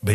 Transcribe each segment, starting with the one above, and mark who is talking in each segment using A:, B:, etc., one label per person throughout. A: Ben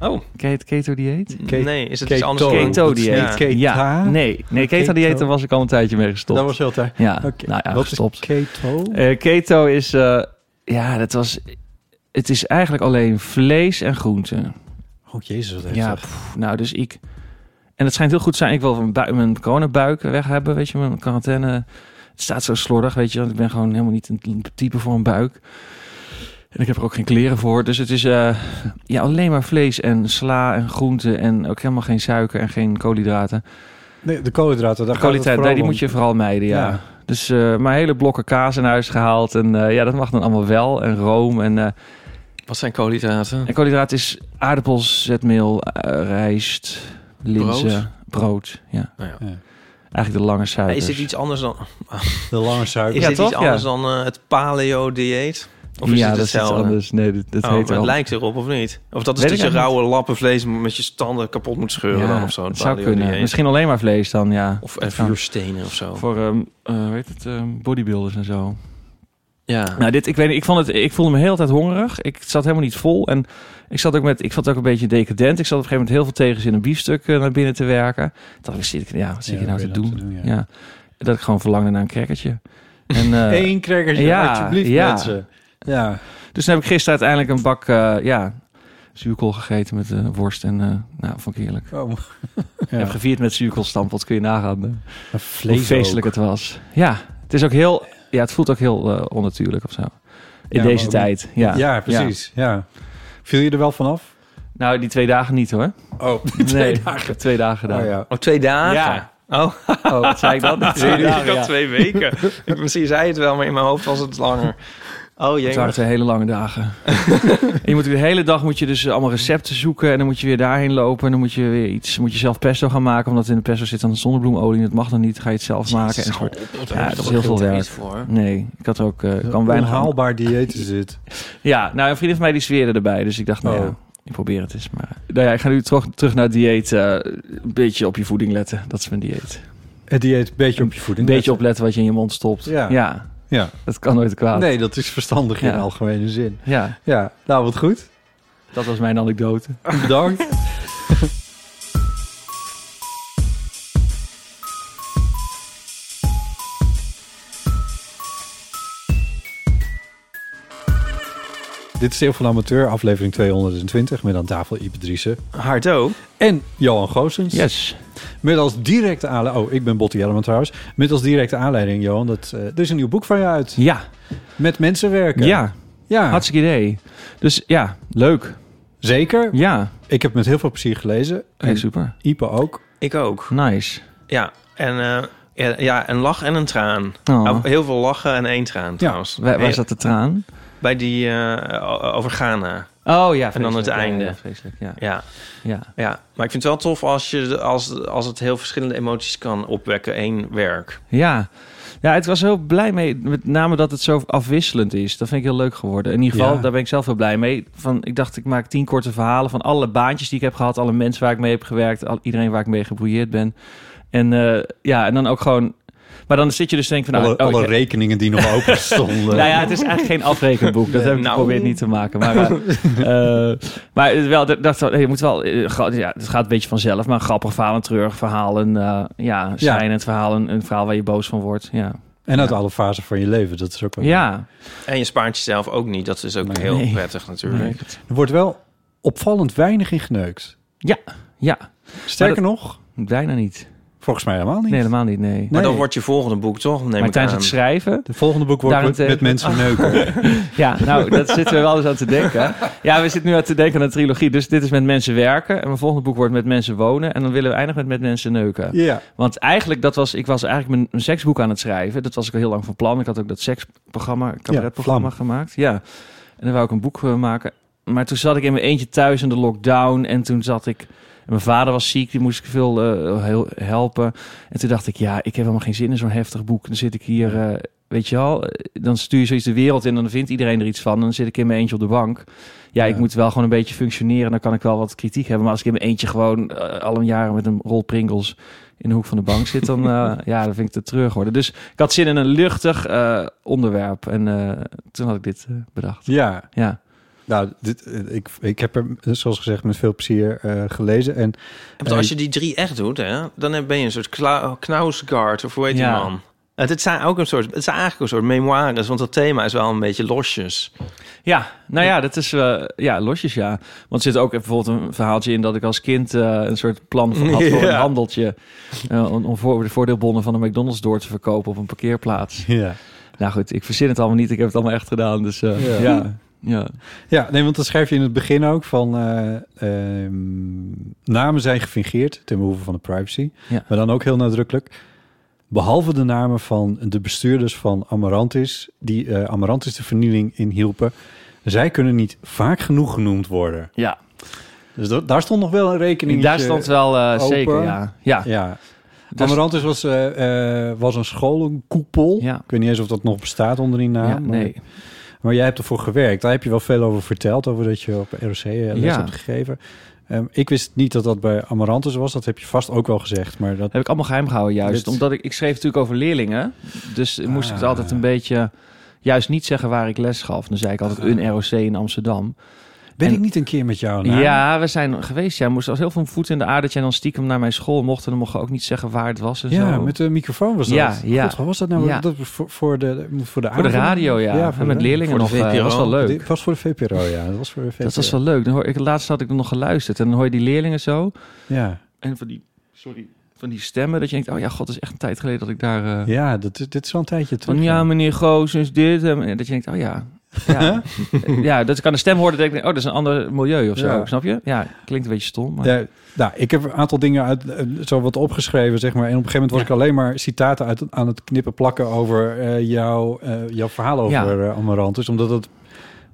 B: Oh.
C: Ken je het keto-dieet?
B: nee, is het iets anders?
D: keto.
C: Keto-dieet.
B: Dat is niet
C: Ja,
D: keta.
C: nee. Nee, keto-dieet
D: Keto.
C: daar was ik al een tijdje mee gestopt.
D: Dat was heel tijd.
C: Ja,
D: Oké.
C: nou ja,
D: Wat is
C: gestopt.
D: keto?
C: Eh, keto is, eh, ja, dat was, het is eigenlijk alleen vlees en groenten.
D: Oh jezus, wat heeft
C: Ja,
D: dat?
C: pff, nou, dus ik, en het schijnt heel goed te zijn. Ik wil mijn, bui- mijn coronabuik weg hebben, weet je, mijn quarantaine. Het staat zo slordig, weet je, want ik ben gewoon helemaal niet een type voor een buik. En ik heb er ook geen kleren voor. Dus het is eh, ja, alleen maar vlees en sla en groenten. En ook helemaal geen suiker en geen koolhydraten.
D: Nee, de koolhydraten, daar
C: De kwaliteit,
D: gaat
C: nee,
D: het
C: die moet je vooral mijden, ja.
D: Ja.
C: Dus eh, maar hele blokken kaas in huis gehaald. En eh, ja, dat mag dan allemaal wel. En room. En, eh
B: Wat zijn koolhydraten?
C: en koolhydraat is aardappels, zetmeel, eh, rijst, linzen, brood. ja.
B: Nou ja.
D: Ja.
C: Eigenlijk de lange
B: Maar
C: suikers.
B: Is dit iets anders dan,
D: De lange suiker.
B: is
C: dus- Ja,
B: dit
C: toch?
B: iets anders dan eh, het paleo-dieet? Of is
C: ja,
B: het
C: dat is iets
B: hetzelfde?
C: anders. Nee, dat, dat
B: Oh,
C: heet
B: maar het
C: wel.
B: lijkt erop, of niet? Of dat is
C: Weet
B: dat
C: ik
B: je
C: eigenlijk
B: rauwe lappen vlees met je tanden kapot moet scheuren dan of zo.
C: het
B: Het
C: zou
B: paleo-dieet.
C: kunnen. Misschien alleen maar vlees dan, ja.
B: Of
C: Dat
B: eh,
C: kan.
B: vuurstenen of zo.
C: Voor, ehm, eh, weet het, ehm, bodybuilders en zo.
B: Ja.
C: Nou, dit, ik weet niet, ik, vond het, ik voelde me heel de tijd hongerig. Ik zat helemaal niet vol. En ik zat ook met, ik vond het ook een beetje decadent. Ik zat op een gegeven moment heel veel tegenzin een biefstuk eh, naar binnen te werken. Toen dacht ik, zit ik, ja, wat zit ik hier nou te doen?
D: ja.
C: Ja. dat ik gewoon verlangde naar een crackertje. En, eh,
D: Eén crackertje,
C: ja,
D: alsjeblieft
C: ja.
D: mensen. Ja,
C: dus toen heb ik gisteren uiteindelijk een bak, eh, ja, zuurkool gegeten met eh, worst. En eh, nou, vond ik heerlijk.
D: oh.
C: Ik
D: ja.
C: heb gevierd met zuurkoolstampot, kun je nagaan. hè.
D: Maar
C: Hoe
D: vlees
C: feestelijk
D: ook.
C: het was. Ja, het is ook heel. Ja, het voelt ook heel eh, onnatuurlijk of zo. In
D: Ja,
C: deze
D: maar-
C: tijd. Ja,
D: Ja, precies. Ja. Viel je er wel vanaf?
C: Ja. Nou, die twee dagen niet hoor.
D: Oh,
C: nee, ik heb twee dagen gedaan.
D: Oh, ja.
B: Oh, twee dagen?
C: Ja.
B: Oh,
C: Oh, wat zei ik dan?
B: twee
C: twee dagen. Ja.
B: twee weken. Ik- Misschien zei je het wel, maar in mijn hoofd was het langer. Oh,
C: Het
B: jee.
C: waren twee hele lange dagen. En je moet de hele dag moet je dus eh, allemaal recepten zoeken. En dan moet je weer daarheen lopen. En dan moet je weer iets. Moet je zelf pesto gaan maken. Omdat in de pesto zit dan zonnebloemolie. En dat mag dan niet. Ga je het zelf maken. En soort. Ja, dat is heel veel werk.
B: voor.
C: Nee, ik had ook. eh, kan weinig aan-
D: haalbaar dieet is dit.
C: Ja, nou, een vriendin van mij die zweerde erbij. Dus ik dacht, nou
D: Oh.
C: ja, ik probeer het eens. Maar nou ja, ik ga nu terug, terug naar het dieet. eh, een beetje op je voeding letten. Dat is mijn dieet.
D: Het dieet een beetje op je
C: Een
D: voeding.
C: beetje opletten wat je in je mond stopt.
D: Ja.
C: ja.
D: Ja.
C: Dat kan nooit kwaad.
D: Nee, dat is verstandig in
C: Ja.
D: algemene zin.
C: Ja,
D: Ja, nou wat goed.
C: dat was mijn anekdote.
D: Bedankt. Dit is Deel van de Amateur, aflevering 220, met aan tafel Ipe Driessen
B: Hardo.
D: en Johan Goossens.
C: Yes.
D: Met als directe aanleiding... Oh, ik ben Botti Jellema trouwens. Met als directe aanleiding, Johan, dat, eh, er is een nieuw boek van je uit.
C: Ja,
D: Met mensen werken.
C: ja.
D: ja
C: Hartstikke idee. Dus ja, leuk.
D: zeker.
C: Ja.
D: Ik heb het met heel veel plezier gelezen.
C: Hey,
D: En
C: super.
D: Ipe ook.
B: Ik ook.
C: Nice.
B: Ja, en eh, ja, ja, een lach en een traan.
C: Oh.
B: Nou, Heel veel lachen en één traan trouwens.
C: Waar, waar zat de traan?
B: Bij die eh, o- over Ghana.
C: Oh ja,
B: En dan het
C: vreselijk. Ja, ja,
B: einde.
C: Ja, vreselijk, ja.
B: Ja,
C: ja.
B: ja. Maar ik vind het wel tof als, je, de- als, als het heel verschillende emoties kan opwekken. één werk.
C: Ja. Ja, ik was heel blij mee. Met name dat het zo afwisselend is. Dat vind ik heel leuk geworden. In ieder geval,
D: Ja.
C: daar ben ik zelf heel blij mee. Van, ik dacht, ik maak tien korte verhalen van alle baantjes die ik heb gehad. Alle mensen waar ik mee heb gewerkt. Al, iedereen waar ik mee gebrouilleerd ben. En eh, ja, en dan ook gewoon... Maar dan zit je dus denk ik van... nou,
D: alle
C: oh,
D: alle
C: ik-
D: rekeningen die nog open stonden.
C: nou ja, het is eigenlijk geen afrekenboek. Dat heb ik
B: Nou.
C: geprobeerd niet te maken. Maar, eh, eh, maar het wel, dat, dat, je moet wel... eh, gra- ja, het gaat een beetje vanzelf. Maar een grappig verhaal, een treurig verhaal. Een eh, ja, schrijnend verhaal. Een, een verhaal waar je boos van wordt. Ja.
D: En uit alle fasen van je leven. Dat is ook wel...
C: Ja,
B: En je spaart jezelf ook niet. Dat is ook heel
C: Nee.
B: prettig natuurlijk.
C: Nee.
D: Er wordt wel opvallend weinig in geneukt.
C: Ja,
D: Sterker nog,
C: bijna niet.
D: volgens mij helemaal niet.
C: Nee, helemaal niet, nee.
D: Nee.
B: Maar dat wordt je volgende boek, toch? Neem
C: maar
B: ik
C: tijdens
B: aan.
C: het schrijven...
D: Het volgende boek wordt met,
C: Daarentegen-
D: met mensen neuken.
C: Ja, nou, dat zitten we wel eens aan te denken. Ja, we zitten nu aan te denken aan een trilogie. Dus dit is met mensen werken. En mijn volgende boek wordt met mensen wonen. En dan willen we eindigen met met mensen neuken.
D: ja.
C: Want eigenlijk, dat was, ik was eigenlijk mijn, mijn seksboek aan het schrijven. Dat was ik al heel lang van plan. Ik had ook dat seksprogramma, cabaretprogramma
D: Vlam.
C: gemaakt. Ja. En dan wou ik een boek eh, maken. Maar toen zat ik in mijn eentje thuis in de lockdown. En toen zat ik... en Mijn vader was ziek, die moest ik veel eh, heel- helpen. En toen dacht ik, ja, ik heb helemaal geen zin in zo'n heftig boek. Dan zit ik hier, eh, weet je wel, eh, dan stuur je zoiets de wereld in en dan vindt iedereen er iets van. En dan zit ik in mijn eentje op de bank. Ja,
D: Ja.
C: ik moet wel gewoon een beetje functioneren. Dan kan ik wel wat kritiek hebben. Maar als ik in mijn eentje gewoon eh, al een jaar met een rol pringels in de hoek van de bank zit, dan, eh, ja, dan vind ik het terug worden. Dus ik had zin in een luchtig eh, onderwerp. En eh, toen had ik dit eh, bedacht.
D: ja.
C: Ja.
D: Nou, dit, eh, ik, ik heb hem, eh, zoals gezegd, met veel plezier eh, gelezen. En
B: Want als je die drie echt doet, hè, dan heb- ben je een soort kla- knausgaard of hoe heet
C: Ja.
B: die man? Het, het zijn ook een soort, het zijn eigenlijk een soort memoires, want dat thema is wel een beetje losjes.
C: Ja, nou ja, dat is eh, ja, losjes ja. Want er zit ook bijvoorbeeld een verhaaltje in dat ik als kind eh, een soort plan van had voor een
B: Ja.
C: handeltje. eh, om, om voor, de voordeelbonnen van de McDonald's door te verkopen op een parkeerplaats.
D: ja.
C: Nou goed, ik verzin het allemaal niet. Ik heb het allemaal echt gedaan. Dus eh,
D: Ja.
C: ja. ja.
D: Ja, nee, want dat schrijf je in het begin ook van eh, ehm, namen zijn gefingeerd ten behoeve van de privacy.
C: Ja.
D: Maar dan ook heel nadrukkelijk. Behalve de namen van de bestuurders van Amarantis, die eh, Amarantis de vernieling inhielpen. Zij kunnen niet vaak genoeg genoemd worden.
C: Ja,
D: Dus dat- daar stond nog wel een rekening.
C: daar stond wel Dus- eh,
D: open.
C: zeker, ja. Ja,
D: Ja.
C: Daar
D: Amarantis was, eh, eh, was een scholenkoepel.
C: Ja.
D: Ik weet niet eens of dat nog bestaat onder die naam.
C: ja,
D: maar-
C: nee.
D: maar jij hebt ervoor gewerkt. Daar heb je wel veel over verteld, over dat je op ROC eh, les
C: Ja.
D: hebt gegeven. Ehm, ik wist niet dat dat bij Amarantus was. Dat heb je vast ook wel gezegd. Maar dat,
C: Heb ik allemaal geheim gehouden juist.
D: Dit-
C: Omdat ik, ik schreef natuurlijk over leerlingen. Dus moest ik het
D: Ah.
C: altijd een beetje... Juist niet zeggen waar ik les gaf. Dan zei ik altijd een ROC in Amsterdam.
D: ben
C: en-
D: ik niet een keer met jou naar?
C: Ja, we zijn geweest. Ja, moest als heel veel voet in de aarde. Dat jij dan stiekem naar mijn school mocht. En dan mocht je ook niet zeggen waar het was en
D: Ja,
C: zo.
D: met de microfoon was dat.
C: Ja, ja.
D: God, wat was dat nou?
C: Ja.
D: Dat was voor, voor de, voor de
C: voor de
D: avond?
C: radio, ja. en
D: de
C: met
D: radio.
C: leerlingen
B: Voor
C: nog.
B: de
C: eh, Dat was wel
B: VPRO.
C: leuk.
D: Dit was voor de VPRO, ja. Dat was voor de VPRO.
C: Dat was wel leuk. Dan hoor ik, laatst had ik nog geluisterd. En dan hoor je die leerlingen zo.
D: Ja,
C: En van die, sorry, van die stemmen. Dat je denkt, oh ja, god, dat is echt een tijd geleden dat ik daar... eh,
D: ja dat, is- dit is al een tijdje terug.
C: Van ja, meneer Goos is dit. En dat je denkt, oh ja. Ja, ja dat ik aan de stem hoorde, denk ik, oh, dat is een ander milieu of zo.
D: Ja.
C: Snap je? Ja, klinkt een beetje stom. Maar...
D: Ja, nou, ik heb een aantal dingen uit, eh, zo wat opgeschreven, zeg maar. En op een gegeven moment was ik alleen maar citaten uit, aan het knippen plakken over eh, jouw, eh, jouw verhaal over
C: Ja.
D: eh, Amarantus. Omdat het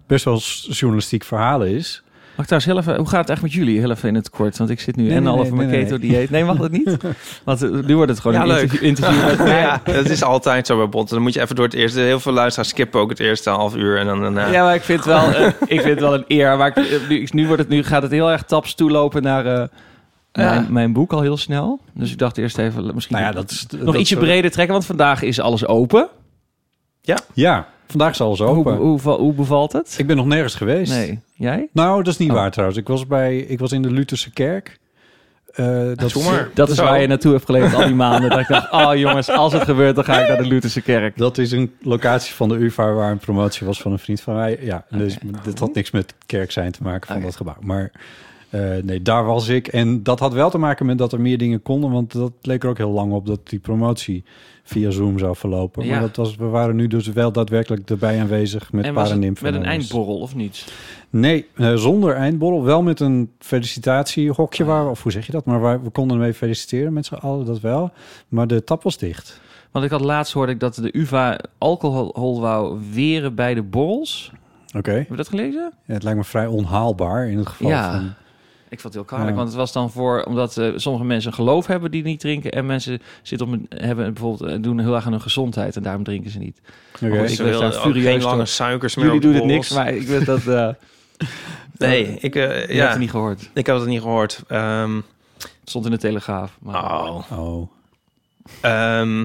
D: best wel s- journalistiek verhaal is.
C: Mag ik trouwens heel even, hoe gaat het echt met jullie? Heel even in het kort, want ik zit nu
D: Nee,
C: en
D: nee,
C: al
D: nee,
C: over mijn
D: nee, nee.
C: keto-dieet. Nee, mag dat niet? Want eh, nu wordt het gewoon
B: Ja,
C: een
B: leuk.
C: interview, interview met mij.
B: Ja, dat is altijd zo bij botten. Dan moet je even door het eerste. Heel veel luisteraars skippen ook het eerste half uur en dan daarna.
C: Ja, maar ik vind, wel, eh, ik vind het wel een eer. Maar ik, eh, nu, nu, wordt het, nu gaat het heel erg taps toelopen naar eh, mijn, mijn boek al heel snel. Dus ik dacht eerst even, misschien
D: Nou ja, dat is...
C: nog ietsje breder trekken. Want vandaag is alles open.
D: Ja, vandaag is alles
C: Hoe,
D: open.
C: hoe, hoe, hoe bevalt het?
D: Ik ben nog nergens geweest.
C: Nee, jij?
D: Nou, dat is niet
C: Oh.
D: waar trouwens. Ik was, bij, ik was in de Lutherse kerk. Eh,
C: Ah,
D: dat
B: Doe maar.
C: Dat is
B: Zo.
C: waar je naartoe hebt geleefd al die maanden. Dat ik dacht, oh jongens, als het gebeurt, dan ga ik naar de Lutherse kerk.
D: Dat is een locatie van de UvA waar een promotie was van een vriend van mij. Ja, dus dit had niks met kerk zijn te maken van
C: Oké.
D: dat gebouw. Maar eh, nee, daar was ik. En dat had wel te maken met dat er meer dingen konden. Want dat leek er ook heel lang op dat die promotie via Zoom zou verlopen. Maar
C: Ja.
D: dat was, we waren nu dus wel daadwerkelijk erbij aanwezig met
C: en was het
D: Paranim.
C: met een eindborrel of niet?
D: Nee, eh, zonder eindborrel. Wel met een
C: Oh,
D: felicitatiehokje waar we, of hoe zeg je dat? Maar waar we konden mee feliciteren met z'n allen, dat wel. Maar de tap was dicht.
C: Want ik had laatst hoorde ik dat de UvA alcohol wou weren bij de borrels.
D: Oké.
C: Hebben we dat gelezen?
D: Ja, het lijkt me vrij onhaalbaar in het geval
C: Ja.
D: van...
C: Ik vond het heel kwalijk,
D: Ja.
C: want het was dan voor... omdat eh, sommige mensen een geloof hebben die niet drinken... en mensen zitten om, een- hebben bijvoorbeeld, eh, doen heel erg aan hun gezondheid... en daarom drinken ze niet.
D: Oké.
C: ik
B: Ze
C: werd
B: wilden
C: daar
B: ook
C: furieus
B: geen lange
C: door.
B: suikers meer.
C: Jullie
B: op de
C: doen het niks,
B: borrels.
C: maar ik weet dat... eh
B: Nee, ik, eh,
C: Je hebt
B: ja,
C: het niet gehoord.
B: ik had het niet gehoord. Ehm,
C: Het stond in de Telegraaf. Maar...
B: oh.
D: Oh.
B: Ehm,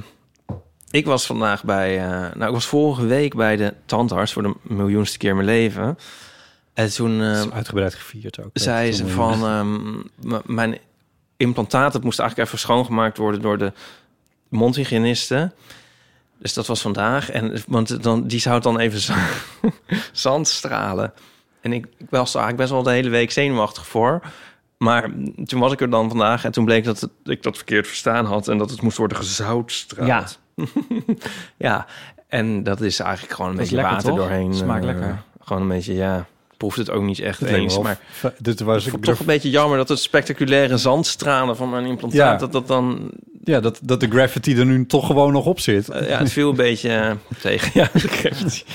B: ik was vandaag bij, eh, nou, ik was vorige week bij de tandarts voor de miljoenste keer in mijn leven. En toen eh,
D: Het is uitgebreid gevierd ook.
B: zei
D: Dat
B: ze
D: is
B: van,
D: een-
B: ehm, m- mijn implantaat, dat moest eigenlijk even schoongemaakt worden door de mondhygiëniste. Dus dat was vandaag. En, want dan, die zou het dan even za- zand stralen. En ik, ik was er eigenlijk best wel de hele week zenuwachtig voor. Maar toen was ik er dan vandaag en toen bleek dat het- ik dat verkeerd verstaan had en dat het moest worden gezoutstraat. Ja. ja, en dat is eigenlijk gewoon een
C: Dat is
B: beetje
C: lekker,
B: water
C: toch?
B: doorheen.
C: Smaakt
B: eh,
C: lekker.
B: Gewoon een beetje, ja, proeft het ook niet echt
D: Het leek me
B: eens.
D: wel
B: Maar
C: eh,
D: f- dit was
B: ik
D: ik
B: vond het toch een beetje jammer dat het spectaculaire zandstralen van mijn implantaat,
D: Ja.
B: dat dat dan,
D: Ja, dat, dat de graffiti er nu toch gewoon nog op zit.
B: eh, ja, het viel een beetje eh, tegen. Ja, ik heb het.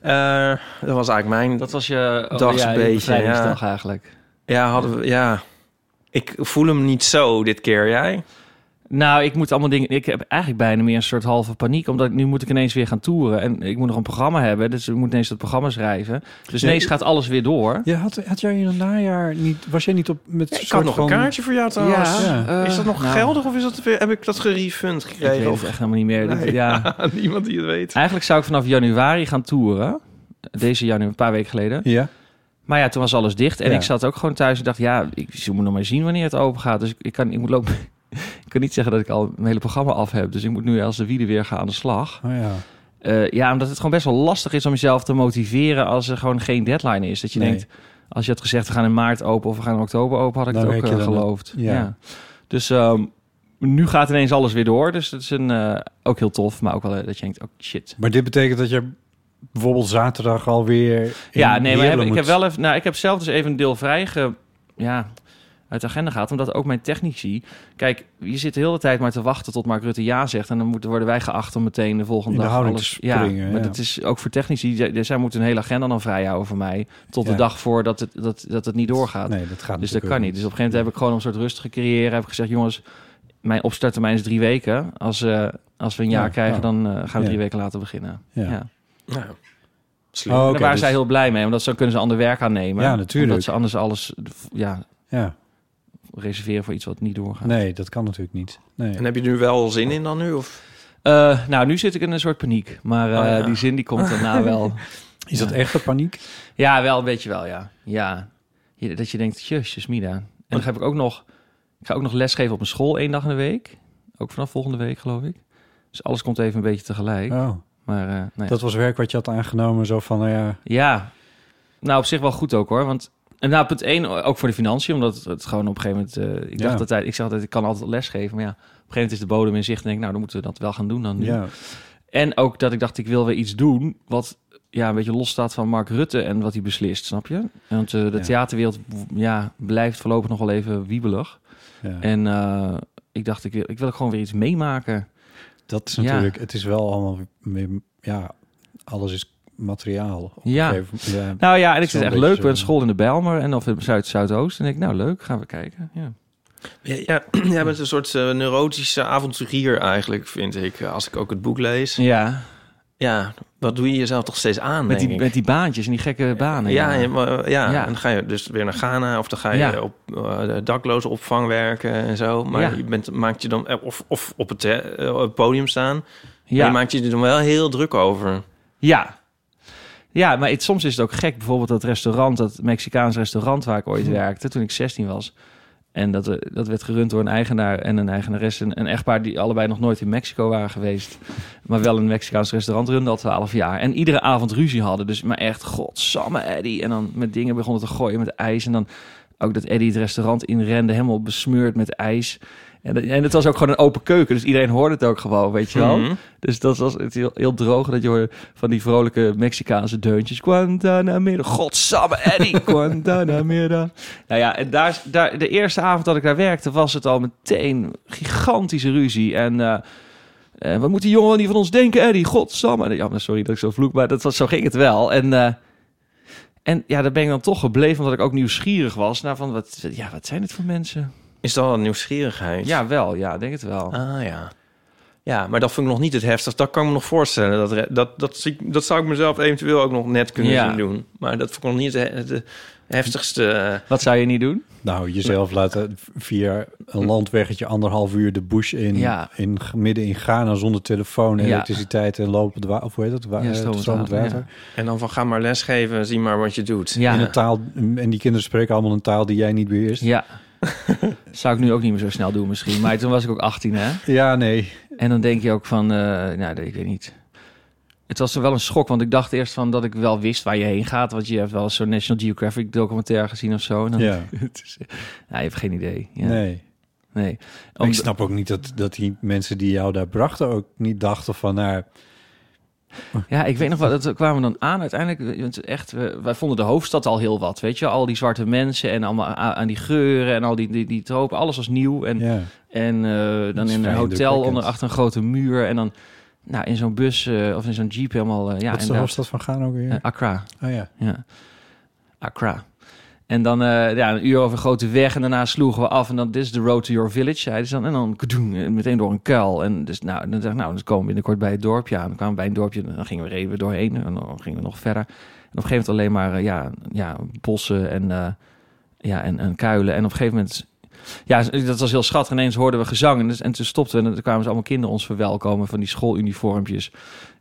B: Eh, dat was eigenlijk mijn
C: Dat was je
B: oh, Dags ja, je beetje, bevrijdingsdag
C: eigenlijk.
B: Ja, hadden we, ja. Ik voel hem niet zo dit keer, jij?
C: Nou, ik moet allemaal dingen. Ik heb eigenlijk bijna meer een soort halve paniek, omdat ik, nu moet ik ineens weer gaan toeren en ik moet nog een programma hebben, dus ik moet ineens dat programma schrijven. Dus
D: Nee,
C: ineens
D: ik-
C: gaat alles weer door.
D: Ja, had, had jij in het najaar niet... Was jij niet op met
B: Ja, ik
D: soort
B: had nog
D: van-
B: een kaartje voor jou trouwens.
D: Ja.
C: eh,
B: is dat nog
C: nou,
B: geldig of is dat weer, heb ik dat gerefund
C: Ik weet
B: gekregen?
C: het
B: Of
C: echt helemaal niet meer. Dat- ja.
B: niemand die het weet.
C: Eigenlijk zou ik vanaf januari gaan toeren. Deze januari, een paar weken geleden.
D: Ja,
C: Maar ja, toen was alles dicht. En
D: Ja.
C: ik zat ook gewoon thuis en dacht, ja, ik ze moet nog maar zien wanneer het open gaat. Dus ik, ik kan, ik moet lopen. ik kan niet zeggen dat ik al mijn hele programma af heb. Dus ik moet nu als de wielen weer gaan aan de slag.
D: oh ja.
C: Eh, ja, omdat het gewoon best wel lastig is om jezelf te motiveren als er gewoon geen deadline is. Dat je
D: Nee.
C: denkt, als je had gezegd, we gaan in maart open of we gaan in oktober open, had ik
D: Dan
C: het ook
D: werk je
C: eh,
D: dan
C: geloofd.
D: ja.
C: Ja. Dus ehm, nu gaat ineens alles weer door. Dus dat is een, eh, ook heel tof, maar ook wel eh, dat je denkt, oh shit.
D: Maar dit betekent dat je bijvoorbeeld zaterdag alweer... in
C: Ja, nee, maar
D: Heerlen
C: heb- ik
D: moet-
C: heb wel even. Nou, ik heb zelf dus even een deel vrij ge, ja, uit de agenda gehad, omdat ook mijn technici. Kijk, je zit de hele tijd maar te wachten tot Mark Rutte ja zegt, en dan moeten worden wij geacht om meteen de volgende
D: In de
C: dag
D: houding
C: alles.
D: te springen,
C: ja, maar
D: ja.
C: dat is ook voor technici. zij- Zij moeten een hele agenda dan vrijhouden voor mij tot
D: Ja.
C: de dag voor dat het dat, dat het niet doorgaat.
D: Nee, dat gaat
C: dus dat
D: natuurlijk
C: kan
D: ook
C: niet. Dus op een gegeven moment heb ik gewoon een soort rust gecreëerd. Heb ik gezegd, jongens, mijn opstarttermijn is drie weken. Als, eh, als we een jaar
D: Ja,
C: krijgen,
D: ja.
C: dan eh, gaan we
D: Ja.
C: drie weken later beginnen.
D: Ja.
B: Nou, slim. Nou,
D: Oh, oké,
C: En daar waren
D: dus-
C: zij heel blij mee, omdat zo kunnen ze ander werk aannemen.
D: Ja, natuurlijk.
C: Omdat ze anders alles ja,
D: Ja,
C: reserveren voor iets wat niet doorgaat.
D: nee, dat kan natuurlijk niet. Nee.
B: En heb je er nu wel zin in dan nu? Of?
C: Eh, nou, nu zit ik in een soort paniek. Maar eh,
B: Oh, ja.
C: die zin die komt daarna wel.
D: Is dat echte paniek?
C: Ja, wel een beetje wel, ja. ja. Je- Dat je denkt, jezus Mida. En dan heb ik ook nog... Ik ga ook nog lesgeven op een school één dag in de week. Ook vanaf volgende week, geloof ik. Dus alles komt even een beetje tegelijk.
D: Oh,
C: Maar eh, nou ja.
D: dat was werk wat je had aangenomen, zo van, nou ja...
C: Ja, nou op zich wel goed ook hoor. Want en nou, punt één, ook voor de financiën, omdat het- het gewoon op een gegeven moment. eh, ik
D: Ja.
C: dacht altijd, ik zeg altijd, ik kan altijd lesgeven. Maar ja, op een gegeven moment is de bodem in zicht. En denk ik, nou, dan moeten we dat wel gaan doen dan nu.
D: Ja,
C: En ook dat ik dacht, ik wil weer iets doen wat ja, een beetje los staat van Mark Rutte en wat hij beslist, snap je? Want eh, de
D: Ja.
C: theaterwereld ja, blijft voorlopig nog wel even wiebelig.
D: ja.
C: En eh, ik dacht, ik wil, ik wil ook gewoon weer iets meemaken.
D: Dat is
C: Ja.
D: natuurlijk, het is wel allemaal, weer- ja, alles is materiaal. op een
C: Ja.
D: gegeven moment. ja.
C: Nou ja, en ik
D: Zo'n
C: vind het echt
D: beetje
C: leuk. We
D: zo.
C: een school in de Bijlmer en of in Zuid-Zuidoost. En ik, nou leuk, gaan we kijken. Ja.
B: Ja, ja, jij bent een soort eh, neurotische avonturier eigenlijk, vind ik. eh, Als ik ook het boek lees.
C: ja.
B: Ja, wat doe je jezelf toch steeds aan,
C: Met
B: denk
C: die,
B: ik.
C: met die baantjes en die gekke banen.
B: ja, ja. maar, ja,
C: Ja.
B: en dan ga je dus weer naar Ghana of dan ga je
C: Ja.
B: op eh, de dakloze opvang werken en zo. Maar
C: Ja.
B: je bent, maakt je dan, eh, of, of op het eh, eh, podium staan, ja.
C: Ja,
B: je maakt je er dan wel heel druk over.
C: ja. ja maar het, soms is het ook gek. Bijvoorbeeld dat restaurant, dat Mexicaans restaurant waar ik ooit werkte toen ik 16 was. En dat, eh, dat werd gerund door een eigenaar en een eigenares. Een, een echtpaar die allebei nog nooit in Mexico waren geweest. Maar wel een Mexicaans restaurant runden al 12 jaar. En iedere avond ruzie hadden. Dus maar echt, godsamme Eddie. En dan met dingen begonnen te gooien met ijs. En dan ook dat Eddie het restaurant inrende, helemaal besmeurd met ijs. En, dat- en het was ook gewoon een open keuken. Dus iedereen hoorde het ook gewoon, weet je wel.
B: Mhm.
C: Dus dat was het heel, heel droog dat je hoorde van die vrolijke Mexicaanse deuntjes. Guantanamera. Godsamme Eddie. Guantanamera. Nou ja, en daar, daar, de eerste avond dat ik daar werkte was het al meteen gigantische ruzie. En eh, eh, wat moet die jongen wel niet van ons denken, Eddie? Godsamme. Ja, maar sorry dat ik zo vloek, maar dat was, zo ging het wel. En... eh, en ja, daar ben ik dan toch gebleven, omdat ik ook nieuwsgierig was. Naar van, wat, ja, wat zijn het voor mensen?
B: Is dat al nieuwsgierigheid?
C: Ja, wel. Ja, ik denk het wel.
B: Ah ja. Ja, maar dat vind ik nog niet het heftigst. Dat kan ik me nog voorstellen. Dat, re- dat, dat, zie ik- dat zou ik mezelf eventueel ook nog net kunnen
C: Ja.
B: zien doen. Maar dat vond ik nog niet het, he- de heftigste. eh,
C: Wat zou je niet doen?
D: Nou, jezelf laten via een landweggetje anderhalf uur de bush in,
C: Ja.
D: in midden in Ghana zonder telefoon, en
C: Ja.
D: elektriciteit en lopend water, of hoe heet dat? Wa-
C: Ja,
D: eh,
C: stromend
D: stromend
C: water,
D: water.
B: En dan van ga maar lesgeven, zie maar wat je doet.
C: Ja.
D: In een taal, en die kinderen spreken allemaal een taal die jij niet beheerst. Ja,
C: Ja. Zou ik nu ook niet meer zo snel doen misschien. Maar toen was ik ook 18, hè?
D: nee.
C: En dan denk je ook van, eh, nou, ik weet niet. Het was wel een schok, want ik dacht eerst van dat ik wel wist waar je heen gaat. Want je hebt wel zo'n National Geographic documentaire gezien of zo. En dan,
D: Ja.
C: het is- ja, je hebt geen idee. Ja, nee.
D: Nee. Maar
C: Om-
D: ik snap ook niet dat, dat die mensen die jou daar brachten ook niet dachten van... Nou,
C: Ja, ik weet nog wel, dat we kwamen dan aan uiteindelijk. want Echt, we- wij vonden de hoofdstad al heel wat, weet je. Al die zwarte mensen en allemaal a- aan die geuren en al die, die, die tropen. Alles was nieuw. En,
D: ja.
C: en eh,
D: Dat
C: dan
D: is
C: in een
D: vrij
C: hotel onder,
D: indrukwekkend.
C: achter een grote muur. En dan nou, in zo'n bus eh, of in zo'n jeep helemaal... eh, ja,
D: Wat is de
C: inderdaad.
D: hoofdstad van Ghana ook weer?
C: Eh, Accra.
D: oh ja.
C: Ja. Accra. En dan eh, ja, een uur over een grote weg en daarna sloegen we af en dan this is the road to your village, zeiden ze dan. En dan kadoen, eh, meteen door een kuil. En dus nou, dan dacht ik, nou, dan komen we binnenkort bij het dorpje aan. Dan kwamen we bij een dorpje en dan gingen we er even doorheen en dan gingen we nog verder. En op een gegeven moment alleen maar eh, ja, ja, bossen en, eh, ja, en, en kuilen. En op een gegeven moment, ja, dat was heel schattig. Ineens hoorden we gezang en, dus- en toen stopten we en dan kwamen ze allemaal kinderen ons verwelkomen van die schooluniformpjes.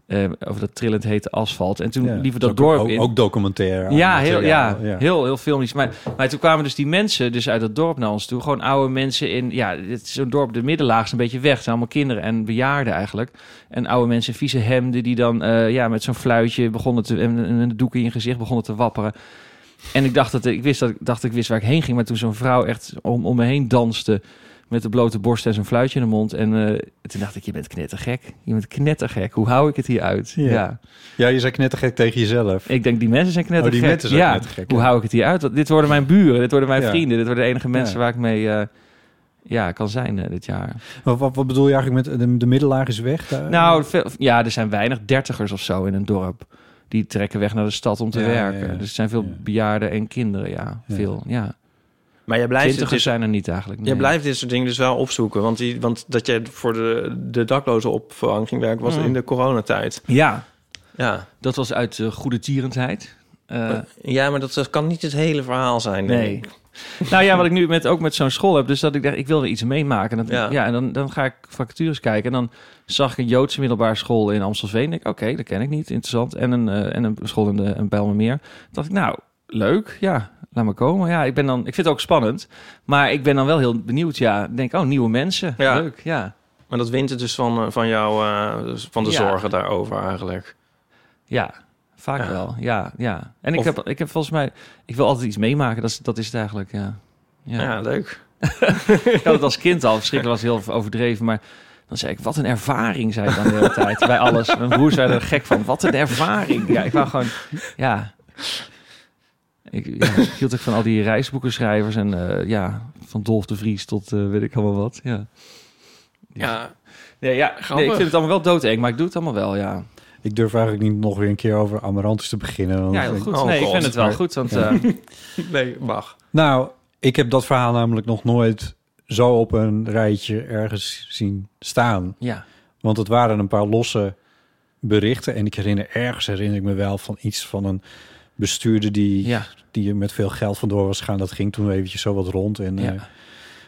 C: eh, over dat trillend hete asfalt. En toen
D: Ja.
C: liepen we
D: Dus
C: dat
D: ook-
C: dorp
D: ook,
C: in.
D: Ook documentaire.
C: Ja, heel,
D: materiaal,
C: ja, heel, heel filmisch. Maar, maar toen kwamen dus die mensen dus uit het dorp naar ons toe. Gewoon oude mensen in... Ja, het is zo'n dorp, de middenlaag is een beetje weg. Het zijn allemaal kinderen en bejaarden eigenlijk. En oude mensen in vieze hemden die dan eh, ja, met zo'n fluitje begonnen te... En, en een doek in je gezicht begonnen te wapperen. En ik dacht, dat, ik, wist dat, ik dacht dat ik wist waar ik heen ging. Maar toen zo'n vrouw echt om, om me heen danste... met de blote borst en zo'n fluitje in de mond. En eh, toen dacht ik, je bent knettergek. Je bent knettergek. Hoe hou ik het hier uit?
D: Ja.
C: ja.
D: Ja, je zei knettergek tegen jezelf.
C: Ik denk, die mensen zijn knettergek.
D: Oh, die mensen zijn
C: ja.
D: knettergek,
C: Hoe
D: ja.
C: hou ik het hier uit? Want Dit worden mijn buren, dit worden mijn
D: Ja.
C: vrienden. Dit worden de enige mensen
D: Ja.
C: waar ik mee eh, ja, kan zijn eh, dit jaar.
D: Wat, wat, wat bedoel je eigenlijk met de, de middellaag is weg? daar?
C: Nou, veel- ja, er zijn weinig dertigers of zo in een dorp. Die trekken weg naar de stad om te
D: Ja,
C: werken.
D: ja, ja.
C: Dus er zijn veel
D: Ja.
C: bejaarden en kinderen, ja.
D: Ja.
C: Veel, ja.
B: Maar jij blijft, het
C: Twintigers
B: dus,
C: zijn er niet eigenlijk.
B: jij
C: nee.
B: blijft dit soort dingen dus wel opzoeken. Want, die, want dat jij voor de, de dakloze opvang ging werken was
C: Mm.
B: in de coronatijd.
C: Ja,
B: Ja.
C: dat was uit eh, goede tierendheid. Eh,
B: ja, maar dat, dat kan niet het hele verhaal zijn. denk
C: Nee.
B: ik.
C: nou ja, wat ik nu met, ook met zo'n school heb, dus dat ik dacht, ik wil weer iets meemaken. En, dat, ja.
B: Ja.
C: en dan, dan ga ik vacatures kijken. En dan zag ik een Joodse middelbare school in Amstelveen. Denk ik, oké, dat ken ik niet, interessant. En een, eh, en een school in, de, in Bijlmermeer. Toen dacht ik, nou, leuk, ja, laat maar komen. Ja, ik, ben dan, ik vind het ook spannend, maar ik ben dan wel heel benieuwd. Ja, Ik denk, oh, nieuwe mensen,
B: Ja.
C: leuk, ja.
B: Maar dat wint het dus van, eh, van jou, eh, dus van de
C: Ja.
B: zorgen daarover eigenlijk.
C: Ja, vaak
B: Ja.
C: wel, ja, ja. En ik,
B: Of-
C: heb, ik heb volgens mij, ik wil altijd iets meemaken, dat is, dat is het eigenlijk, ja.
B: Ja, leuk.
C: Ik had het als kind al. Verschrikkelijk was heel overdreven, maar dan zei ik, wat een ervaring, zei ik dan de hele tijd bij alles. Mijn broer zei er gek van, wat een ervaring. Ja, ik wou gewoon, ja. Ik, ja, ik hield ook van al die reisboekenschrijvers en eh, ja, van Dolf de Vries tot eh, weet ik allemaal wat. Ja.
B: Ja.
C: Nee, ja, nee, ik vind het allemaal wel doodeng, maar ik doe het allemaal wel, ja.
D: Ik durf eigenlijk niet nog weer een keer over Amarantus te beginnen. want
C: Ja,
D: ik-
C: heel goed.
B: Oh,
C: nee, ik
B: God.
C: vind het wel
D: Maar-
C: goed, want
D: Ja.
C: eh,
B: Nee, mag.
D: Nou, ik heb dat verhaal namelijk nog nooit zo op een rijtje ergens zien staan.
C: ja.
D: Want het waren een paar losse berichten. En ik herinner ergens, herinner ik me wel, van iets van een bestuurder die,
C: ja.
D: die er met veel geld vandoor was gaan. Dat ging toen eventjes zo wat rond. En,
C: Ja.
D: eh,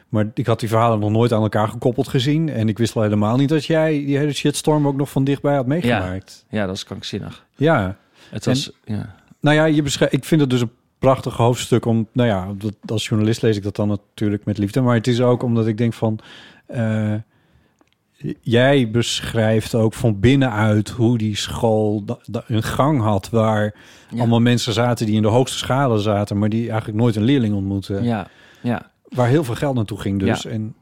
D: maar ik had die verhalen nog nooit aan elkaar gekoppeld gezien. En ik wist al helemaal niet dat jij die hele shitstorm ook nog van dichtbij had meegemaakt.
C: ja, dat is krankzinnig.
D: ja.
C: Het was, ja.
D: Nou ja, je beschrijft. ik vind het dus een prachtig hoofdstuk om... Nou ja, dat, als journalist lees ik dat dan natuurlijk met liefde. Maar het is ook omdat ik denk van... eh, jij beschrijft ook van binnenuit hoe die school da- da- een gang had... waar
C: Ja.
D: allemaal mensen zaten die in de hoogste schade zaten... maar die eigenlijk nooit een leerling ontmoetten.
C: ja, ja.
D: Waar heel veel geld naartoe ging dus.
C: Ja.
D: En,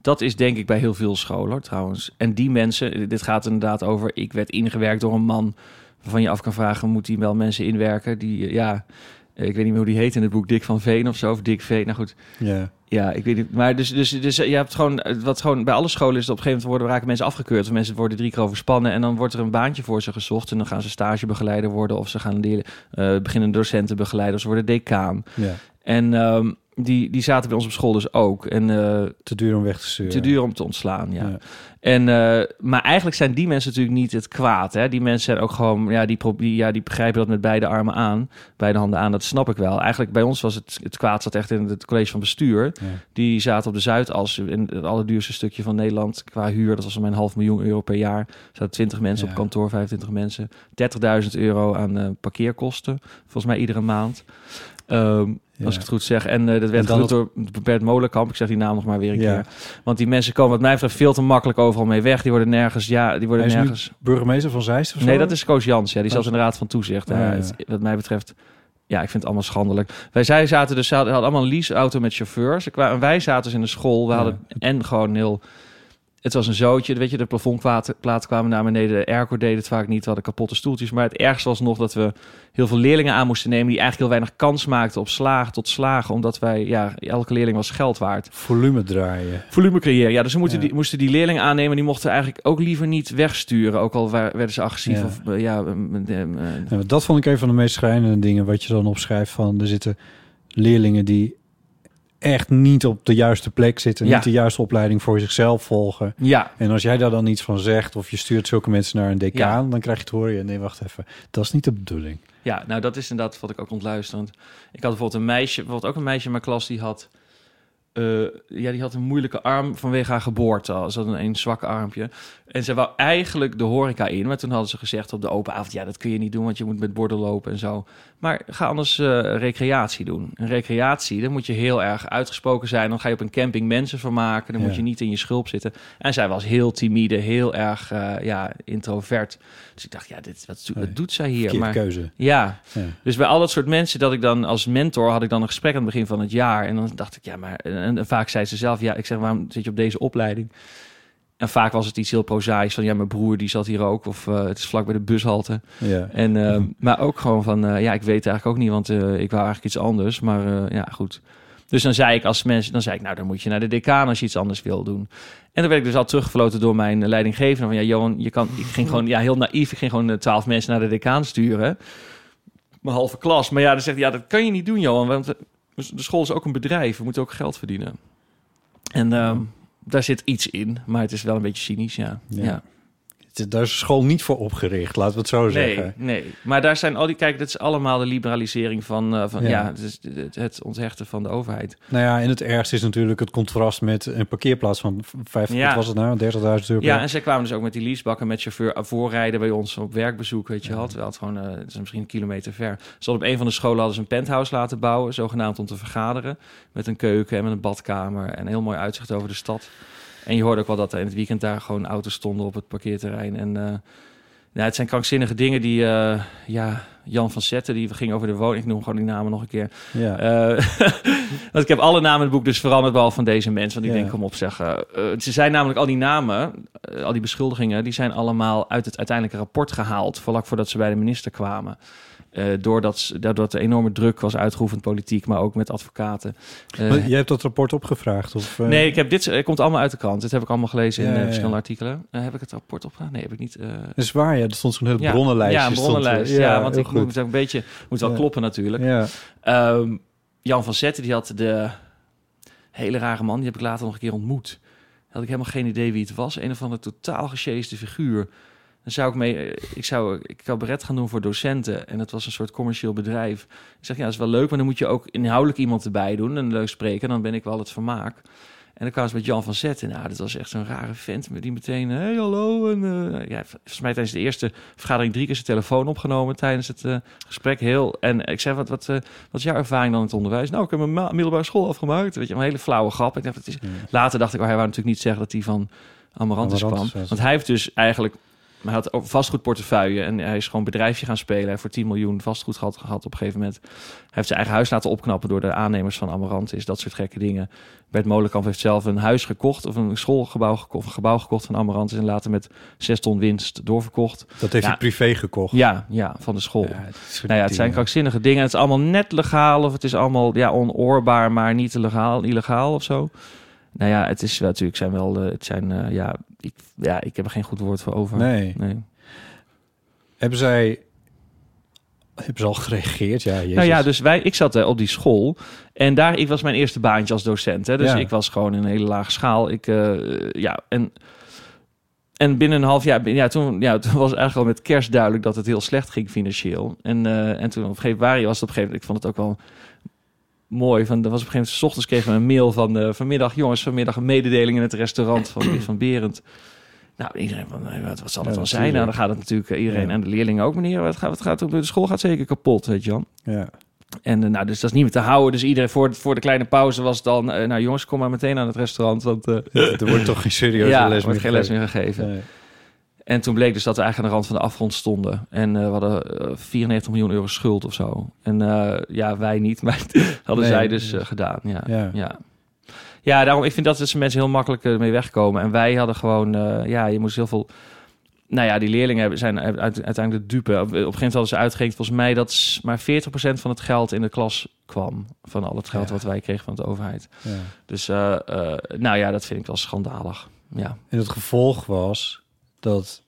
C: Dat is denk ik bij heel veel scholen hoor, trouwens. En die mensen, dit gaat inderdaad over... ik werd ingewerkt door een man waarvan je af kan vragen... moet hij wel mensen inwerken die, eh, ja... eh, Ik weet niet meer hoe die heet in het boek, Dick van Veen of zo, of Dick Veen. Nou goed,
D: ja.
C: ja, ik weet niet. Maar dus, dus, dus eh, je hebt gewoon, eh, wat gewoon bij alle scholen is, dat op een gegeven moment worden, raken mensen afgekeurd. Of mensen worden drie keer overspannen en dan wordt er een baantje voor ze gezocht. En dan gaan ze stagebegeleider worden of ze gaan leren, eh beginnen docenten begeleiden of ze worden decaan.
D: ja,
C: En ehm, die, die zaten bij ons op school dus ook. En eh,
D: te duur om weg te sturen.
C: te duur om te ontslaan, ja.
D: Ja.
C: En, eh, maar eigenlijk zijn die mensen natuurlijk niet het kwaad. Hè? Die mensen zijn ook gewoon, ja die, pro- die- ja, die begrijpen dat met beide armen aan, beide handen aan. Dat snap ik wel. Eigenlijk bij ons was het, het kwaad zat echt in het college van bestuur.
D: Ja.
C: Die zaten op de Zuidas, in het allerduurste stukje van Nederland qua huur. Dat was om een half miljoen euro per jaar. Er zaten 20 mensen
D: Ja.
C: op kantoor, 25 mensen. 30.000 euro aan eh, parkeerkosten, volgens mij iedere maand. Ehm,
D: Ja.
C: Als ik het goed zeg. En eh, dat werd
D: dan
C: gedoe door Bert Molenkamp. Ik zeg die naam nog maar weer een
D: Ja.
C: keer. Want die mensen komen wat mij betreft veel te makkelijk overal mee weg. Die worden nergens... Ja, die worden
D: Hij is nu
C: nergens...
D: Burgemeester van Zeist of zo?
C: Nee, dat is Koos Jans. Ja, die
D: Oh,
C: zat in
D: zo.
C: de Raad van Toezicht.
D: Ah,
C: Ja,
D: ja.
C: het- wat mij betreft, ja, ik vind het allemaal schandelijk. Wij zij zaten dus, ze hadden hadden allemaal een leaseauto met chauffeurs. Ik wa- En wij zaten dus in de school. We
D: Ja.
C: hadden en gewoon een heel. Het was een zootje, weet je, de plafondplaten kwamen naar beneden. De airco deed het vaak niet, we hadden kapotte stoeltjes. Maar het ergste was nog dat we heel veel leerlingen aan moesten nemen... die eigenlijk heel weinig kans maakten op slagen tot slagen. Omdat wij, ja, elke leerling was geld waard
D: Volume draaien.
C: volume creëren. Ja, dus ze moeten
D: Ja.
C: die, moesten die leerlingen aannemen. Die mochten eigenlijk ook liever niet wegsturen. Ook al wa- werden ze agressief.
D: Ja.
C: Of, eh, ja, ehm, ehm, eh,
D: Ja, want Nou, dat vond ik een van de meest schrijnende dingen wat je dan opschrijft van er zitten leerlingen die echt niet op de juiste plek zitten,
C: Ja.
D: niet de juiste opleiding voor zichzelf volgen.
C: ja.
D: En als jij daar dan iets van zegt of je stuurt zulke mensen naar een decaan, dan krijg je te horen, ja, nee, wacht even, dat is niet de bedoeling.
C: ja, nou dat is inderdaad wat ik ook ontluister. Want ik had bijvoorbeeld een meisje, bijvoorbeeld ook een meisje in mijn klas die had... eh, ja, die had een moeilijke arm vanwege haar geboorte. al. Ze had een, een zwak armpje. En ze wou eigenlijk de horeca in. Maar toen hadden ze gezegd op de open avond... ja, dat kun je niet doen, want je moet met borden lopen en zo. Maar ga anders eh, recreatie doen. Een recreatie, dan moet je heel erg uitgesproken zijn. Dan ga je op een camping mensen vermaken. Dan moet
D: Ja.
C: je niet in je schulp zitten. En zij was heel timide, heel erg eh, ja, introvert. Dus ik dacht, ja, dit, wat, wat
D: Nee.
C: doet zij hier?
D: Verkeerde
C: maar,
D: keuze.
C: ja,
D: Ja.
C: dus bij al dat soort mensen dat ik dan als mentor had ik dan een gesprek aan het begin van het jaar. En dan dacht ik, ja, maar en, en vaak zei ze zelf, ja, ik zeg, waarom zit je op deze opleiding? En vaak was het iets heel prozaïs van, ja, mijn broer die zat hier ook. Of eh, het is vlak bij de bushalte.
D: Ja. Mhm.
C: En, eh, Maar ook gewoon van, eh, ja, ik weet eigenlijk ook niet, want eh, ik wou eigenlijk iets anders. Maar eh, ja, goed. Dus dan zei ik als mensen, dan zei ik, nou, dan moet je naar de decaan als je iets anders wil doen. En dan werd ik dus al teruggefloten door mijn eh, leidinggevende. Van ja, Johan, je kan, ik ging gewoon, ja, heel naïef. Ik ging gewoon eh, twaalf mensen naar de decaan sturen. Mijn halve klas. Maar ja, dan zegt hij, ja, dat kan je niet doen, Johan. Want eh, de school is ook een bedrijf. We moeten ook geld verdienen. En ehm, daar zit iets in, maar het is wel een beetje cynisch,
D: Ja.
C: ja.
D: Het- Daar is de school niet voor opgericht, laten we het zo
C: Nee,
D: zeggen.
C: nee. Maar daar zijn al die... Kijk, dat is allemaal de liberalisering van... eh, van ja,
D: Ja.
C: het, is het, het onthechten van de overheid.
D: Nou ja, en het ergste is natuurlijk het contrast met een parkeerplaats van vijf,
C: Ja.
D: wat was het nou, 30.000 euro. per
C: Ja,
D: jaar.
C: en zij kwamen dus ook met die leasebakken met chauffeur eh, voorrijden bij ons op werkbezoek. Weet je, had wel het gewoon, eh, het is misschien een kilometer ver. Ze hadden op een van de scholen hadden ze een penthouse laten bouwen, zogenaamd om te vergaderen. Met een keuken en met een badkamer en een heel mooi uitzicht over de stad. En je hoorde ook wel dat er in het weekend daar gewoon auto's stonden op het parkeerterrein. En eh, nou, het zijn krankzinnige dingen die, eh, ja, Jan van Zetten, die ging over de woning, ik noem gewoon die namen nog een keer.
D: ja.
C: Eh, want ik heb alle namen in het boek dus veranderd, behalve van deze mensen. Want ik
D: Ja.
C: denk, kom op zeggen. ze zijn namelijk al die namen, eh, al die beschuldigingen... die zijn allemaal uit het uiteindelijke rapport gehaald... vlak voordat ze bij de minister kwamen. Eh, doordat, ze- doordat er enorme druk was uitgeoefend politiek... maar ook met advocaten. Eh,
D: Maar jij hebt dat rapport opgevraagd? Of, eh,
C: Nee, ik heb dit, het komt allemaal uit de krant. Dit heb ik allemaal gelezen in eh,
D: Ja, ja, ja.
C: verschillende artikelen. Eh, heb ik het rapport opgehaald? Nee, heb ik niet. eh,
D: Dat is waar, ja. Er stond zo'n hele
C: ja,
D: bronnenlijstje.
C: Ja, een
D: stond er.
C: bronnenlijst. Ja, want
D: heel
C: ik moet ook een beetje... moet wel
D: Ja.
C: kloppen natuurlijk.
D: Ja,
C: Ehm, Jan van Zetten, die had de hele rare man, die heb ik later nog een keer ontmoet. Had ik helemaal geen idee wie het was. Een of andere totaal gesjeesde figuur. Dan zou ik mee, eh, ik zou ik cabaret gaan doen voor docenten. En dat was een soort commercieel bedrijf. Ik zeg, ja, dat is wel leuk, maar dan moet je ook inhoudelijk iemand erbij doen. En leuk spreken, dan ben ik wel het vermaak. En dan kwamen ze met Jan van Zetten. Nou, dat was echt zo'n rare vent. met Die meteen, hey, hallo. En, eh, ja, volgens mij tijdens de eerste vergadering drie keer zijn telefoon opgenomen. Tijdens het eh, gesprek heel... En ik zei, wat, wat, eh, wat is jouw ervaring dan in het onderwijs? Nou, ik heb mijn ma- middelbare school afgemaakt. Weet je, een hele flauwe grap. Ik dacht, het is... Later dacht ik, oh, hij wou natuurlijk niet zeggen dat hij van Amarantis,
D: Amarantis
C: kwam.
D: was.
C: Want hij heeft dus eigenlijk... Hij had ook vastgoedportefeuille en hij is gewoon bedrijfje gaan spelen. Hij heeft voor 10 miljoen vastgoed gehad, gehad op een gegeven moment. Hij heeft zijn eigen huis laten opknappen door de aannemers van Amarantis. Dat soort gekke dingen. Bert Molenkamp heeft zelf een huis gekocht of een schoolgebouw gekocht, een gebouw gekocht van Amarantis en later met 6 ton winst doorverkocht.
D: dat heeft
C: Ja.
D: hij privé gekocht.
C: Ja, ja, van de school.
D: Ja, dat soort
C: nou ja, het
D: dingen.
C: zijn krankzinnige dingen. Het is allemaal net legaal of het is allemaal ja, onoorbaar, maar niet legaal, illegaal of zo. Nou ja, het is wel natuurlijk zijn wel, eh, het zijn eh, ja, ik, ja, ik heb er geen goed woord voor over.
D: Nee.
C: nee.
D: Hebben zij... Hebben ze al gereageerd? Ja, jezus.
C: Nou ja, dus wij, ik zat eh, op die school en daar, ik was mijn eerste baantje als docent. Hè, dus
D: Ja.
C: ik was gewoon in een hele lage schaal. Ik, eh, ja, en, en binnen een half jaar, bin- ja, toen, ja, toen was het eigenlijk al met kerst duidelijk dat het heel slecht ging financieel. En, eh, en toen op een gegeven moment was het op een gegeven moment, ik vond het ook wel mooi. Van, er was op een gegeven moment, 's ochtends kregen we een mail van eh, vanmiddag, jongens, vanmiddag een mededeling in het restaurant van, van Berend. Nou, iedereen van, eh, wat, wat zal het
D: Ja,
C: dan zijn? Nou,
D: natuurlijk.
C: dan gaat het natuurlijk eh, iedereen
D: Ja.
C: en de leerlingen ook, meneer. Wat gaat, wat gaat er gebeuren? De school gaat zeker kapot, weet je wel.
D: Ja.
C: En eh, nou, dus dat is niet meer te houden. Dus iedereen voor, voor de kleine pauze was het dan... eh, nou jongens, kom maar meteen aan het restaurant. Want eh
D: er wordt toch geen serieuze
C: ja,
D: les
C: er wordt geen
D: meer
C: les
D: gegeven.
C: meer gegeven.
D: Nee.
C: En toen bleek dus dat we eigenlijk aan de rand van de afgrond stonden. En eh, we hadden eh, 94 miljoen euro schuld of zo. En eh, ja, wij niet, maar hadden
D: Nee,
C: zij dus
D: dus-
C: eh, gedaan. Ja,
D: Ja.
C: ja. ja. daarom, ik vind dat dus mensen heel makkelijk eh, mee wegkomen. En wij hadden gewoon, eh, ja, je moest heel veel... Nou ja, die leerlingen hebben- zijn uit- uiteindelijk de dupe. Op, op een gegeven moment hadden ze uitgerekend, volgens mij, dat s- maar 40% van het geld in de klas kwam. Van al het geld
D: Ja.
C: wat wij kregen van de overheid.
D: Ja.
C: Dus, eh, eh, nou ja, dat vind ik wel schandalig. Ja.
D: En het gevolg was dat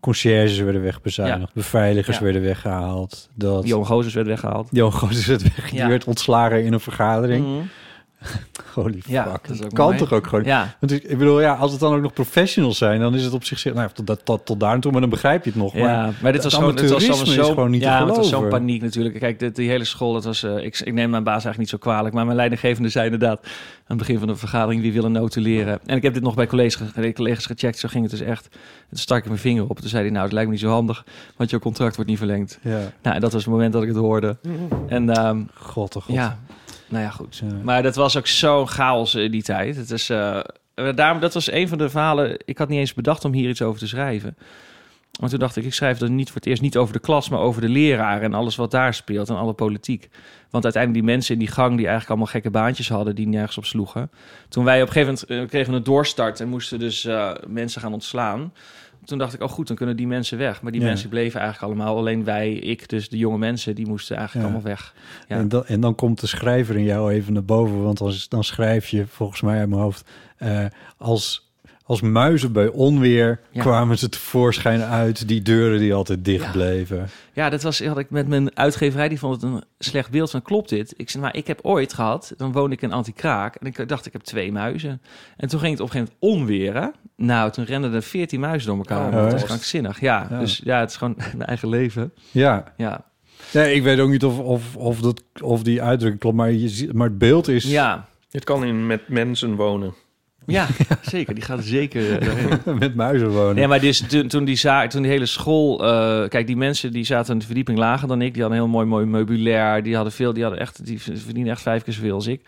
D: conciërges werden wegbezuinigd, beveiligers
C: Ja.
D: werden weggehaald, dat
C: Die jonge gozers werden weggehaald.
D: Johan Goossens werd weg, die
C: Ja.
D: werd ontslagen in een vergadering.
C: Mhm.
B: Mm.
D: Holy
C: Ja,
D: fuck,
C: dat is ook
D: kan
C: mooi.
D: toch ook gewoon.
C: Ja,
D: Want ik, ik bedoel, ja, als het dan ook nog professionals zijn, dan is het op zich, nou, ja, tot, dat- tot, tot daar en toe, maar dan begrijp je het nog. Maar
C: ja, maar dit
D: dat
C: was gewoon, dit was
D: amateurisme
C: allemaal
D: is
C: zo,
D: gewoon niet te
C: ja, maar het was zo'n
D: geloven.
C: paniek natuurlijk. Kijk, dit, die hele school, dat was, eh, ik, ik neem mijn baas eigenlijk niet zo kwalijk, maar mijn leidinggevende zei inderdaad aan het begin van de vergadering, wie willen noten leren? En ik heb dit nog bij collega's, ge- collega's gecheckt, zo ging het dus echt. Toen stak ik mijn vinger op, toen zei hij, nou, het lijkt me niet zo handig, want je contract wordt niet verlengd.
D: ja,
C: Nou, en dat was het moment dat ik het hoorde. En ehm,
D: god oh god.
C: ja, nou ja, goed.
D: Ja.
C: Maar dat was ook zo'n chaos in die tijd. Het is, eh, daarom, dat was een van de verhalen. Ik had niet eens bedacht om hier iets over te schrijven. Maar toen dacht ik, ik schrijf dan niet voor het eerst niet over de klas, maar over de leraar en alles wat daar speelt en alle politiek. Want uiteindelijk die mensen in die gang die eigenlijk allemaal gekke baantjes hadden, die nergens op sloegen. Toen wij op een gegeven moment eh, kregen we een doorstart en moesten dus eh, mensen gaan ontslaan. Toen dacht ik, oh goed, dan kunnen die mensen weg. Maar die
D: Ja.
C: mensen bleven eigenlijk allemaal. Alleen wij, ik, dus de jonge mensen, die moesten eigenlijk
D: Ja.
C: allemaal weg. Ja.
D: En, dan, en dan komt de schrijver in jou even naar boven, want dan, dan schrijf je volgens mij uit mijn hoofd eh, als, als muizen bij onweer
C: Ja.
D: kwamen ze tevoorschijn uit die deuren die altijd dicht
C: Ja.
D: bleven.
C: Ja, dat was, had ik met mijn uitgeverij, die vond het een slecht beeld van klopt dit? Ik zei, maar ik heb ooit gehad, dan woon ik in Antikraak en ik dacht ik heb twee muizen. En toen ging het op een gegeven moment onweren. Nou, toen renden er veertien muizen door elkaar.
D: Oh,
C: dat was
D: echt?
C: krankzinnig, ja.
D: Ja.
C: Dus ja, het is gewoon mijn eigen leven.
D: Ja,
C: Ja,
D: nee, ik weet ook niet of, of, of, dat, of die uitdrukking klopt, maar, je, ziet- maar het beeld is
C: ja.
B: Het kan in met mensen wonen.
C: Ja, zeker. Die gaat zeker. eh, daarheen.
D: met muizen wonen.
C: Nee, maar dus, toen, toen, die za- toen die hele school... eh, kijk, die mensen die zaten een verdieping lager dan ik. Die hadden heel mooi, mooi meubilair. Die hadden veel, die hadden echt, die verdienen echt vijf keer zoveel als ik.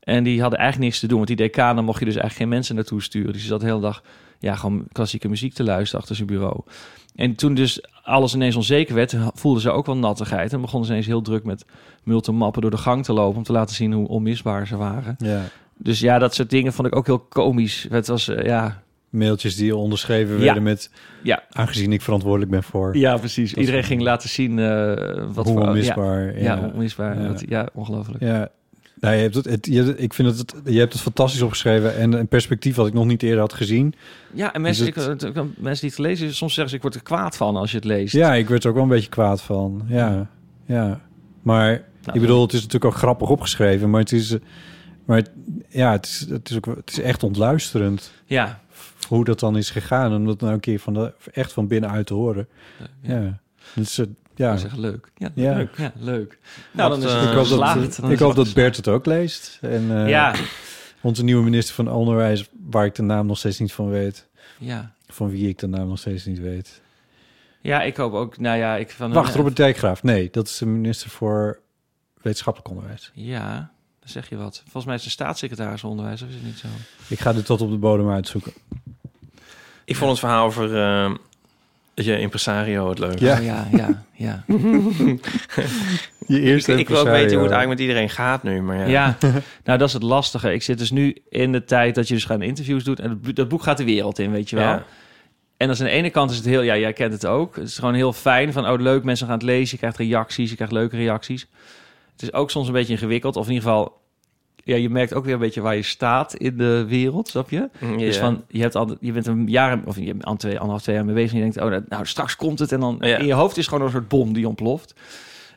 C: En die hadden eigenlijk niks te doen. Want die decanen mocht je dus eigenlijk geen mensen naartoe sturen. Dus je zat de hele dag ja, gewoon klassieke muziek te luisteren achter zijn bureau. En toen dus alles ineens onzeker werd, voelden ze ook wel nattigheid. En begonnen ze ineens heel druk met multimappen door de gang te lopen... om te laten zien hoe onmisbaar ze waren.
D: Ja,
C: Dus ja, dat soort dingen vond ik ook heel komisch. Het was, eh, ja,
D: mailtjes die onderschreven
C: Ja.
D: werden met
C: Ja.
D: aangezien ik verantwoordelijk ben voor
C: Ja, precies.
D: Dat
C: Iedereen
D: is-
C: ging laten zien eh, wat
D: hoe
C: voor...
D: onmisbaar.
C: Ja, ja,
D: ja.
C: onmisbaar.
D: Ja.
C: Dat- Ja, ongelooflijk.
D: Ja. Nou, je hebt het, het- je, hebt het- ik vind dat het, je hebt het fantastisch opgeschreven en een perspectief wat ik nog niet eerder had gezien.
C: Ja, en mensen,
D: Dus het-
C: ik, ik- mensen die het lezen, dus soms zeggen ze, ik word er kwaad van als je het leest.
D: Ja, ik werd er ook wel een beetje kwaad van. Ja, ja. Maar
C: Nou,
D: ik bedoel, het is natuurlijk ook grappig opgeschreven, maar het is, eh, maar het- ja, het is, het is ook, het is echt ontluisterend
C: Ja,
D: hoe dat dan is gegaan om dat nou een keer van de, echt van binnenuit te horen. Ja, Dus, eh, ja.
C: Dat is echt leuk. Ja,
D: Ja.
C: leuk. Ja, leuk. Nou, dan is het
B: eh,
D: Ik hoop,
C: geslaagd.
D: dat,
C: Dan
D: ik
C: is
D: hoop
C: het
D: dat Bert het ook leest. En, eh,
C: Ja,
D: Onze nieuwe minister van Onderwijs, waar ik de naam nog steeds niet van weet.
C: ja.
D: Van wie ik de naam nog steeds niet weet.
C: Ja, ik hoop ook, nou ja, ik van...
D: Wacht, Robert Dijkgraaf. Nee, dat is de minister voor wetenschappelijk onderwijs.
C: Ja, dan zeg je wat. Volgens mij is de staatssecretaris onderwijs, of is het niet zo?
D: Ik ga dit tot op de bodem uitzoeken.
B: Ik vond het verhaal over eh, je impresario het leuk.
D: Ja.
C: Oh, ja, ja, ja.
D: Je
B: Ik,
D: eerste
B: ik wil ook weten hoe het eigenlijk met iedereen gaat nu. Maar ja.
C: Ja, nou dat is het lastige. Ik zit dus nu in de tijd dat je dus gaan interviews doet. En het bo- dat boek gaat de wereld in, weet je wel.
B: Ja.
C: En als aan de ene kant is het heel... Ja, jij kent het ook. Het is gewoon heel fijn van... Oh, leuk, mensen gaan het lezen. Je krijgt reacties, je krijgt leuke reacties. Het is ook soms een beetje ingewikkeld. Of in ieder geval... Ja, je merkt ook weer een beetje waar je staat in de wereld, snap je?
B: Ja.
C: Dus van, je, hebt al, je bent een jaar... Of je bent aan twee, anderhalf, twee jaar mee bezig. En je denkt, oh, nou, nou, straks komt het. En dan
B: Ja.
C: in je hoofd is gewoon een soort bom die ontploft.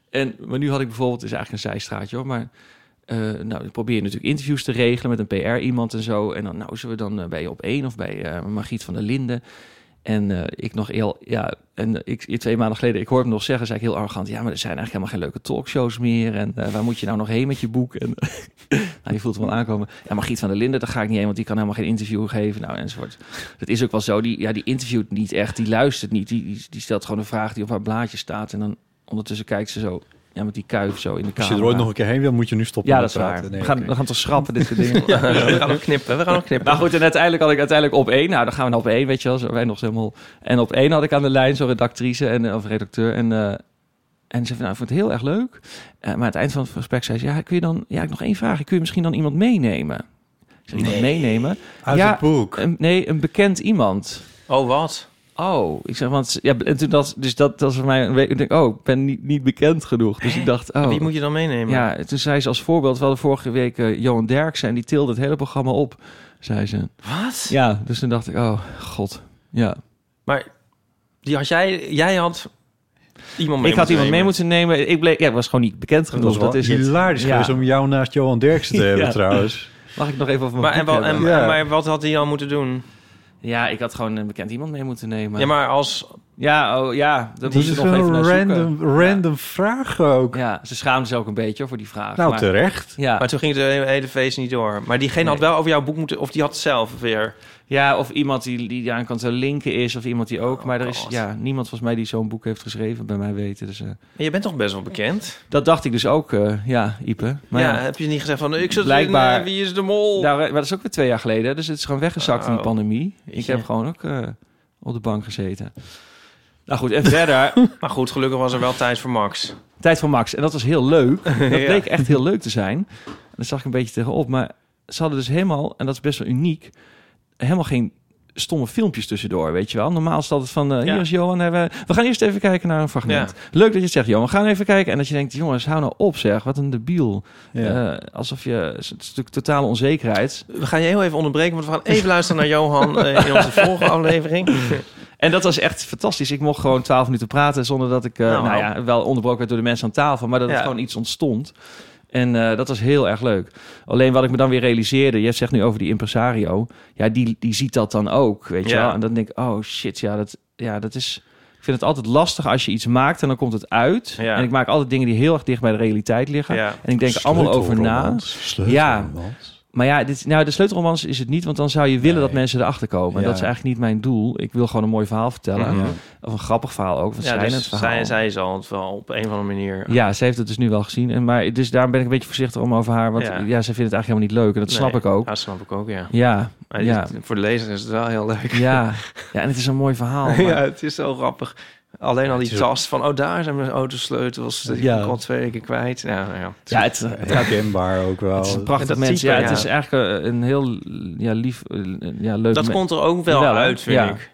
C: En, maar nu had ik bijvoorbeeld... Het is eigenlijk een zijstraatje, hoor. Maar eh, nou, dan probeer je natuurlijk interviews te regelen met een PR-iemand en zo. En dan, nou, zullen we dan eh, bij op één of bij eh Margriet van der Linden. En eh, ik nog heel, ja, en ik, twee maanden geleden, ik hoorde hem nog zeggen, zei ik heel arrogant, ja, maar er zijn eigenlijk helemaal geen leuke talkshows meer. En eh, waar moet je nou nog heen met je boek? En nou, je voelt hem wel aankomen. Ja, Margriet van der Linden, daar ga ik niet heen, want die kan helemaal geen interview geven. Nou, enzovoort. Dat is ook wel zo. Die, ja, die interviewt niet echt, die luistert niet. Die, die, die stelt gewoon een vraag die op haar blaadje staat. En dan ondertussen kijkt ze zo ja, met die kuif zo in de
D: Als
C: kamer.
D: je er ooit nog een keer heen wil, moet je nu stoppen
C: ja,
D: met
C: dat is waar.
D: praten.
C: we, gaan,
D: oké.
C: we gaan toch schrappen, dit soort dingen.
B: Ja, we gaan hem knippen. We gaan hem knippen.
C: Oh. Maar goed, en uiteindelijk had ik uiteindelijk op één. Nou, dan gaan we naar op één, weet je wel. Zo, wij nog helemaal... En op één had ik aan de lijn zo'n redactrice en, eh, of redacteur. En, eh, en ze zei, van, nou, ik vond het heel erg leuk. Eh, maar aan het eind van het gesprek zei ze, ja, kun je dan... Ja, ik heb nog één vraag. Kun je misschien dan iemand meenemen? Ik zei, iemand meenemen?
D: Uit
C: Ja,
D: het boek.
C: Een- nee, een bekend iemand.
B: Oh, wat?
C: Oh, ik zeg, want ja, en toen dat, dus dat, dat was voor mij een week. Ik denk, oh, ik ben niet, niet bekend genoeg. Dus ik dacht, oh,
B: Wie moet je dan meenemen?
C: ja. Toen zei ze als voorbeeld, we hadden vorige week eh, Johan Derksen en die tilde het hele programma op, zei ze.
B: Wat?
C: Ja, dus toen dacht ik, oh, god. Ja.
B: Maar die had jij... Jij had iemand mee
C: Ik had iemand
B: moeten
C: mee
B: nemen.
C: moeten nemen. Ik bleek, ja, ik was gewoon niet bekend
D: Dat was
C: genoeg.
D: wel
C: Dat is het.
D: hilarisch
C: Ja.
D: geweest om jou naast Johan Derksen te hebben
C: Ja.
D: trouwens.
C: Mag ik eh, nog even over
B: Maar,
C: mijn
B: en,
C: boek
B: wel, en,
C: hebben?
D: Ja.
B: maar wat had hij dan moeten doen?
C: Ja, ik had gewoon een bekend iemand mee moeten nemen.
B: Ja, maar als...
C: ja, oh, ja dat
D: Dat
C: moest
D: is
C: ik nog even
D: een
C: naar zoeken.
D: random, random vraag ook.
C: Ja, ze schaamde zich ook een beetje hoor, voor die vraag.
D: nou,
C: maar,
D: terecht.
C: Ja.
B: Maar toen ging het hele- hele feest niet door. Maar diegene had
C: Nee.
B: wel over jouw boek moeten... Of die had het zelf weer.
C: Ja, of iemand die, die aan kan te linken is, of iemand die ook.
B: Oh,
C: maar er is
B: God.
C: ja, niemand volgens mij die zo'n boek heeft geschreven, bij mij weten. Dus, eh,
B: Maar je bent toch best wel bekend?
C: dat dacht ik dus ook, eh, ja, Ipe. Maar
B: ja,
C: ja,
B: heb je niet gezegd van... Ik zit
C: Blijkbaar-
B: in, eh, wie is de mol?
C: nou, maar dat is ook weer twee jaar geleden. Dus het is gewoon weggezakt in de
B: Oh.
C: pandemie. Ik
B: Ja.
C: heb gewoon ook eh, op de bank gezeten. Nou goed, en verder,
B: Maar goed, gelukkig was er wel tijd voor Max.
C: tijd van Max. En dat was heel leuk. Dat
B: Ja.
C: bleek echt heel leuk te zijn. En daar zag ik een beetje tegenop. Maar ze hadden dus helemaal, en dat is best wel uniek, helemaal geen stomme filmpjes tussendoor, weet je wel. Normaal is het altijd van, eh,
B: Ja.
C: hier is Johan, hè, we, we gaan eerst even kijken naar een fragment. Leuk dat je het zegt, Johan, we gaan even kijken. En dat je denkt, jongens, hou nou op zeg, wat een debiel.
D: Ja.
C: Eh, alsof je, het is natuurlijk totale onzekerheid.
B: We gaan je heel even onderbreken, want we gaan even luisteren naar Johan eh, in onze volgende aflevering.
C: En dat was echt fantastisch. Ik mocht gewoon twaalf minuten praten zonder dat ik, eh,
B: Nou,
C: nou
B: wauw.
C: ja, wel onderbroken werd door de mensen aan tafel, maar dat
B: Ja.
C: het gewoon iets ontstond. En eh, dat was heel erg leuk. Alleen wat ik me dan weer realiseerde, jij zegt nu over die impresario, ja, die, die ziet dat dan ook, weet je
B: Ja.
C: wel. En dan denk ik, oh shit, ja, dat, ja, dat is... Ik vind het altijd lastig als je iets maakt en dan komt het uit.
B: Ja.
C: En ik maak altijd dingen die heel erg dicht bij de realiteit liggen.
B: Ja.
C: En ik denk er allemaal over na.
D: Sleutelromans.
C: Maar ja, dit, nou, de sleutelromans is het niet, want dan zou je willen dat
D: Nee.
C: mensen erachter komen. En
D: Ja.
C: dat is eigenlijk niet mijn doel. Ik wil gewoon een mooi verhaal vertellen.
B: Mhm.
D: Ja.
C: Of een grappig verhaal ook. Of een
B: Ja,
C: schrijnend
B: dus
C: verhaal.
B: zij, zij zal het wel op een of andere manier... eh,
C: Ja, ze heeft het dus nu wel gezien. En, maar dus daarom ben ik een beetje voorzichtig om over haar. Want ja,
B: Ja.
C: zij vindt het eigenlijk helemaal niet leuk. En dat snap
B: Nee,
C: ik ook.
B: Ja, snap ik ook, ja.
C: Ja,
B: Maar
C: ja,
B: dit- voor de lezer is het wel heel leuk.
C: ja. ja, en het is een mooi verhaal. maar-
B: ja, het is zo grappig. Alleen al die tas van, oh, daar zijn mijn autosleutels. Die
C: Ja.
B: ben ik al twee weken kwijt. Ja, nou ja.
C: ja, het, eh,
D: Herkenbaar ook wel.
C: het is een prachtig
B: dat
C: mens.
B: type,
C: Ja, het
B: ja.
C: is eigenlijk eh, een heel ja, lief, eh, ja, leuk
B: Dat
C: me-
B: komt er ook wel
C: Jawel, hè?
B: uit, vind
C: Ja.
B: ik.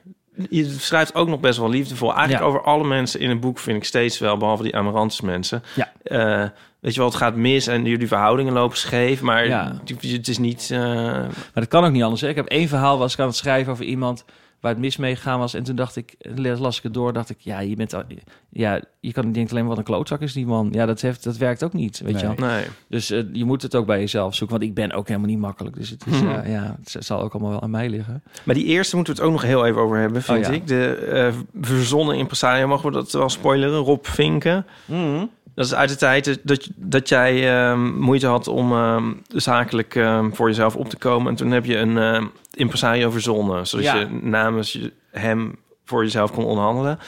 B: Je schrijft ook nog best wel liefdevol. Eigenlijk
C: Ja.
B: over alle mensen in het boek vind ik steeds wel, behalve die Amarantis mensen.
C: Ja.
B: Eh, weet je wel, het gaat mis en jullie verhoudingen lopen scheef, maar
C: Ja.
B: het- het is niet... eh,
C: Maar dat kan ook niet anders. hè. Ik heb één verhaal was ik aan het schrijven over iemand waar het mis mee gegaan was. En toen dacht ik, les- las ik het door, dacht ik, ja, je bent al, ja, je kan niet denken alleen maar, wat een klootzak is die man. Ja, dat heeft, dat werkt ook niet, weet je
D: Nee.
C: wel.
B: nee.
C: Dus eh, je moet het ook bij jezelf zoeken, want ik ben ook helemaal niet makkelijk. Dus het, is,
B: Mhm.
C: eh, ja, het z- zal ook allemaal wel aan mij liggen.
B: Maar die eerste moeten we het ook nog heel even over hebben, vind
C: Oh, ja.
B: ik. De eh, verzonnen impresario, mogen we dat wel spoileren? Rob Vinken. Dat is uit de tijd dat, dat jij ehm, moeite had om ehm, zakelijk ehm, voor jezelf op te komen. En toen heb je een ehm, impresario verzonnen. Zodat
C: Ja.
B: je namens je- hem voor jezelf kon onderhandelen.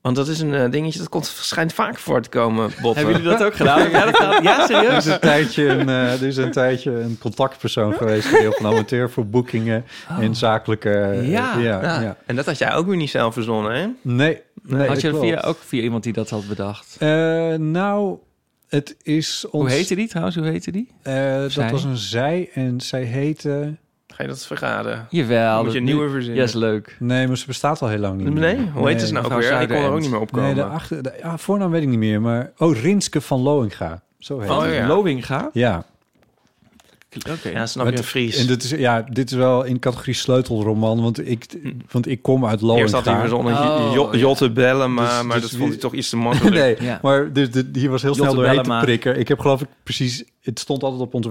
B: Want dat is een eh, dingetje, dat komt, schijnt vaak voor te komen, Bob.
C: dat ook gedaan? ja,
D: Er
C: serieus?
D: eh, is, een tijdje een, eh, er is een tijdje een contactpersoon geweest, deel van amateur voor boekingen en zakelijke. eh,
C: Ja,
D: ja,
B: Oh. Ja.
D: ja.
B: En dat had jij ook weer niet zelf verzonnen, hè?
D: Nee, nee.
C: Had je
D: dat
C: er via,
D: klopt.
C: ook via iemand die dat had bedacht?
D: Eh, nou, het is ons.
C: Hoe heette die trouwens? Hoe heette die?
D: eh,
C: Zij?
D: dat was een zij en zij heette.
B: Ga je dat verraden?
C: Jawel.
B: Moet je
C: dat-
B: een nieuwe verzinnen.
C: Ja, is leuk.
D: Nee, maar ze bestaat al heel lang niet. meer.
B: Nee? Hoe heet ze nou ook
C: mevrouw
B: weer? Ik kon er ook
C: Zuiderend.
B: niet meer op komen.
D: Nee, de achter, de, ja, voornaam weet ik niet meer, maar oh Rinske van Loinga, zo heet.
B: Oh,
D: ze.
B: ja.
C: Lowinga?
D: Ja,
C: Oké.
B: Ja, snap
D: Maar
B: je,
D: het-
B: Fries.
D: en dit is, ja, dit is wel in categorie sleutelroman, want ik, want ik kom uit Loinga.
B: Hm. Eerst had hij verzonnen
C: Oh,
B: jo-
C: ja.
B: Jotte bellen, maar,
D: Dus-
B: maar
D: dus
B: dat vond
D: wie-
B: hij toch iets te makkelijk.
D: nee,
C: Ja.
D: maar dus, de- hier was heel snel
C: Jotte
D: doorheen te
C: Bellema.
D: prikken. Ik heb geloof ik precies... Het stond altijd op onze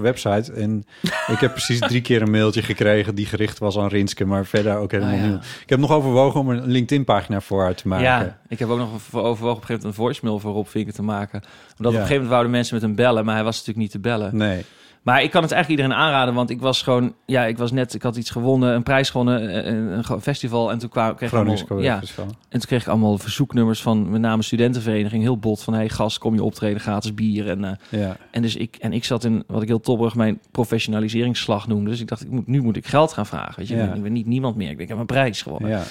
D: website. En ik heb precies drie keer een mailtje gekregen... die gericht was aan Rinske, maar verder ook helemaal
C: Ah, ja.
D: niemand. Ik heb nog overwogen om er een LinkedIn-pagina voor haar te maken.
C: Ja, ik heb ook nog overwogen op een gegeven moment een voicemail voor Rob Vinken te maken. Omdat op
D: Ja.
C: een gegeven moment wouden mensen met hem bellen, maar hij was natuurlijk niet te bellen.
D: Nee.
C: Maar ik kan het eigenlijk iedereen aanraden, want ik was gewoon, ja, ik was net, ik had iets gewonnen, een prijs gewonnen, eh, een, een gro- festival. En toen kwam, kreeg ik
D: Groningen dus-
C: allemaal, ja, en toen kreeg ik allemaal verzoeknummers van met name studentenvereniging, heel bot van, hey gast, kom je optreden, gratis bier. En, eh,
D: ja.
C: en dus ik, en ik zat in, wat ik heel topperig mijn professionaliseringsslag noemde. Dus ik dacht, ik moet, nu moet ik geld gaan vragen, weet je.
D: Ja.
C: Ik, ben, ik ben niet niemand meer, ik denk, ik heb een prijs gewonnen.
D: ja.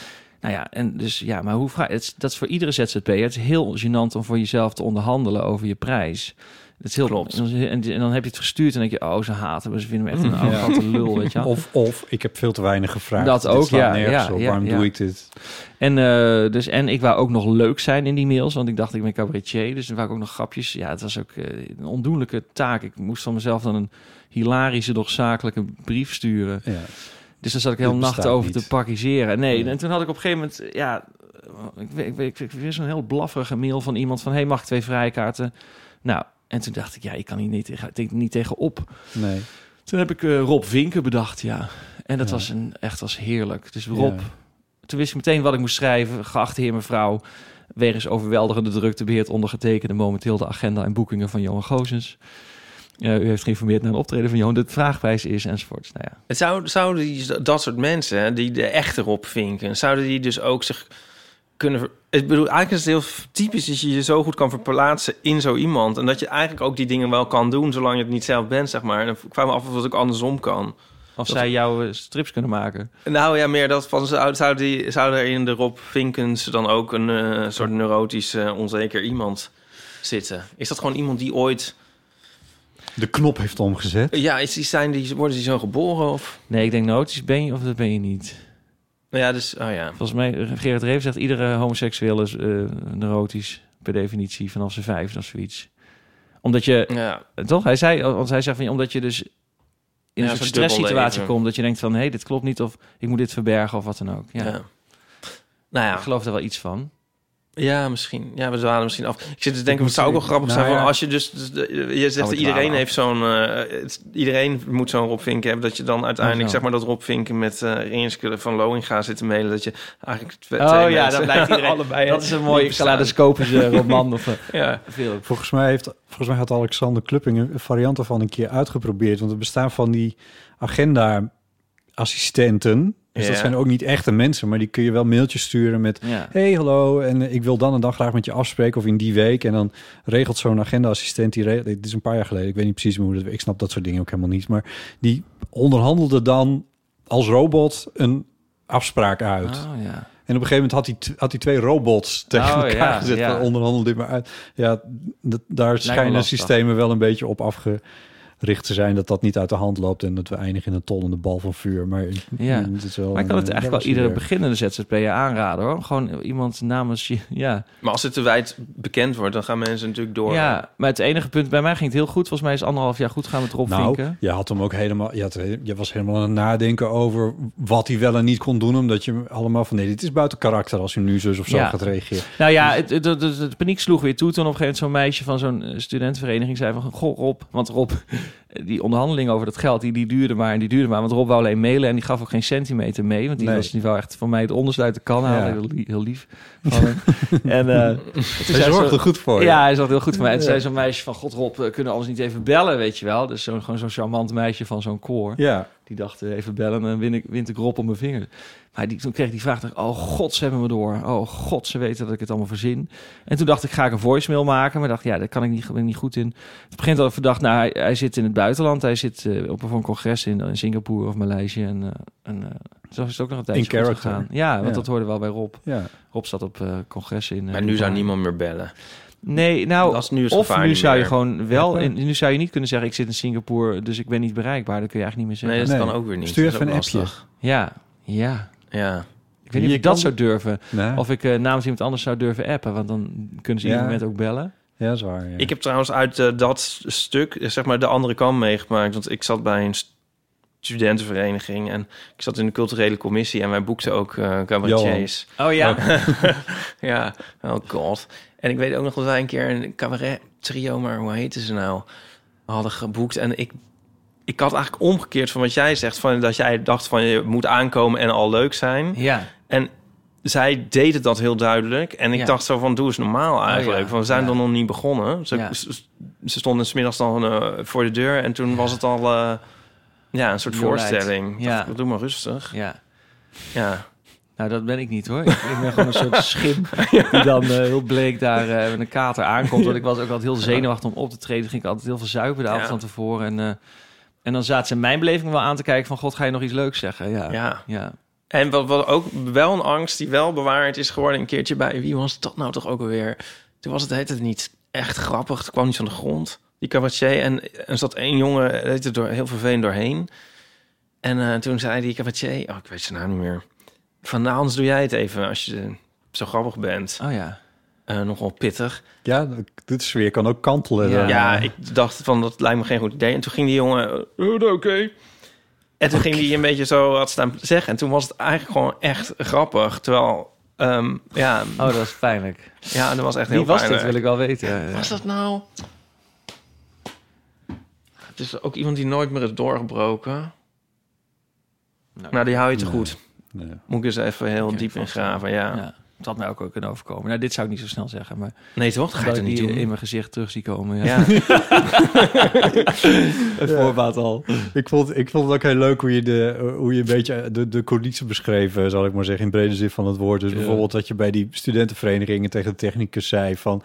C: Nou ja, en dus ja, maar hoe vraag het is- Dat is voor iedere ZZP'er. Het is heel gênant om voor jezelf te onderhandelen over je prijs. Het is heel,
B: Klopt.
C: En, en dan heb je het gestuurd en denk je, oh, ze haten me, ze vinden me echt een arrogante lul, weet je wel.
D: Of, of ik heb veel te weinig gevraagd.
C: Dat
D: Dit
C: ook,
D: slaat
C: ja,
D: nergens
C: ja,
D: op.
C: ja,
D: Waarom
C: ja.
D: doe ik dit?
C: En, eh, dus, en ik wou ook nog leuk zijn in die mails, want ik dacht, ik ben cabaretier, dus dan wou ik ook nog grapjes. Ja, het was ook eh, een ondoenlijke taak. Ik moest van mezelf dan een hilarische, doch zakelijke brief sturen.
D: Ja.
C: Dus daar zat ik heel
D: Dit
C: nacht
D: bestaat
C: over
D: niet.
C: te parkiseren. Nee,
D: Ja.
C: en toen had ik op een gegeven moment... Ja, ik weet ik, weet- ik, weet- weer zo'n heel blafferige mail van iemand van... hey, mag ik twee vrijkaarten? Nou, en toen dacht ik, ja, ik kan hier niet, tegen- ik denk niet tegenop.
D: Nee.
C: Toen heb ik eh, Rob Vinken bedacht, ja. En dat
D: Ja.
C: was een, echt was heerlijk. Dus Rob,
D: Ja.
C: toen wist ik meteen wat ik moest schrijven. Geachte heer mevrouw, wegens overweldigende drukte beheert ondergetekende momenteel de agenda en boekingen van Johan Gozens. Eh, u heeft geïnformeerd naar een optreden van Johan, de vraagprijs is enzovoort. Nou ja.
B: Het zou, zouden die, dat soort mensen hè, die de echte Rob vinken, zouden die dus ook zich kunnen... ver- Ik bedoel, eigenlijk is het heel typisch dat je je zo goed kan verplaatsen in zo iemand. En dat je eigenlijk ook die dingen wel kan doen, zolang je het niet zelf bent, zeg maar. En ik kwam me af of dat ook andersom kan.
C: Of
B: Dat-
C: zij jouw eh, strips kunnen maken.
B: Nou ja, meer dat van, zou, zou, die, zou er in de Rob Vinkens dan ook een eh, soort neurotisch, eh, onzeker iemand zitten? Is dat gewoon iemand die ooit...
D: De knop heeft omgezet.
B: Ja, is die, zijn die, worden die zo geboren of...
C: Nee, ik denk notities ben je of dat ben je niet.
B: Nou ja, dus, oh ja.
C: Volgens mij, eh, Gerard Reven zegt, iedere homoseksueel is eh, neurotisch per definitie vanaf zijn vijf of zoiets. Omdat je,
B: Ja,
C: eh, toch? Hij zei, want hij zegt van, ja, omdat je dus in
B: Ja,
C: een
B: zo'n
C: soort stresssituatie
B: dubbelleven.
C: komt, dat je denkt van, hé, hey, dit klopt niet of ik moet dit verbergen of wat dan ook. Ja.
B: ja. Nou ja.
C: Ik geloof er wel iets van.
B: Ja, misschien. Ja, we dwalen misschien af. Ik zit te denken, het
D: moet
B: zou ook wel
D: zeggen-
B: grappig
D: nou
B: zijn... Van
D: ja.
B: als je dus... dus de- Je zegt,
C: we
B: iedereen
C: dwalen
B: heeft zo'n... eh, het- iedereen moet zo'n Rob Vinken hebben... dat je dan uiteindelijk,
C: Hoezo?
B: zeg maar, dat Rob Vinken... met eh Rinske van Loinga zit te mailen... dat je eigenlijk twee
C: Oh
B: twee
C: ja,
B: mensen-
C: dan blijkt iedereen.
B: allebei...
C: dat is een
B: die
C: mooie
B: bestaan.
C: kaleidoscopische roman of eh,
B: Ja.
C: film.
D: Volgens mij, heeft, volgens mij had Alexander Klupping een variant daarvan een keer uitgeprobeerd. Want er bestaan van die agenda-assistenten. Dus dat
B: Ja.
D: zijn ook niet echte mensen, maar die kun je wel mailtjes sturen met...
C: Ja.
D: Hey, hallo, en eh, ik wil dan en dan graag met je afspreken of in die week. En dan regelt zo'n agenda-assistent, die re- dit is een paar jaar geleden, ik weet niet precies meer hoe dat... Ik snap dat soort dingen ook helemaal niet, maar die onderhandelde dan als robot een afspraak uit.
C: Oh, ja.
D: En op een gegeven moment had hij, t- had hij twee robots tegen
C: Oh,
D: elkaar
C: ja,
D: gezet.
C: ja.
D: Van onderhandel dit maar uit. Ja, d- daar schijnen
C: lastig.
D: systemen wel een beetje op afgericht te zijn. Dat dat niet uit de hand loopt en dat we eindigen in een tollende bal van vuur. Maar,
C: Ja.
D: het is wel
C: Maar ik kan
D: een,
C: het
D: eh,
C: eigenlijk wel
D: daar
C: iedere
D: was
C: beginnende ZZP'er aanraden hoor. Gewoon iemand namens je. Ja.
B: Maar als het te wijd bekend wordt... dan gaan mensen natuurlijk door.
C: ja, maar het enige punt bij mij ging het heel goed. Volgens mij is anderhalf jaar goed gaan met Rob
D: hij weer. Nou,
C: Vinken.
D: je had hem ook helemaal. Je, had, je was helemaal aan het nadenken over wat hij wel en niet kon doen. Omdat je hem allemaal van nee, dit is buiten karakter als je nu zus of zo
C: Ja.
D: gaat reageren.
C: Nou ja, het, het, het- het- het paniek sloeg weer toe. Toen op een gegeven moment zo'n meisje van zo'n eh, studentenvereniging zei van... Goh Rob, want Rob, die onderhandeling over dat geld, die, die duurde maar en die duurde maar. Want Rob wou alleen mailen en die gaf ook geen centimeter mee. Want die
D: Nee.
C: was die wou echt voor mij het ondersluiten kan halen.
D: Ja.
C: Heel, li- heel lief van hem. en eh, toen zei
D: Hij
C: ze-
D: zorgde goed voor. je.
C: Ja, hij zat heel goed voor mij. En toen zei zo'n meisje van... God Rob, eh, kunnen we anders niet even bellen, weet je wel? Dus zo'n, gewoon zo'n charmant meisje van zo'n koor.
D: ja.
C: Die dacht, eh, even bellen, dan win ik, wint ik Rob op mijn vinger. Maar die, toen kreeg ik die vraag, dacht, ik, oh god, ze hebben me door. Oh god, ze weten dat ik het allemaal verzin. En toen dacht ik, ga ik een voicemail maken? Maar dacht, ja, daar kan ik niet, ben ik niet goed in. Het begint al verdacht, nou, hij, hij zit in het buitenland. Hij zit eh, op een, voor een congres in, in Singapore of Maleisië. En, eh, en eh, zo is het ook nog een tijdje goed
D: character.
C: gegaan. Ja, want
D: Ja.
C: dat hoorde wel bij Rob.
D: ja.
C: Rob zat op eh, congressen in... eh,
B: Maar nu zou
C: Dubai.
B: niemand meer bellen.
C: Nee, nou,
B: Dat is dus nu het
C: of
B: gevaar
C: nu
B: niet
C: zou je
B: meer.
C: gewoon wel,
D: Ja.
C: in, nu zou je niet kunnen zeggen: ik zit in Singapore, dus ik ben niet bereikbaar. Dat kun je eigenlijk niet meer
B: Nee, dat
C: zeggen.
D: Nee.
B: kan ook weer niet.
D: Stuur
B: Dat is
D: even
B: ook
D: een appje.
B: lastig.
C: Ja, ja.
B: Ja.
C: Ik weet niet of ik
D: kan-
C: dat zou durven.
D: Nou,
C: Of ik eh, namens iemand anders zou durven appen, want dan kunnen ze
D: Ja.
C: ieder moment ook bellen.
D: ja, dat is waar. Ja.
B: Ik heb trouwens uit eh, dat s- stuk, eh, zeg maar, de andere kant meegemaakt. Want ik zat bij een st- studentenvereniging en ik zat in de culturele commissie en wij boekten ook eh cabaretiers.
C: Oh ja.
B: Ja, oh god. En ik weet ook nog dat wij een keer een cabaret trio, maar hoe heette ze nou, hadden geboekt. En ik, ik had eigenlijk omgekeerd van wat jij zegt, van dat jij dacht van je moet aankomen en al leuk zijn.
C: Ja.
B: En zij deden dat heel duidelijk. En ik
C: Ja. Oh
B: dacht zo van, doe eens normaal eigenlijk.
C: ja.
B: Van, we zijn
C: Ja.
B: dan nog niet begonnen. Ze
C: Ja.
B: s- s- ze stonden smiddags dan eh, voor de deur. En toen was het al eh, ja, een soort
C: Heel light.
B: voorstelling.
C: Ja.
B: Ja. doe maar rustig.
C: Ja.
B: Ja.
C: Nou, dat ben ik niet hoor. Ik, ik ben gewoon een soort schim die dan eh, heel bleek daar eh, met een kater aankomt. Want ik was ook altijd heel zenuwachtig om op te treden. Ging ik altijd heel veel zuipen de avond
B: Ja.
C: van tevoren. En, eh, en dan zaten ze in mijn beleving wel aan te kijken van... God, ga je nog iets leuks zeggen? Ja. ja.
B: ja. En wat, wat ook wel een angst die wel bewaard is geworden een keertje bij... Wie was dat nou toch ook alweer? Toen was het, heet het niet echt grappig. Het kwam niet van de grond, die cabaretier. En er zat één jongen, heet het door, heel vervelend doorheen. En eh, toen zei die cabaretier... Oh, ik weet zijn naam niet meer. Van, nou, anders doe jij het even als je zo grappig bent.
C: Oh ja.
B: Eh, nogal pittig.
D: Ja, dit sfeer kan ook kantelen.
C: Ja.
D: Ja,
B: Ja, ik dacht van, dat lijkt me geen goed idee. En toen ging die jongen... "Oh, oké. En toen ging die een beetje zo wat staan zeggen. En toen was het eigenlijk gewoon echt grappig. Terwijl, ehm, ja,
C: Oh, dat is pijnlijk.
B: ja, dat was echt
C: Wie
B: heel
C: was dit,
B: pijnlijk.
C: wil ik wel weten.
B: Was dat nou? Het is ook iemand die nooit meer is doorgebroken.
C: Nou,
B: Nou, die hou je te goed.
D: Nee.
B: Moet ik dus even heel
C: Ja,
B: diep in
C: vast.
B: graven, ja.
C: Ja, het had mij ook wel kunnen overkomen. Nou, dit zou ik niet zo snel zeggen, maar
B: Nee, toch? Dat ga je
C: dat
B: toch
C: ik
B: niet
C: die
B: doen?
C: in mijn gezicht terug zie komen. Ja.
B: Ja.
C: voorbaat al.
D: Ik vond, ik vond het ook heel leuk hoe je, de, hoe je een beetje de, de coalitie beschreven, zal ik maar zeggen, in brede zin van het woord. Dus bijvoorbeeld dat je bij die studentenverenigingen tegen de technicus zei van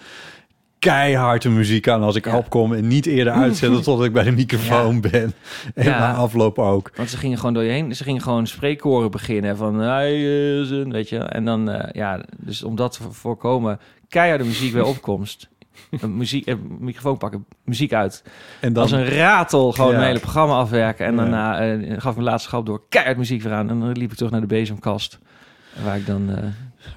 D: keihard de muziek aan als ik
C: Ja.
D: opkom en niet eerder uitzetten totdat ik bij de microfoon ben. En
C: Ja.
D: na afloop ook.
C: Want ze gingen gewoon door je heen. Ze gingen gewoon spreekkoren beginnen van... "Hij is een", Weet je. En dan, eh, ja, dus om dat te voorkomen... keiharde muziek bij opkomst. Een muziek, eh, microfoon pakken, muziek uit.
D: En dan,
C: Als een ratel gewoon
D: Ja.
C: mijn hele programma afwerken. En
D: Ja.
C: daarna eh, gaf ik mijn laatste schap door keihard muziek weer aan. En dan liep ik terug naar de bezemkast. Waar ik dan... eh,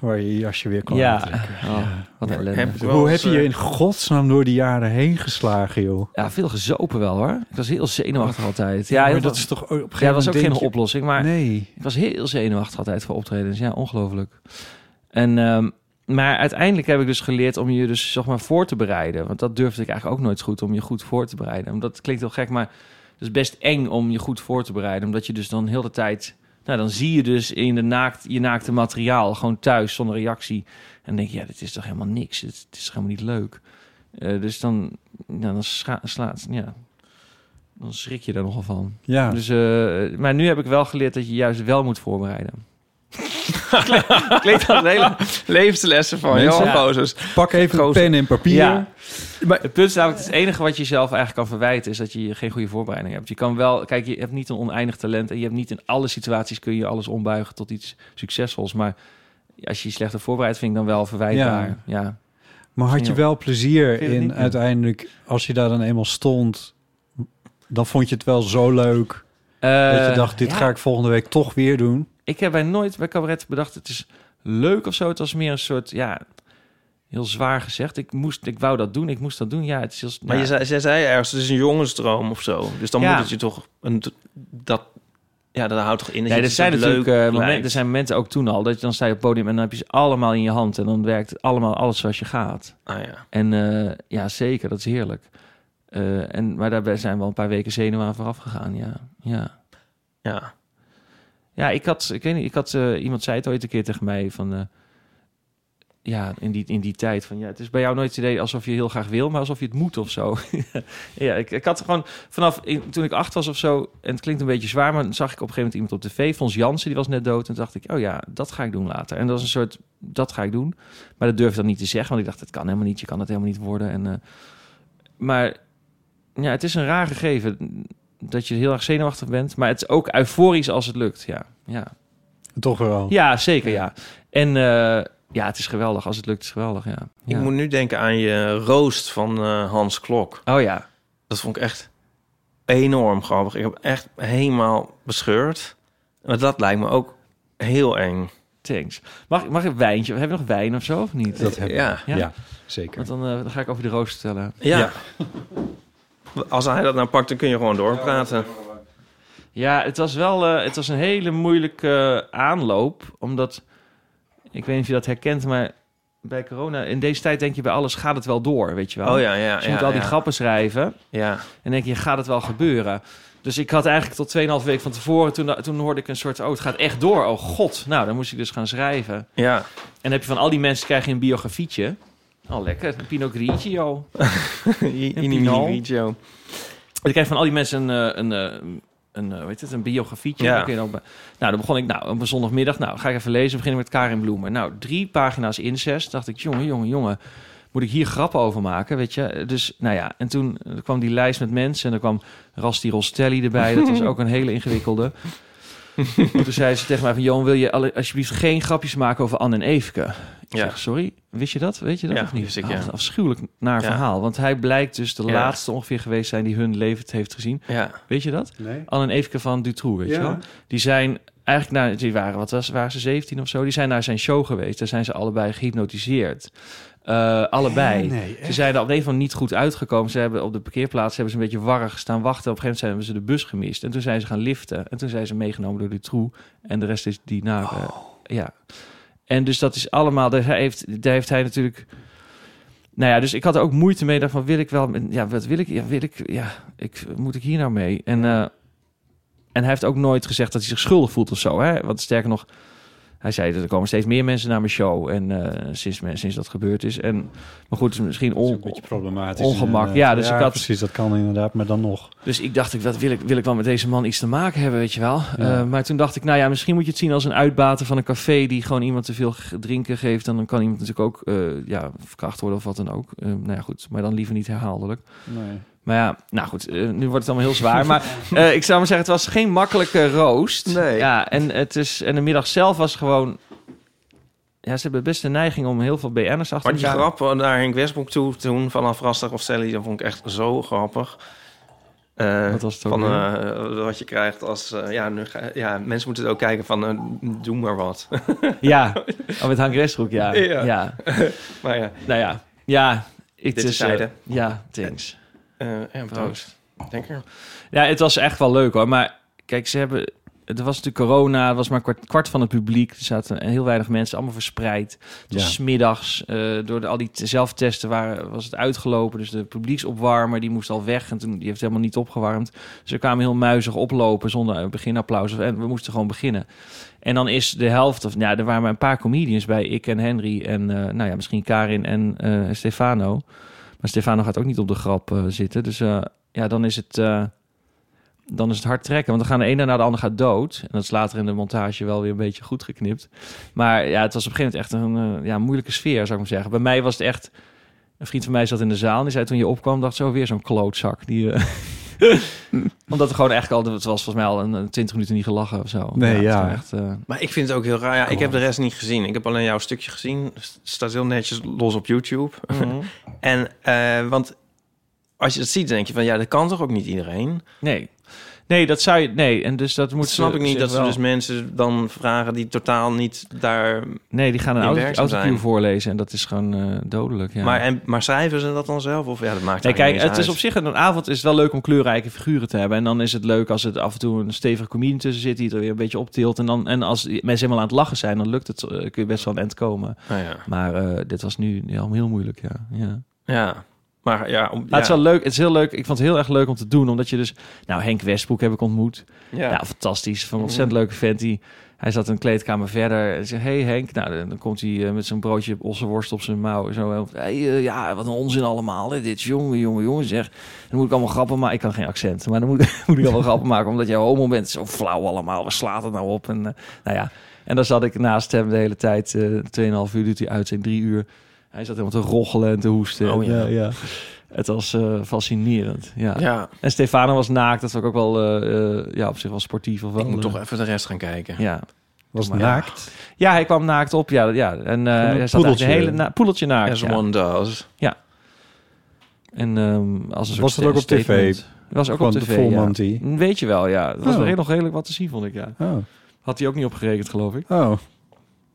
D: waar je je jasje weer kwam
C: ja,
D: aantrekken.
C: Oh, wat een ellende.
B: Heb ik wel
D: Hoe heb
B: eens,
D: je je
B: eh,
D: in godsnaam door die jaren heen geslagen, joh?
C: Ja, veel gezopen wel hoor. Ik was heel zenuwachtig altijd. Ja,
D: maar
C: heel
D: dat
C: veel-
D: is toch op een
C: ja,
D: gegeven
C: dat was ook
D: moment
C: geen
D: denk je-
C: oplossing. Maar
D: Nee.
C: Ik was heel zenuwachtig altijd voor optredens. Ja, ongelooflijk. En, ehm, maar uiteindelijk heb ik dus geleerd om je dus zeg maar voor te bereiden. Want dat durfde ik eigenlijk ook nooit goed, om je goed voor te bereiden. Want dat klinkt heel gek, maar het is best eng om je goed voor te bereiden. Omdat je dus dan heel de tijd... Nou, dan zie je dus in de naakt, je naakte materiaal gewoon thuis zonder reactie. En dan denk je, ja, dit is toch helemaal niks. Het, het is toch helemaal niet leuk. Eh, dus dan, nou, dan scha- slaat... Ja, dan schrik je daar nogal van.
D: Ja.
C: Dus, eh, maar nu heb ik wel geleerd dat je juist wel moet voorbereiden.
B: Klinkt als een hele levenslessen van
D: Mensen,
B: Johan
C: ja.
B: Bozers.
D: Pak even een
B: Gozer.
D: pen en papier.
C: Ja. Maar het punt is namelijk, het enige wat je zelf eigenlijk kan verwijten... is dat je geen goede voorbereiding hebt. Je kan wel... Kijk, je hebt niet een oneindig talent... en je hebt niet in alle situaties kun je alles ombuigen tot iets succesvols. Maar als je je slechter voorbereid vindt, dan wel verwijtbaar. Ja. ja.
D: Maar had je
C: Misschien
D: wel plezier
C: Vind je
D: in
C: het niet, ja.
D: uiteindelijk, als je daar dan eenmaal stond, dan vond je het wel zo leuk dat je
C: Eh,
D: dacht, dit
C: ja.
D: ga ik volgende week toch weer doen.
C: Ik heb bij nooit bij cabaret bedacht, het is leuk of zo. Het was meer een soort, ja... Heel zwaar gezegd. Ik moest, ik wou dat doen. Ik moest dat doen. Ja, het is heel...
B: Maar
C: ja.
B: je zei, zij zei ergens, het is een jongensdroom of zo. Dus dan
C: Ja.
B: moet het je toch... Een, dat, ja, dat houdt toch in dat
C: Nee,
B: je
C: er
B: het
C: zijn
B: soort
C: natuurlijk
B: leuk
C: eh, momenten,
B: lijkt.
C: er zijn momenten ook toen al dat je dan sta je op het podium en dan heb je ze allemaal in je hand en dan werkt het allemaal alles zoals je gaat.
B: Ah, ja.
C: En eh, ja, zeker, dat is heerlijk. Eh, en, maar daarbij zijn wel een paar weken zenuwen aan vooraf gegaan. Ja, ja.
B: ja.
C: ja ik had, ik weet niet, ik had eh, iemand zei het ooit een keer tegen mij van. eh, ja, in die, in die tijd van ja, het is bij jou nooit het idee alsof je heel graag wil, maar alsof je het moet of zo. ja, ik, ik had gewoon vanaf in- toen ik acht was of zo, en het klinkt een beetje zwaar, maar dan zag ik op een gegeven moment iemand op tv, Fons Jansen, die was net dood. En toen dacht ik, oh ja, dat ga ik doen later. En dat was een soort, dat ga ik doen. Maar dat durfde ik dan niet te zeggen, want ik dacht, het kan helemaal niet, je kan het helemaal niet worden. En, eh, maar ja, het is een raar gegeven dat je heel erg zenuwachtig bent, maar het is ook euforisch als het lukt. Ja, ja.
D: Toch wel.
C: Ja, zeker ja. En eh, ja, het is geweldig. Als het lukt, is het geweldig, ja.
B: Ik
C: Ja.
B: moet nu denken aan je roost van eh, Hans Klok.
C: Oh ja.
B: Dat vond ik echt enorm grappig. Ik heb echt helemaal bescheurd. Maar dat lijkt me ook heel eng.
C: Thanks. Mag, mag ik een wijntje? Heb je nog wijn of zo, of niet?
D: Dat heb ik.
B: Ja.
C: Ja.
D: Ja. zeker.
C: Want dan, eh, dan ga ik over de roos vertellen.
B: Ja.
D: Ja.
B: Als hij dat nou pakt, dan kun je gewoon doorpraten.
C: Ja, het was wel eh, het was een hele moeilijke eh, aanloop. Omdat, ik weet niet of je dat herkent, maar bij corona... In deze tijd denk je bij alles, gaat het wel door, weet je wel?
B: Oh ja, ja.
C: Dus je
B: ja,
C: moet al die
B: ja.
C: grappen schrijven.
B: Ja.
C: En denk je, gaat het wel gebeuren? Dus ik had eigenlijk tot 2,5 week van tevoren... Toen, toen hoorde ik een soort, oh, het gaat echt door. Oh god, nou, dan moest ik dus gaan schrijven.
B: Ja.
C: En dan heb je van al die mensen krijg je een biografietje. Oh, lekker. Een Pinot Grigio. Pinot.
B: Inimigio.
C: Ik kreeg van al die mensen een, eh, een, eh, een, eh, weet het, een biografietje.
B: Ja.
C: Dan kun je dan be- nou, dan begon ik nou, op een zondagmiddag. Nou, ga ik even lezen. Beginnen met Karin Bloemen. Nou, drie pagina's incest. Dacht ik, jongen, jongen, jongen. Moet ik hier grappen over maken, weet je? Dus, nou ja, en toen eh, kwam die lijst met mensen. En er kwam Rasti Rostelli erbij. Dat was ook een hele ingewikkelde. toen zei ze tegen mij van... Johan, wil je alle- alsjeblieft geen grapjes maken over Anne en Eveke? Ik
B: Ja.
C: zeg, sorry, wist je dat? Weet je dat
B: Ja,
C: of niet?
B: wist ik,
C: Oh,
B: ja.
C: wat een afschuwelijk naar
B: Ja.
C: verhaal. Want hij blijkt dus de
B: Ja.
C: laatste ongeveer geweest zijn... die hun leven heeft gezien.
B: Ja.
C: Weet je dat?
D: Nee.
C: Anne en Eveke van Dutroux, weet
D: Ja.
C: je wel? Die zijn eigenlijk naar... Die waren, wat was, waren ze, 17 of zo? Die zijn naar zijn show geweest. Daar zijn ze allebei gehypnotiseerd. Eh, allebei. ze zijn er op een of andere manier niet goed uitgekomen. Ze hebben op de parkeerplaats hebben ze een beetje warrig staan wachten. Op een gegeven moment hebben ze de bus gemist. En toen zijn ze gaan liften. En toen zijn ze meegenomen door Dutroux. En de rest is die naar... eh,
D: Oh.
C: ja. En dus dat is allemaal... Daar heeft, daar heeft hij natuurlijk... Nou ja, dus ik had er ook moeite mee. Daarvan wil ik wel... met- Ja, wat wil ik? Ja, wil ik... Ja, ik, moet ik hier nou mee? En, eh, en hij heeft ook nooit gezegd dat hij zich schuldig voelt of zo. Hè? Want sterker nog, hij zei dat er komen steeds meer mensen naar mijn show. En eh, sinds, me- sinds dat gebeurd is. En, maar goed, het is misschien
D: Dat is
C: on,
D: een beetje problematisch.
C: ongemak.
D: inderdaad.
C: Ja, dus ik had-
D: precies, dat kan inderdaad, maar dan nog.
C: dus ik dacht, ik, wat wil, ik, wil ik wel met deze man iets te maken hebben, weet je wel.
D: Ja.
C: Eh, maar toen dacht ik, nou ja, misschien moet je het zien als een uitbater van een café... die gewoon iemand te veel g- drinken geeft. Dan kan iemand natuurlijk ook eh, ja, verkracht worden of wat dan ook. Eh, nou ja, goed, maar dan liever niet herhaaldelijk.
D: Nee.
C: Maar ja, nou goed, eh, nu wordt het allemaal heel zwaar. Maar eh, ik zou maar zeggen, het was geen makkelijke roost.
B: Nee.
C: Ja, en, het is, en de middag zelf was gewoon... Ja, ze hebben best de neiging om heel veel BN'ers achter
B: Wat je
C: elkaar-
B: grap naar Henk Westbroek toe toen vanaf Rastig of Sally, dat vond ik echt zo grappig. Eh,
C: Wat was het ook
B: van,
C: weer?
B: eh, wat je krijgt als... eh, ja, nu ga- ja, mensen moeten het ook kijken van, eh, doe maar wat.
C: Ja, oh, met Hank Westbroek, ja.
B: Ja.
C: ja.
B: maar ja,
C: Nou ja, ja. Ik
B: Dit
C: dus,
B: terzijde.
C: eh, ja, thanks.
B: eh ja, proost. Denk er.
C: Ja, het was echt wel leuk hoor. Maar kijk, ze hebben. Er was natuurlijk corona, er was maar kwart, kwart van het publiek. Er zaten heel weinig mensen, allemaal verspreid. Het was
D: Ja.
C: smiddags, eh, door de, al die t- zelftesten waren, was het uitgelopen. Dus de publieksopwarmer, die moest al weg. En toen, die heeft helemaal niet opgewarmd. Dus we kwamen heel muizig oplopen zonder een beginapplaus. En we moesten gewoon beginnen. En dan is de helft, of nou, er waren maar een paar comedians bij. Ik en Henry en, eh, nou ja, misschien Karin en eh, Stefano. Maar Stefano gaat ook niet op de grap eh, zitten. Dus eh, ja, dan is het... eh, dan is het hard trekken. Want dan gaan de ene naar de ander gaat dood. En dat is later in de montage wel weer een beetje goed geknipt. Maar ja, het was op een gegeven moment echt een eh, ja, moeilijke sfeer, zou ik maar zeggen. Bij mij was het echt... Een vriend van mij zat in de zaal en die zei toen je opkwam... dacht zo weer zo'n klootzak. Die, eh, Omdat er gewoon eigenlijk al... Het was volgens mij al een, een 20 minuten niet gelachen of zo.
D: Nee,
C: het is
D: ja.
C: gewoon Echt, eh,
B: Maar ik vind het ook heel raar. Ja, ik heb de rest niet gezien. Ik heb alleen jouw stukje gezien. Het staat heel netjes los op YouTube. en, eh, want als je het ziet, denk je van, ja, dat kan toch ook niet iedereen?
C: nee. Nee, dat zou je... Nee, en dus dat moet...
B: Dat snap
C: ze-
B: ik niet,
C: zich
B: dat ze
C: wel-
B: dus mensen dan vragen die totaal niet daar...
C: Nee, die gaan een
B: die
C: auto-
B: werkzaam
C: autocue
B: zijn.
C: voorlezen en dat is gewoon eh, dodelijk. Ja.
B: Maar, en, maar schrijven ze dat dan zelf? Of ja, dat maakt
C: Nee,
B: eigenlijk
C: kijk,
B: niet
C: het
B: eens
C: is op
B: uit.
C: zich een avond is het wel leuk om kleurrijke figuren te hebben. En dan is het leuk als het af en toe een stevige comedian tussen zit die het er weer een beetje optilt. En, dan, en als die mensen helemaal aan het lachen zijn, dan lukt het, eh, kun je best wel aan het eind komen.
B: Ah, ja.
C: Maar eh, dit was nu heel, heel moeilijk, ja. ja.
B: ja, maar ja... Om,
C: Maar Het is wel leuk, het is heel leuk. Ik vond het heel erg leuk om te doen, omdat je dus... Nou, Henk Westbroek heb ik ontmoet.
B: ja.
C: Ja, fantastisch. Van een ontzettend leuke vent. Die, hij zat een kleedkamer verder. En zei, hey Henk. Nou, dan, dan komt hij eh, met zo'n broodje ossenworst op zijn mouw. Zo, En, hey, eh, ja, wat een onzin allemaal. Hè. Dit, jongen, jongen, jongen. Zeg, dan moet ik allemaal grappen maken. Ik kan geen accent, maar dan moet, moet ik allemaal grappen maken. Omdat jij homo bent. Zo flauw allemaal. Waar slaat het nou op? En, eh, nou ja. En dan zat ik naast hem de hele tijd. eh 2,5 uur duurt hij uit zijn drie uur. Hij zat helemaal te rochelen en te hoesten.
B: Oh, ja.
C: En, eh, Het was eh, fascinerend. Ja.
B: ja,
C: En Stefano was naakt. Dat was ook wel eh, eh, ja, op zich wel sportief. Of wel,
B: ik moet
C: eh,
B: toch even de rest gaan kijken.
C: ja.
D: Was
C: Maar-
D: naakt.
C: ja, hij kwam naakt op. Ja, ja. En eh hij zat
D: poedeltje.
C: eigenlijk een hele na poedeltje naakt.
B: As
C: Ja.
B: one does.
C: En ehm, als een soort
D: Was dat ook op tv?
C: statement. Was ook
D: Gewoon
C: op
D: de
C: tv,
D: full
C: ja.
D: Monty.
C: Weet je wel, ja. Dat was
D: Oh.
C: nog heel nog redelijk wat te zien, vond ik, ja.
D: Oh.
C: Had hij ook niet opgerekend, geloof ik.
D: oh.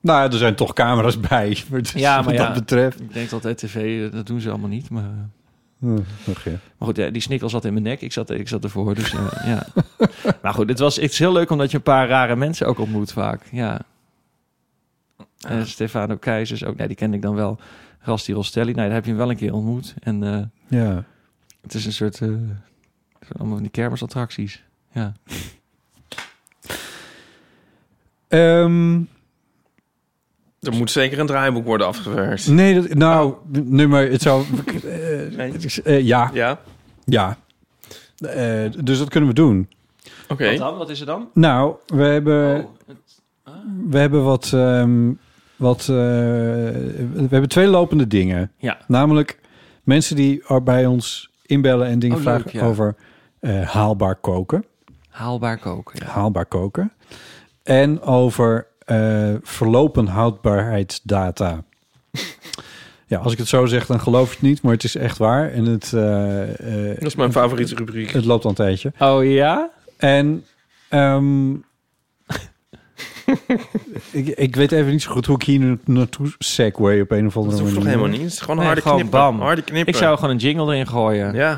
D: Nou, ja, er zijn toch camera's bij.
C: Ja,
D: ja,
C: maar
D: maar dus
C: ja.
D: wat dat betreft.
C: Ik denk dat tv, eh, dat doen ze allemaal niet. Maar, eh,
D: Hm, nog ja.
C: maar goed, ja, die snikkel zat in mijn nek. Ik zat, ik zat ervoor, dus eh, ja. Maar goed, het, was, het is heel leuk omdat je een paar rare mensen ook ontmoet vaak. Ja. En Stefano Keizers ook. Nee, die kende ik dan wel. Rasti Rostelli. Nee, daar heb je hem wel een keer ontmoet. En... eh,
D: Ja.
C: Het is een soort... eh, het zijn allemaal van die kermisattracties. Ja.
D: Ehm,
B: Er moet zeker een draaiboek worden afgewerkt.
D: Nee, dat, nou, nummer, het zou... eh,
B: Nee.
D: het is, eh, ja,
B: Ja,
D: ja. Eh, dus dat kunnen we doen.
B: oké.
C: Wat dan? Wat is er dan?
D: Nou, we hebben,
C: Oh, het-
D: we hebben wat... ehm, wat eh, we hebben twee lopende dingen.
C: Ja.
D: Namelijk mensen die er bij ons inbellen en dingen
C: Oh, leuk,
D: vragen
C: ja.
D: over eh, haalbaar koken.
C: haalbaar koken. Ja.
D: Haalbaar koken. En over eh, verlopen houdbaarheidsdata. ja, als ik het zo zeg, dan geloof je het niet, maar het is echt waar. En het, eh, eh,
B: Dat is mijn favoriete rubriek.
D: het loopt al een tijdje.
C: Oh ja?
D: En ehm, ik, ik weet even niet zo goed hoe ik hier nu naartoe segway op een of andere
B: Dat
D: manier.
B: hoeft toch helemaal niet? Het is gewoon
C: Nee,
B: harde
C: gewoon
B: knippen.
C: bam.
B: Harde knippen.
C: Ik zou gewoon een jingle erin gooien.
B: Ja.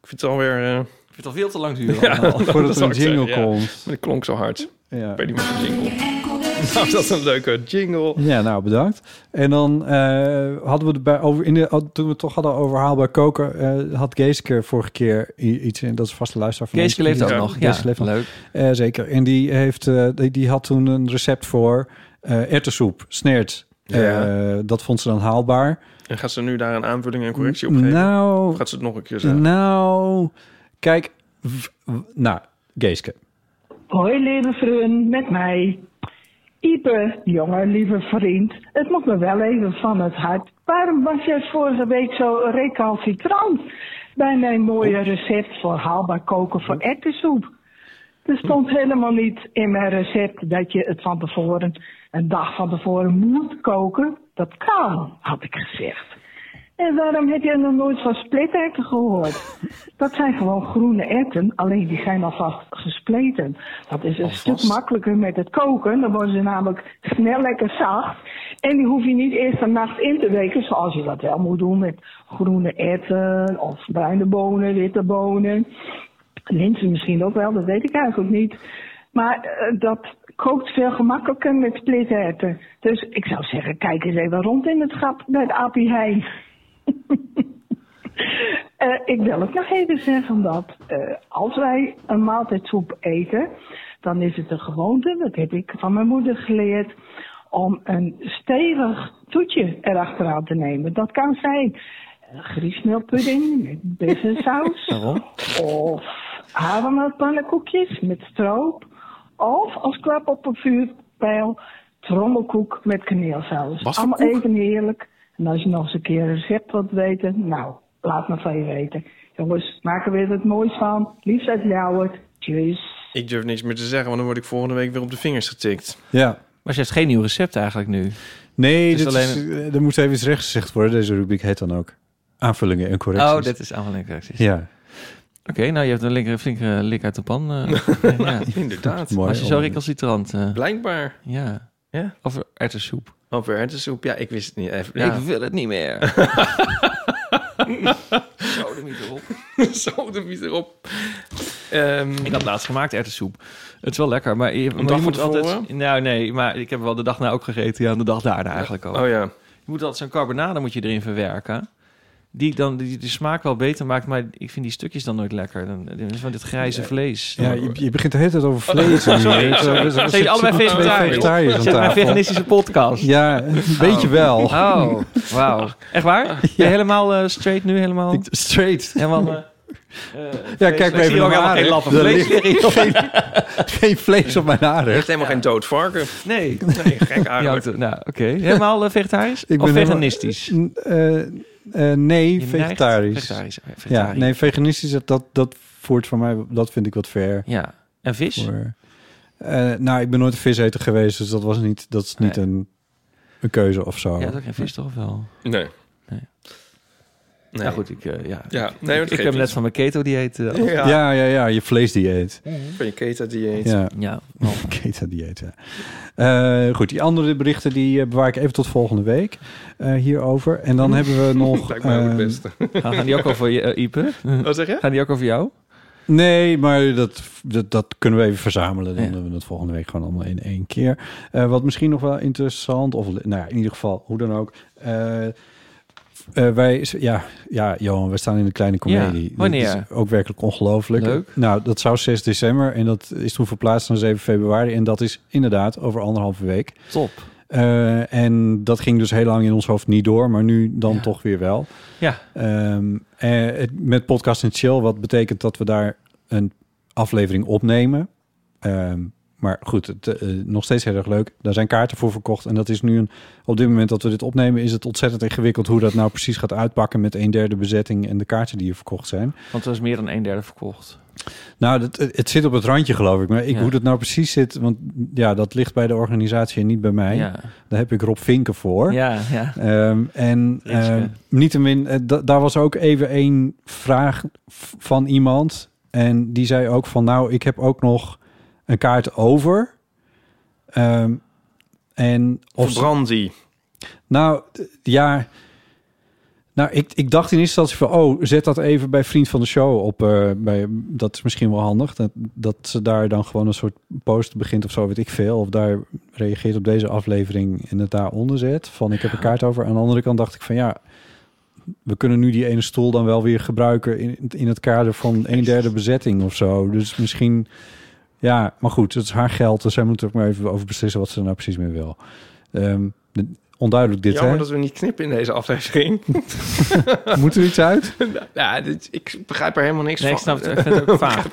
B: Ik vind het alweer... eh,
C: Ik vind het al veel te lang duren. allemaal.
D: Voordat er
B: zou
D: een
B: ik
D: jingle
B: zeggen, ja.
D: komt.
B: maar die klonk zo hard. Ik
D: Ja.
B: weet niet meer van jingle. Nou, dat is een leuke jingle.
D: Ja, nou bedankt. En dan eh, hadden we het bij over in de had- toen we het toch hadden over haalbaar koken, eh, had Geeske vorige keer i- iets in. Dat is vaste luisteraar van
C: Keeske
D: ons.
C: leeft ook
B: Ja.
C: nog. Ja,
D: Keeske leeft nog.
C: leuk.
D: Eh, zeker. En die heeft eh, die, die had toen een recept voor eh erwtensoep, snert.
B: Ja.
D: Eh, dat vond ze dan haalbaar.
B: En gaat ze nu daar een aanvulling en correctie op geven?
D: Nou,
B: Of gaat ze het nog een keer zeggen?
D: Nou, kijk. w- w- Nou, Geeske.
E: Hoi lieve vriend, met mij. Ipe, jongen, lieve vriend. Het moet me wel even van het hart. Waarom was jij vorige week zo recalcitrant bij mijn mooie recept voor haalbaar koken voor erwtensoep? Er stond helemaal niet in mijn recept dat je het van tevoren, een dag van tevoren moet koken. Dat kan, had ik gezegd. En waarom heb jij nog nooit van splitterten gehoord? Dat zijn gewoon groene erwten, alleen die zijn alvast gespleten. Dat is een stuk makkelijker met het koken. Dan worden ze namelijk snel lekker zacht. En die hoef je niet eerst een nacht in te weken, zoals je dat wel moet doen met groene erwten of bruine bonen, witte bonen. Linzen misschien ook wel, dat weet ik eigenlijk niet. Maar eh, dat kookt veel gemakkelijker met splitterten. Dus ik zou zeggen, kijk eens even rond in het schap bij de Appie Heijn. Eh, ik wil het nog even zeggen dat eh, als wij een maaltijdsoep eten, dan is het een gewoonte, dat heb ik van mijn moeder geleerd, om een stevig toetje erachteraan te nemen. Dat kan zijn eh, griesmeelpudding met bessensaus. Waarom? Of havermelkpannenkoekjes met stroop. Of als klap op een vuurpijl trommelkoek met kaneelsaus.
B: Wat voor
E: Allemaal
B: koek?
E: even heerlijk. En als je nog eens een keer een recept wilt weten, nou, laat me van je weten. Jongens, maak er weer wat moois van. Liefst uit Ljouwert. Tjus.
B: Ik durf niks meer te zeggen, want dan word ik volgende week weer op de vingers getikt.
D: Ja.
C: Maar ze heeft geen nieuw recept eigenlijk nu.
D: Nee,
C: Het is
D: dit
C: alleen
D: is, eh, er moest even iets recht gezegd worden. Deze rubriek heet dan ook aanvullingen en correcties.
C: Oh, dit is allemaal een correcties.
D: Ja,
C: Oké, nou je hebt een linker, flinke lik uit de pan. eh. ja.
B: Inderdaad.
D: mooi.
C: Als je zo recalcitrant... eh
B: Blijkbaar.
C: ja.
B: Ja?
C: Of erwtensoep.
B: Over hertensoep. Ja, ik wist het niet even. Ja.
C: Ik wil het niet meer. Zo, de miet erop.
B: Zo, de vies erop. Ehm,
C: Ik had laatst gemaakt erwtensoep. Het is wel lekker, maar je, maar
B: dag
C: je
B: van
C: moet altijd...
B: tevoren?
C: Nou nee, maar ik heb wel de dag na ook gegeten. Ja, en de dag daarna eigenlijk ook.
B: oh ja.
C: Je moet altijd zo'n carbonade moet je erin verwerken. Die dan die, de smaak wel beter maakt, maar ik vind die stukjes dan nooit lekker. Dan, dan is van dit grijze vlees. dus-
D: Ja, je, je begint de hele tijd
C: Oh,
D: over vlees. en nu. Het- er
C: Zijn jullie allebei
D: zitten twee
C: vegetariër?
D: vegetariërs aan
C: Zit mijn
D: tafel.
C: veganistische podcast.
D: Ja, een beetje wel.
C: Oh, wauw. Echt waar? Ben je helemaal eh, straight nu? Helemaal?
D: Ik- Straight.
C: helemaal eh,
D: Ja, kijk maar
C: zie
D: even
C: hier
D: naar
C: ook helemaal
D: mijn
C: geen
D: haren.
C: lap van
D: Er
C: vlees
D: ligt geen, geen vlees op mijn
B: Er
D: haren.
B: ligt helemaal geen dood varken.
C: nee.
B: Nee, gek
C: Ja,
B: aardig.
C: het- nou, oké. Helemaal eh, vegetarisch? of
D: helemaal-
C: veganistisch?
D: N- eh, eh, nee,
C: Je neigt-
D: vegetarisch.
C: Vegetarisch. eh,
D: Ja,
C: vegetariër.
D: nee, veganistisch, dat- dat, dat voert voor mij, dat vind ik wat ver.
C: Ja. En vis?
D: Voor, Eh, nou, ik ben nooit een viseter geweest, dus dat was niet, dat is niet
C: Nee.
D: een, een keuze of zo.
C: Ja, dat is ook geen vis toch of wel?
B: Nee.
C: Nee.
B: Nee.
C: Ja, goed. Ik, eh, ja.
B: Ja, nee,
C: ik heb net
B: net
C: van mijn keto-dieet. eh,
B: Ja,
D: ja, ja, ja, je vleesdieet.
B: van je keto-dieet.
D: Ja,
C: ja.
D: keto-dieet. ja. Eh, goed, die andere berichten die eh, bewaar ik even tot volgende week eh, hierover. En dan hebben we nog...
B: Lijkt mij ook het
D: eh,
B: beste.
C: Gaan, gaan die ook over je, eh, Ipe?
B: Wat zeg je?
C: Gaan die ook over jou?
D: Nee, maar dat, dat, dat kunnen we even verzamelen. Dan
C: Ja.
D: doen we dat volgende week gewoon allemaal in één keer. Eh, wat misschien nog wel interessant, of nou ja, in ieder geval, hoe dan ook. eh, eh, wij, ja, ja, Johan, we staan in de kleine comedie.
C: Ja, wanneer?
D: Dat is ook werkelijk ongelooflijk.
C: Leuk.
D: Nou, dat zou 6 december en dat is toen verplaatst naar 7 februari. En dat is inderdaad over anderhalve week.
C: Top.
D: Eh, en dat ging dus heel lang in ons hoofd niet door, maar nu dan
F: Ja.
D: toch weer wel.
F: Ja.
D: Ehm, eh, het, met Podcast en Chill, wat betekent dat we daar een aflevering opnemen. Ehm, maar goed, het, eh, nog steeds heel erg leuk. Daar zijn kaarten voor verkocht. En dat is nu een, op dit moment dat we dit opnemen, is het ontzettend ingewikkeld hoe dat nou precies gaat uitpakken met een derde bezetting en de kaarten die er verkocht zijn.
F: Want er is meer dan een derde verkocht.
D: Nou, dat, het zit op het randje, geloof ik. Maar ik,
F: Ja.
D: hoe dat nou precies zit, want ja, dat ligt bij de organisatie en niet bij mij.
F: Ja,
D: Daar heb ik Rob Vinken voor.
F: ja, ja.
D: Ehm, en
F: Ritske.
D: ehm, niettemin, eh, da- daar was ook even één vraag v- van iemand. En die zei ook van, nou, ik heb ook nog een kaart over. Ehm, en of,
B: Verbrand die.
D: nou, d- ja. Nou, ik, ik dacht in eerste instantie van... oh, zet dat even bij Vriend van de Show op. eh, bij, dat is misschien wel handig. Dat, dat ze daar dan gewoon een soort post begint of zo, weet ik veel. Of daar reageert op deze aflevering en het daaronder zet. Van, ik heb een kaart over. Aan de andere kant dacht ik van, ja... we kunnen nu die ene stoel dan wel weer gebruiken... in, in het kader van een derde bezetting of zo. Dus misschien... Ja, maar goed, het is haar geld. Dus zij moet er ook maar even over beslissen wat ze er nou precies mee wil. Ehm, de- onduidelijk dit,
B: Jammer
D: hè?
B: dat we niet knippen in deze aflevering.
D: Moet er iets uit?
B: ja, dit, ik begrijp er helemaal niks
F: Nee, ik
B: van.
F: snap het. Ik vind het ook
C: Ah.
F: vaag.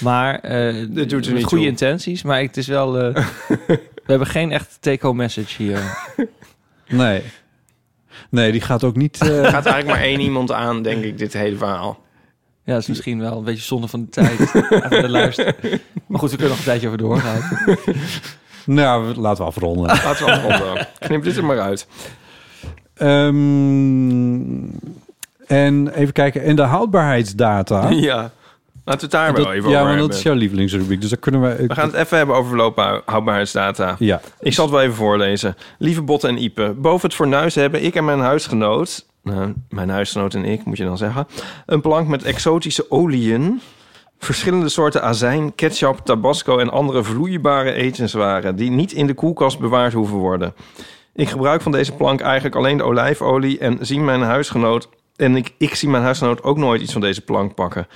F: Maar eh
B: Dit doet er
F: met
B: niet
F: goede
B: toe.
F: intenties. Maar het is wel. eh, we hebben geen echt take-home message hier.
D: Nee. Nee, die gaat ook niet... eh,
B: Er gaat eigenlijk maar één iemand aan, denk ik, dit hele verhaal.
F: Ja, dat is misschien wel een beetje zonde van de tijd. Even de luisteren. Maar goed, we kunnen nog een tijdje over doorgaan.
D: nou, we- laten we afronden.
B: Laten we afronden. Knip dit er maar uit.
D: Ehm, en even kijken. En de houdbaarheidsdata.
B: Ja. Laten we het daar
D: Ah. Dat-
B: wel even
D: ja,
B: over
D: want
B: hebben.
D: dat is jouw lievelingsrubriek. Dus daar kunnen we...
B: We gaan het even hebben over verloopbaar- houdbaarheidsdata.
D: Ja.
B: Ik zal het wel even voorlezen. Lieve Botte en Ipe, boven het fornuis hebben ik en mijn huisgenoot... nou, mijn huisgenoot en ik, moet je dan zeggen... een plank met exotische oliën... verschillende soorten azijn, ketchup, tabasco... en andere vloeibare etenswaren... die niet in de koelkast bewaard hoeven worden. Ik gebruik van deze plank eigenlijk alleen de olijfolie... en zie mijn huisgenoot... en ik, ik zie mijn huisgenoot ook nooit iets van deze plank pakken...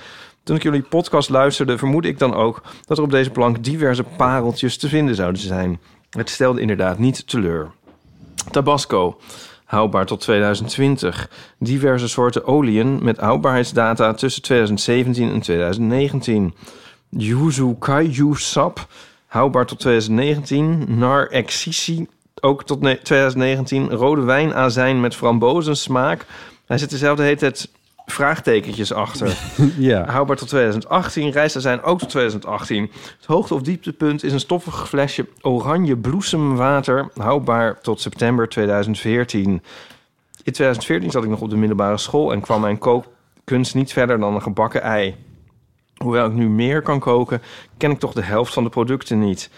B: Toen ik jullie podcast luisterde, vermoedde ik dan ook dat er op deze plank diverse pareltjes te vinden zouden zijn. Het stelde inderdaad niet teleur. Tabasco, houdbaar tot 2020. Diverse soorten oliën met houdbaarheidsdata tussen 2017 en 2019. Yuzu Kaiju sap, houdbaar tot 2019. Nar Exisi, ook tot ne- 2019. Rode wijnazijn met frambozensmaak. Hij zit dezelfde heet het vraagtekentjes achter.
D: Ja.
B: Houdbaar tot 2018. Reizen zijn ook tot 2018. Het hoogte- of dieptepunt is een stoffig flesje oranje bloesemwater. Houdbaar tot september 2014. In 2014 zat ik nog op de middelbare school en kwam mijn kookkunst niet verder dan een gebakken ei. Hoewel ik nu meer kan koken, ken ik toch de helft van de producten niet.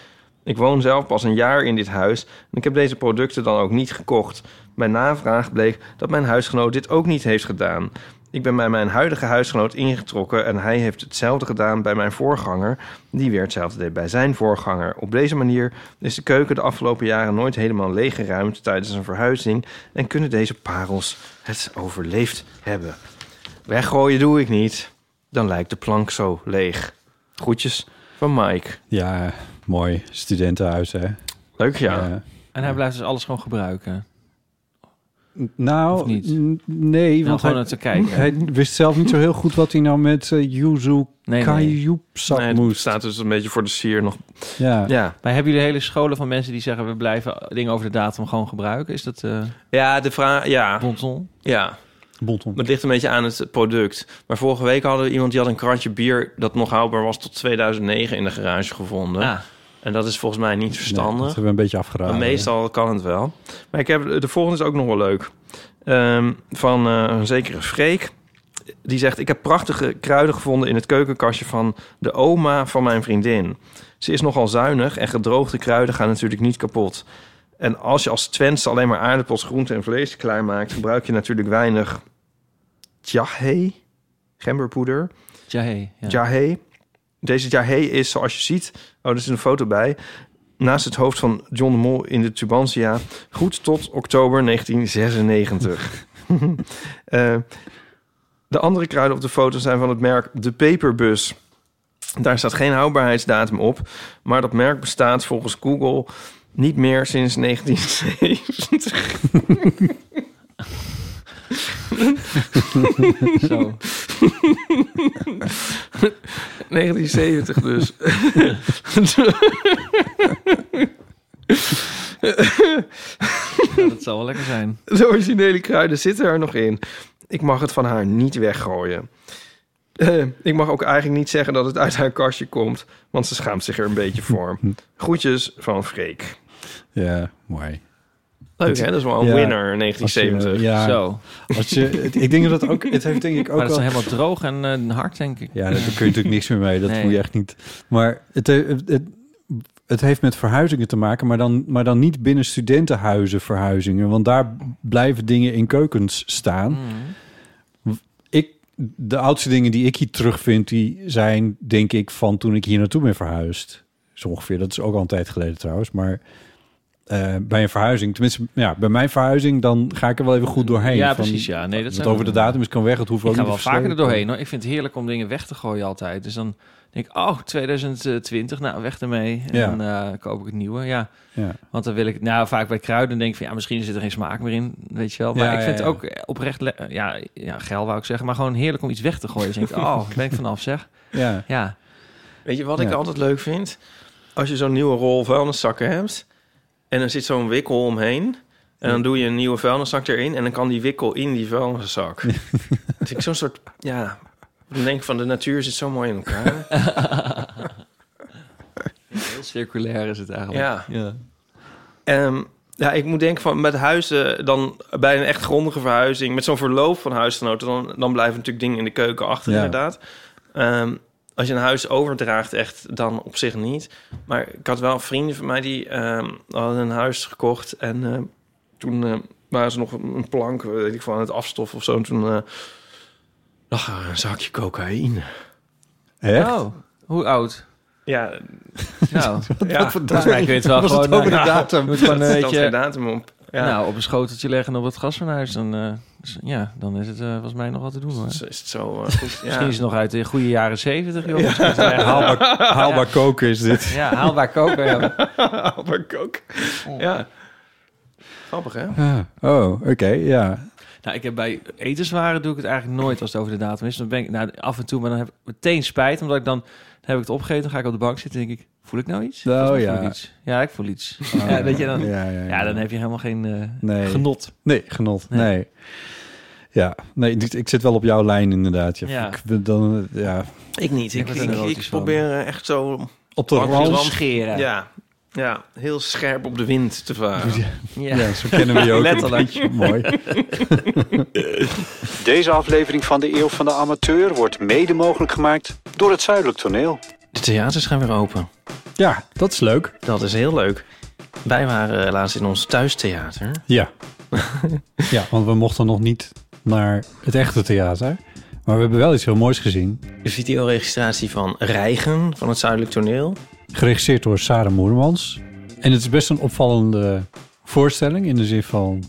B: Ik woon zelf pas een jaar in dit huis en ik heb deze producten dan ook niet gekocht. Bij navraag bleek dat mijn huisgenoot dit ook niet heeft gedaan. Ik ben bij mijn huidige huisgenoot ingetrokken en hij heeft hetzelfde gedaan bij mijn voorganger. Die weer hetzelfde deed bij zijn voorganger. Op deze manier is de keuken de afgelopen jaren nooit helemaal leeggeruimd tijdens een verhuizing en kunnen deze parels het overleefd hebben. Weggooien doe ik niet, dan lijkt de plank zo leeg. Groetjes van Mike.
D: ja, mooi. Studentenhuis, hè? Eh,
B: Leuk ja.
D: Ja.
F: En hij blijft dus alles gewoon gebruiken.
D: Nou,
F: Of niet?
D: n- nee,
F: Om
D: want Nou, hij,
F: gewoon naar te kijken.
D: hij wist zelf niet zo heel goed wat hij nou met eh, Yuzu
F: Nee, nee.
D: Kaiyupsap
B: Nee, het
D: moest.
B: staat dus een beetje voor de sier nog.
D: Ja.
B: Ja,
F: Maar hebben jullie hele scholen van mensen die zeggen... we blijven dingen over de datum gewoon gebruiken? Is dat eh
B: ja de vraag. Ja,
F: bonton?
B: ja.
D: Bonton.
B: Het ligt een beetje aan het product. Maar vorige week hadden we iemand die had een kratje bier dat nog houdbaar was tot 2009 in de garage gevonden.
F: Ja.
B: En dat is volgens mij niet
D: Nee, dat
B: verstandig.
D: hebben we een beetje
B: maar
D: afgeraden.
B: meestal kan het wel. Maar ik heb, de volgende is ook nog wel leuk. Ehm, van eh, een zekere Freek. Die zegt, ik heb prachtige kruiden gevonden in het keukenkastje van de oma van mijn vriendin. Ze is nogal zuinig en gedroogde kruiden gaan natuurlijk niet kapot. En als je als Twents alleen maar aardappels, groenten en vlees klaarmaakt... gebruik je natuurlijk weinig jahe, gemberpoeder.
F: Ja, hey, ja.
B: Jahé. Deze Jahé is, zoals je ziet... Oh, er is een foto bij. Naast het hoofd van John de Mol in de Tubantia. Goed tot oktober 1996. Eh, de andere kruiden op de foto zijn van het merk De Peperbus. Daar staat geen houdbaarheidsdatum op. Maar dat merk bestaat volgens Google... Niet meer sinds 1970.
C: Zo.
B: 1970 dus.
C: Ja, dat zal wel lekker zijn.
B: De originele kruiden zitten er nog in. Ik mag het van haar niet weggooien. Eh, ik mag ook eigenlijk niet zeggen dat het uit haar kastje komt, want ze schaamt zich er een beetje voor. Groetjes van Freek.
D: Ja, mooi.
B: Leuk, hè? Dat is wel een
D: Ja. Als
B: winner,
D: je,
B: 1970.
D: ja,
C: Zo.
D: Als je, het- ik denk dat dat ook... Het heeft denk ik
C: Maar
D: ook
C: dat is
D: wel...
C: dan helemaal droog en eh, hard, denk ik.
D: Ja, daar kun je natuurlijk niks meer mee. Dat
C: Nee.
D: moet je echt niet. Maar het, eh, het, het, het heeft met verhuizingen te maken, maar dan, maar dan niet binnen studentenhuizen verhuizingen. Want daar blijven dingen in keukens staan.
F: Mm.
D: Ik, de oudste dingen die ik hier terugvind, die zijn denk ik van toen ik hier naartoe ben verhuisd. Zo ongeveer, dat is ook al een tijd geleden trouwens. Maar eh, bij een verhuizing, tenminste ja, bij mijn verhuizing, dan ga ik er wel even goed doorheen.
C: Ja,
D: van-
C: precies. Ja, nee, dat
D: want
C: zijn
D: over de datum is kan weg, het hoeft ook
C: Ik ga
D: niet
C: wel
D: te
C: vaker er
D: versleten.
C: doorheen hoor. Ik vind het heerlijk om dingen weg te gooien altijd. Dus dan denk ik, oh, 2020, nou weg ermee. En
D: Ja.
C: dan eh, koop ik het nieuwe. Ja,
D: Ja.
C: want dan wil ik, nou vaak bij kruiden denk ik van ja, misschien zit er geen smaak meer in. Weet je wel. Maar
D: Ja,
C: ik
D: ja,
C: vind
D: ja.
C: het ook eh, oprecht, le- ja, ja, geil wou ik zeggen, maar gewoon heerlijk om iets weg te gooien. Dus denk ik, oh, daar ben ik vanaf zeg.
D: Ja.
C: Ja,
B: Weet je wat ik
D: Ja.
B: altijd leuk vind? Als je zo'n nieuwe rol vuilniszakken hebt... en er zit zo'n wikkel omheen... en dan doe je een nieuwe vuilniszak erin... en dan kan die wikkel in die vuilniszak. dat vind ik zo'n soort... Ja, dan denk ik van de natuur zit zo mooi in elkaar.
C: heel circulair is het eigenlijk.
B: ja. Ehm, ja, ik moet denken van met huizen... dan bij een echt grondige verhuizing... met zo'n verloop van huisgenoten... dan, dan blijven natuurlijk dingen in de keuken achter,
D: Ja.
B: inderdaad. Ehm, als je een huis overdraagt, echt, dan op zich niet. Maar ik had wel vrienden van mij die ehm, hadden een huis gekocht. En eh, toen eh, waren ze nog een plank, weet ik van, aan het afstoffen of zo. En toen eh lag er een zakje cocaïne.
D: Echt?
C: Oh, hoe oud?
B: Ja,
C: Nou,
B: ja
C: volgens mij kun je het wel gewoon... eh,
B: datum.
C: je moet gewoon, eh, weet je,
B: datum op. Ja.
C: Nou, op een schoteltje leggen op het gasfornuis, dan, eh, is- ja, dan is het eh volgens mij nog wat te doen hoor.
B: Is- Is het zo eh, goed? Ja.
C: Misschien is het nog uit de goede jaren zeventig, joh. Misschien is het wel echt-
D: Haalbaar, haalbaar koken is dit.
C: Ja, haalbaar koken. Ja.
B: Maar kook. Ja. Oh. Grappig, hè?
D: Oh, oké, ja.
C: Nou, ik heb bij etenswaren doe ik het eigenlijk nooit als het over de datum is. Dan ben ik nou, af en toe, maar dan heb ik meteen spijt, omdat ik dan, dan heb ik het opgegeten, dan ga ik op de bank zitten en denk ik, voel ik nou iets?
D: Nou,
C: Volgens mij
D: ja. Oh,
C: voel ik iets. Ja, ik voel iets. ja, weet je, dan, ja,
D: Ja, ja, ja.
C: dan heb je helemaal geen eh,
D: Nee.
C: genot.
D: Nee, genot.
C: Nee.
D: Nee. Ja, nee, dit- ik zit wel op jouw lijn inderdaad. Ja,
C: Ja.
D: ik- dan, ja.
B: Ik niet.
C: Ik
B: Ik,
C: word
B: ik,
C: er
B: ik
C: neurotisch van.
B: probeer eh, echt zo...
D: Op de
B: Bankje
D: rand.
B: rand.
C: Scheren. Ja.
B: Ja. ja, heel scherp op de wind te varen.
D: Ja, zo kennen we je ook.
C: Letterlijk.
D: een beetje. Mooi.
G: Deze aflevering van de Eeuw van de Amateur wordt mede mogelijk gemaakt door het Zuidelijk Toneel.
B: De theaters gaan weer open.
D: Ja, dat is leuk.
B: Dat is heel leuk. Wij waren eh, laatst in ons thuistheater.
D: Ja. ja, want we mochten nog niet naar het echte theater. Maar we hebben wel iets heel moois gezien.
B: De videoregistratie van Reigen van het Zuidelijk Toneel.
D: Geregisseerd door Sarah Moermans. En het is best een opvallende voorstelling. In de zin van,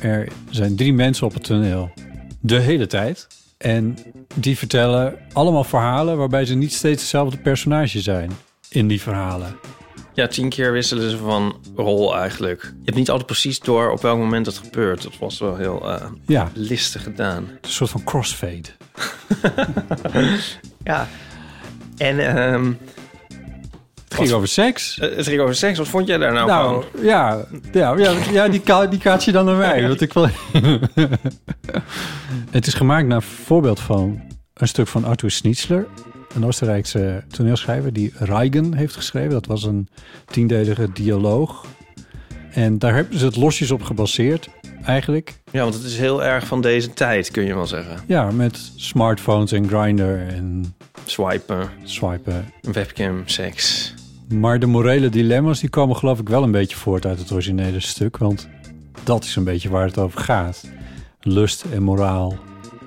D: er zijn drie mensen op het toneel. De hele tijd. En die vertellen allemaal verhalen waarbij ze niet steeds hetzelfde personage zijn. In die verhalen.
B: Ja, tien keer wisselen ze van rol eigenlijk. Je hebt niet altijd precies door op welk moment dat gebeurt. Dat was wel heel eh,
D: Ja,
B: listig gedaan.
D: een soort van crossfade.
B: Ja. En ehm,
D: Het ging over seks.
B: eh, het ging over seks. Wat vond jij daar nou,
D: Nou,
B: van?
D: ja, ja, ja, ja die, ka die kaart je dan naar mij. Want ik wil... het is gemaakt naar voorbeeld van een stuk van Arthur Schnitzler. Een Oostenrijkse toneelschrijver die Reigen heeft geschreven. Dat was een tiendelige dialoog. En daar hebben ze het losjes op gebaseerd, eigenlijk.
B: Ja, want het is heel erg van deze tijd, kun je wel zeggen.
D: Ja, met smartphones en grinder en
B: Swipen,
D: swipen.
B: webcam, seks.
D: Maar de morele dilemma's die komen geloof ik wel een beetje voort uit het originele stuk. Want dat is een beetje waar het over gaat. Lust en moraal.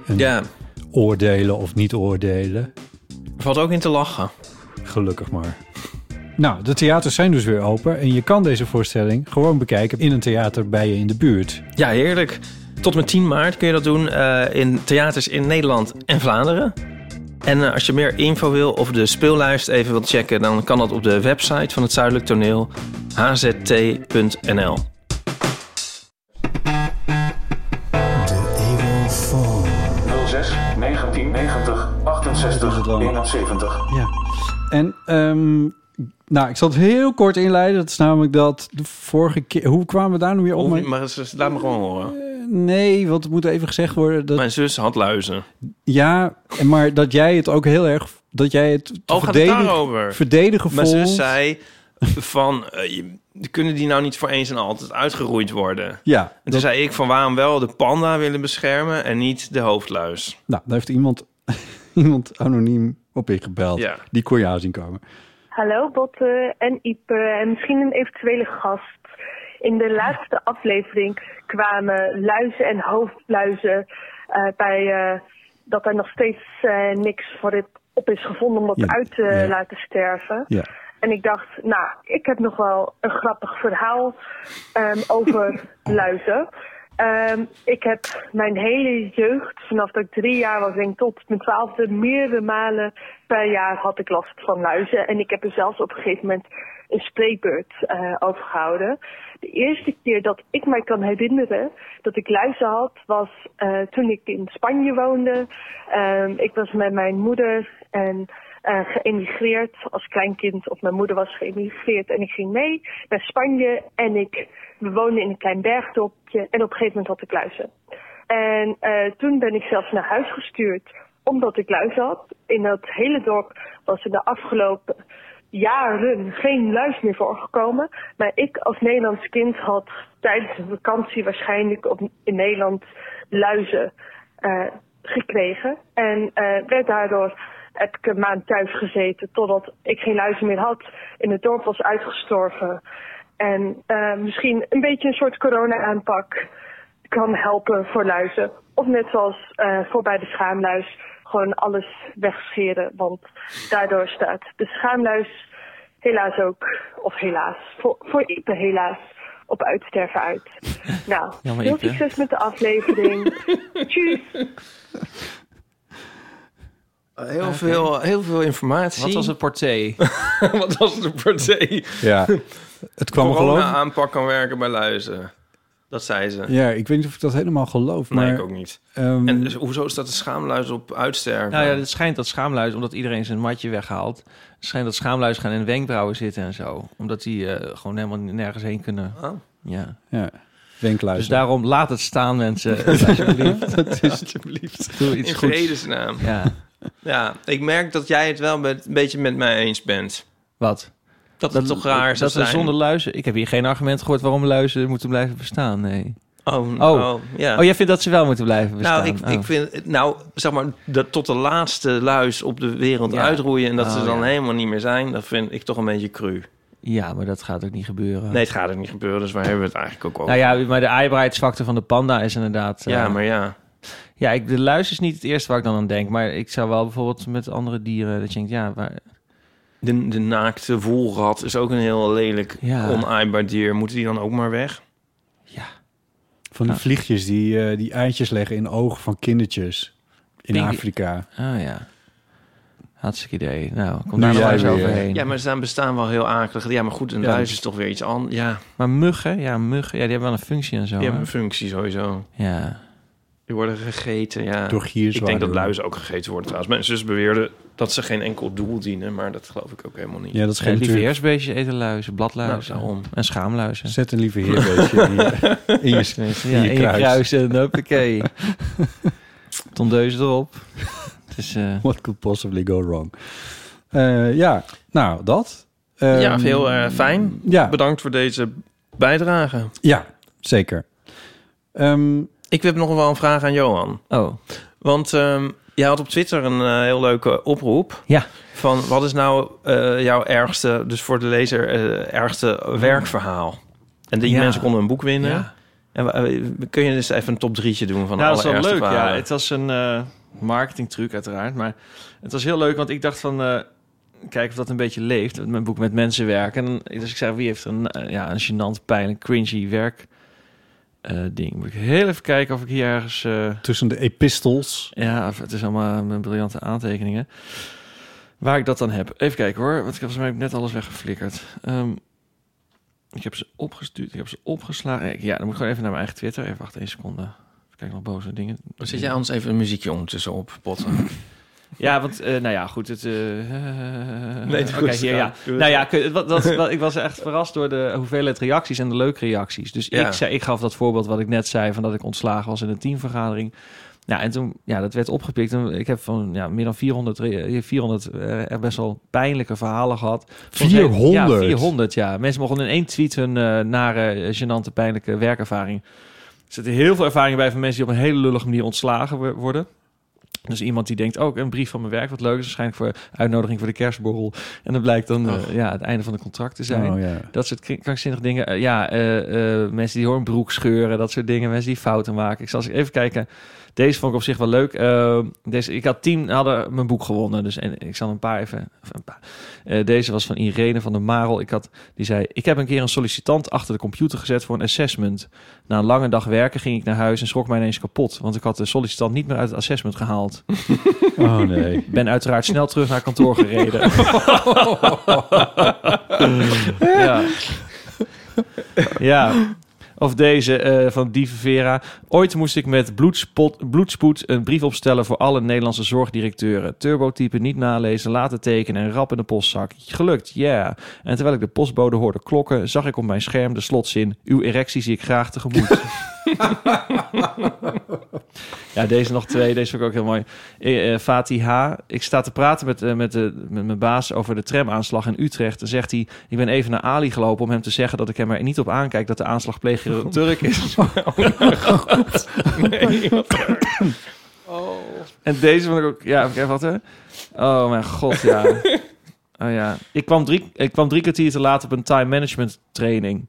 D: En
B: Ja,
D: oordelen of niet oordelen.
B: valt ook in te lachen.
D: Gelukkig maar. Nou, de theaters zijn dus weer open. En je kan deze voorstelling gewoon bekijken in een theater bij je in de buurt.
B: Ja, heerlijk. Tot en met 10 maart kun je dat doen eh, in theaters in Nederland en Vlaanderen. En eh, als je meer info wil of de speellijst even wilt checken... dan kan dat op de website van het Zuidelijk Toneel. hzt.nl.
H: De Evil Phone. 06 1990 68 71.
D: Ja. En ehm, nou, ik zal het heel kort inleiden. Dat is namelijk dat de vorige keer... Hoe kwamen we daar nu weer op?
B: Of-
D: Maar-
B: Oh, Maar ze- laat me gewoon horen.
D: Nee, want het moet even gezegd worden. Dat,
B: Mijn zus had luizen.
D: ja, en maar dat jij het ook heel erg... Dat jij het
B: Oh, gaat het
D: verdedig-
B: daarover?
D: verdedigen
B: Mijn
D: vond.
B: zus zei van, eh, je- kunnen die nou niet voor eens en altijd uitgeroeid worden?
D: Ja,
B: En toen zei ik van, waarom wel de panda willen beschermen en niet de hoofdluis?
D: Nou, daar heeft iemand, iemand anoniem op ingebeld.
B: Ja.
D: Die kon je aan zien komen.
I: Hallo Botte en Ipe en misschien een eventuele gast. In de laatste aflevering kwamen luizen en hoofdluizen eh, bij eh, dat er nog steeds eh, niks voor dit op is gevonden om dat
J: Ja,
I: uit te
J: ja.
I: laten sterven.
D: Ja.
I: En ik dacht, nou, ik heb nog wel een grappig verhaal ehm, over luizen. Ehm, ik heb mijn hele jeugd, vanaf dat ik drie jaar was, denk ik, tot mijn twaalfde, meerdere malen per jaar had ik last van luizen. En ik heb er zelfs op een gegeven moment een spreekbeurt eh, over gehouden. De eerste keer dat ik mij kan herinneren dat ik luizen had, was eh, toen ik in Spanje woonde. Ehm, ik was met mijn moeder en eh, geëmigreerd als kleinkind. Of mijn moeder was geëmigreerd en ik ging mee naar Spanje. En ik, we woonden in een klein bergdorpje en op een gegeven moment had ik luizen. En eh, toen ben ik zelfs naar huis gestuurd omdat ik luizen had. In dat hele dorp was er de afgelopen jaren geen luis meer voorgekomen. Maar ik als Nederlands kind had tijdens de vakantie waarschijnlijk op, in Nederland luizen eh, gekregen. En eh, werd daardoor heb ik een maand thuis gezeten totdat ik geen luizen meer had. In het dorp was uitgestorven. En eh, misschien een beetje een soort corona-aanpak kan helpen voor luizen. Of net zoals eh, voor bij de schaamluis, gewoon alles wegscheren. Want daardoor staat de schaamluis helaas ook, of helaas, voor, voor Ipe helaas, op uitsterven uit. Nou,
C: Jammer,
I: heel
C: Ipe.
I: succes met de aflevering. Tjus!
B: Heel, veel, heel veel informatie.
C: Wat was het
B: porté? Wat was de porté?
D: Ja, het kwam
B: Corona
D: geloof
B: aanpak kan werken bij luizen. Dat zei ze.
D: Ja, ik weet niet of ik dat helemaal geloof.
B: Nee,
D: maar,
B: ik ook niet.
D: ehm,
B: en dus hoezo staat de schaamluis op uitsterven?
C: Mm. Nou ja, het schijnt dat schaamluis, omdat iedereen zijn matje weghaalt, schijnt dat schaamluis gaan in de wenkbrauwen zitten en zo. Omdat die eh, gewoon helemaal nergens heen kunnen.
B: Ah,
C: Ja.
D: Ja, wenkluizen.
C: Dus daarom laat het staan, mensen. Alsjeblieft.
B: Dat is-
C: Doe iets
B: In
C: goeds.
B: vredesnaam.
C: Ja.
B: Ja, ik merk dat jij het wel met- een beetje met mij eens bent.
C: Wat?
B: Dat het toch raar zou
C: dat we
B: zijn.
C: zonder luizen... Ik heb hier geen argument gehoord waarom luizen moeten blijven bestaan, nee.
B: Oh, n- oh, ja.
C: Oh, jij vindt dat ze wel moeten blijven bestaan?
B: Nou, ik,
C: Oh.
B: ik vind, nou, zeg maar, dat tot de laatste luis op de wereld
C: Ja.
B: uitroeien en dat ze
C: Oh,
B: dan
C: ja. Oh.
B: helemaal niet meer zijn, dat vind ik toch een beetje cru.
C: Ja, maar dat gaat ook niet gebeuren.
B: Nee, het gaat ook niet gebeuren, dus waar hebben we het eigenlijk ook over?
C: Nou ja, maar de aaibaarheidsfactor van de panda is inderdaad... eh,
B: Ja, maar ja.
C: Ja, ik, de luis is niet het eerste waar ik dan aan denk. Maar ik zou wel bijvoorbeeld met andere dieren... Dat je denkt, ja, waar...
B: De, de naakte voelrat is ook een heel lelijk,
C: Ja.
B: onaaibaar dier. Moeten die dan ook maar weg?
D: Van die vliegjes die, eh, die eitjes leggen in ogen van kindertjes in
B: Pinky-
D: Afrika.
C: Oh ja. Hartstikke idee. Nou,
D: Nu
C: kom daar nog
D: jij
C: eens
D: weer.
C: overheen.
B: Ja, maar ze zijn bestaan wel heel akelig. Ja, maar goed, een
C: Ja,
B: luis
C: dat-
B: is toch weer iets anders. Ja,
C: Maar muggen, ja, muggen. Ja, die hebben wel een functie en zo.
B: die hebben
C: hè?
B: een functie sowieso.
C: Ja.
B: Die worden gegeten, ja.
C: Door
B: Ik
C: gierzwaluwen.
B: denk dat luizen ook gegeten worden trouwens. Mijn zus beweerde dat ze geen enkel doel dienen, maar dat geloof ik ook helemaal niet.
C: Ja, lieve heersbeestjes eten luizen, bladluizen
B: Nou, daarom.
C: en schaamluizen.
D: Zet een lieve heerbeestje in je- in je- in je
C: ja, in je
D: kruis.
C: kruis en hoppakee. Tondeus erop. Het is, eh,
D: What could possibly go wrong? Eh, ja, nou, dat.
B: ja,
D: Ehm,
B: heel eh, fijn.
D: Ja.
B: Bedankt voor deze bijdrage.
D: Ja, zeker. Ehm,
B: ik heb nog wel een vraag aan Johan.
C: Oh.
B: Want ehm, jij had op Twitter een eh, heel leuke oproep.
C: Ja.
B: Van wat is nou eh, jouw ergste, dus voor de lezer, eh, ergste werkverhaal? En die
C: Ja.
B: mensen konden een boek winnen.
C: Ja.
B: En wa- eh, kun je dus even een top drietje doen van
C: Nou,
B: alle
C: dat is wel
B: ergste
C: leuk. Ja,
B: verhalen?
C: het was een eh, marketingtruc marketing truc uiteraard. Maar het was heel leuk, want ik dacht van... eh kijk of dat een beetje leeft. Mijn boek met mensen werken. En dus ik zei, wie heeft een, eh, ja, een gênant, pijnlijk, cringy werk... eh, ding. Moet ik heel even kijken of ik hier ergens... eh,
D: Tussen de epistels.
C: ja, of het is allemaal mijn briljante aantekeningen. Waar ik dat dan heb. Even kijken hoor, want ik heb volgens mij net alles weggeflikkerd. Ehm, Ik heb ze opgestuurd, ik heb ze opgeslagen. Ik- Ja, dan moet ik gewoon even naar mijn eigen Twitter. Even wacht één seconde. Even kijken nog boze dingen.
B: Zet jij ons even een muziekje ondertussen op, Potten?
C: Ja, want, eh, nou ja, goed. Het, eh
B: Nee, doe
C: oké,
B: het.
C: hier,
B: Ja,
C: ja.
B: doe het.
C: Nou ja, ik- wat, dat, wat, ik was echt verrast door de hoeveelheid reacties en de leuke reacties. Dus
B: Ja.
C: ik, zei, ik gaf dat voorbeeld wat ik net zei, van dat ik ontslagen was in een teamvergadering. Nou, en toen, ja, dat werd opgepikt. En ik heb van ja, meer dan 400, re- 400 eh, echt best wel pijnlijke verhalen gehad. Volgens mij-
D: 400?
C: Ja, 400, ja. Mensen mochten in één tweet hun eh, nare, gênante, pijnlijke werkervaring. Er zitten heel veel ervaringen bij van mensen die op een hele lullige manier ontslagen wo- worden. Dus iemand die denkt, ook een brief van mijn werk, wat leuk is, waarschijnlijk voor uitnodiging voor de kerstborrel. En dat blijkt dan eh, ja, het einde van het contract te zijn.
D: Oh, ja.
C: Dat soort kri- krankzinnige dingen. Eh, ja, eh, eh, mensen die hoornbroek scheuren, dat soort dingen. Mensen die fouten maken. Ik zal eens even kijken. Deze vond ik op zich wel leuk. Eh, deze, ik had tien, hadden mijn boek gewonnen. Dus en, ik zal een paar even... of een paar. Eh, deze was van Irene van der Marel. Ik had, die zei, ik heb een keer een sollicitant achter de computer gezet voor een assessment. Na een lange dag werken ging ik naar huis en schrok mij ineens kapot. Want ik had de sollicitant niet meer uit het assessment gehaald.
D: Oh nee.
C: Ben uiteraard snel terug naar kantoor gereden. ja. ja. Of deze eh, van Dieve Vera. Ooit moest ik met bloedspot, bloedspoed een brief opstellen voor alle Nederlandse zorgdirecteuren. Turbotypen niet nalezen, laten tekenen en rap in de postzak. Gelukt, ja. En terwijl ik de postbode hoorde klokken, zag ik op mijn scherm de slotzin. Uw erectie zie ik graag tegemoet. Ja, deze nog twee. Deze vond ik ook heel mooi. Eh, eh, Fatih H. Ik sta te praten met, eh, met, de, met mijn baas over de tramaanslag in Utrecht. En zegt hij, ik ben even naar Ali gelopen om hem te zeggen dat ik hem er niet op aankijk dat de aanslagpleger een Turk is.
B: Nee, wat
C: En deze vond ik ook... Ja, even kijken, wat hè? Oh mijn god, ja. Oh ja. Ik kwam drie, ik kwam drie kwartier te laat op een time management training.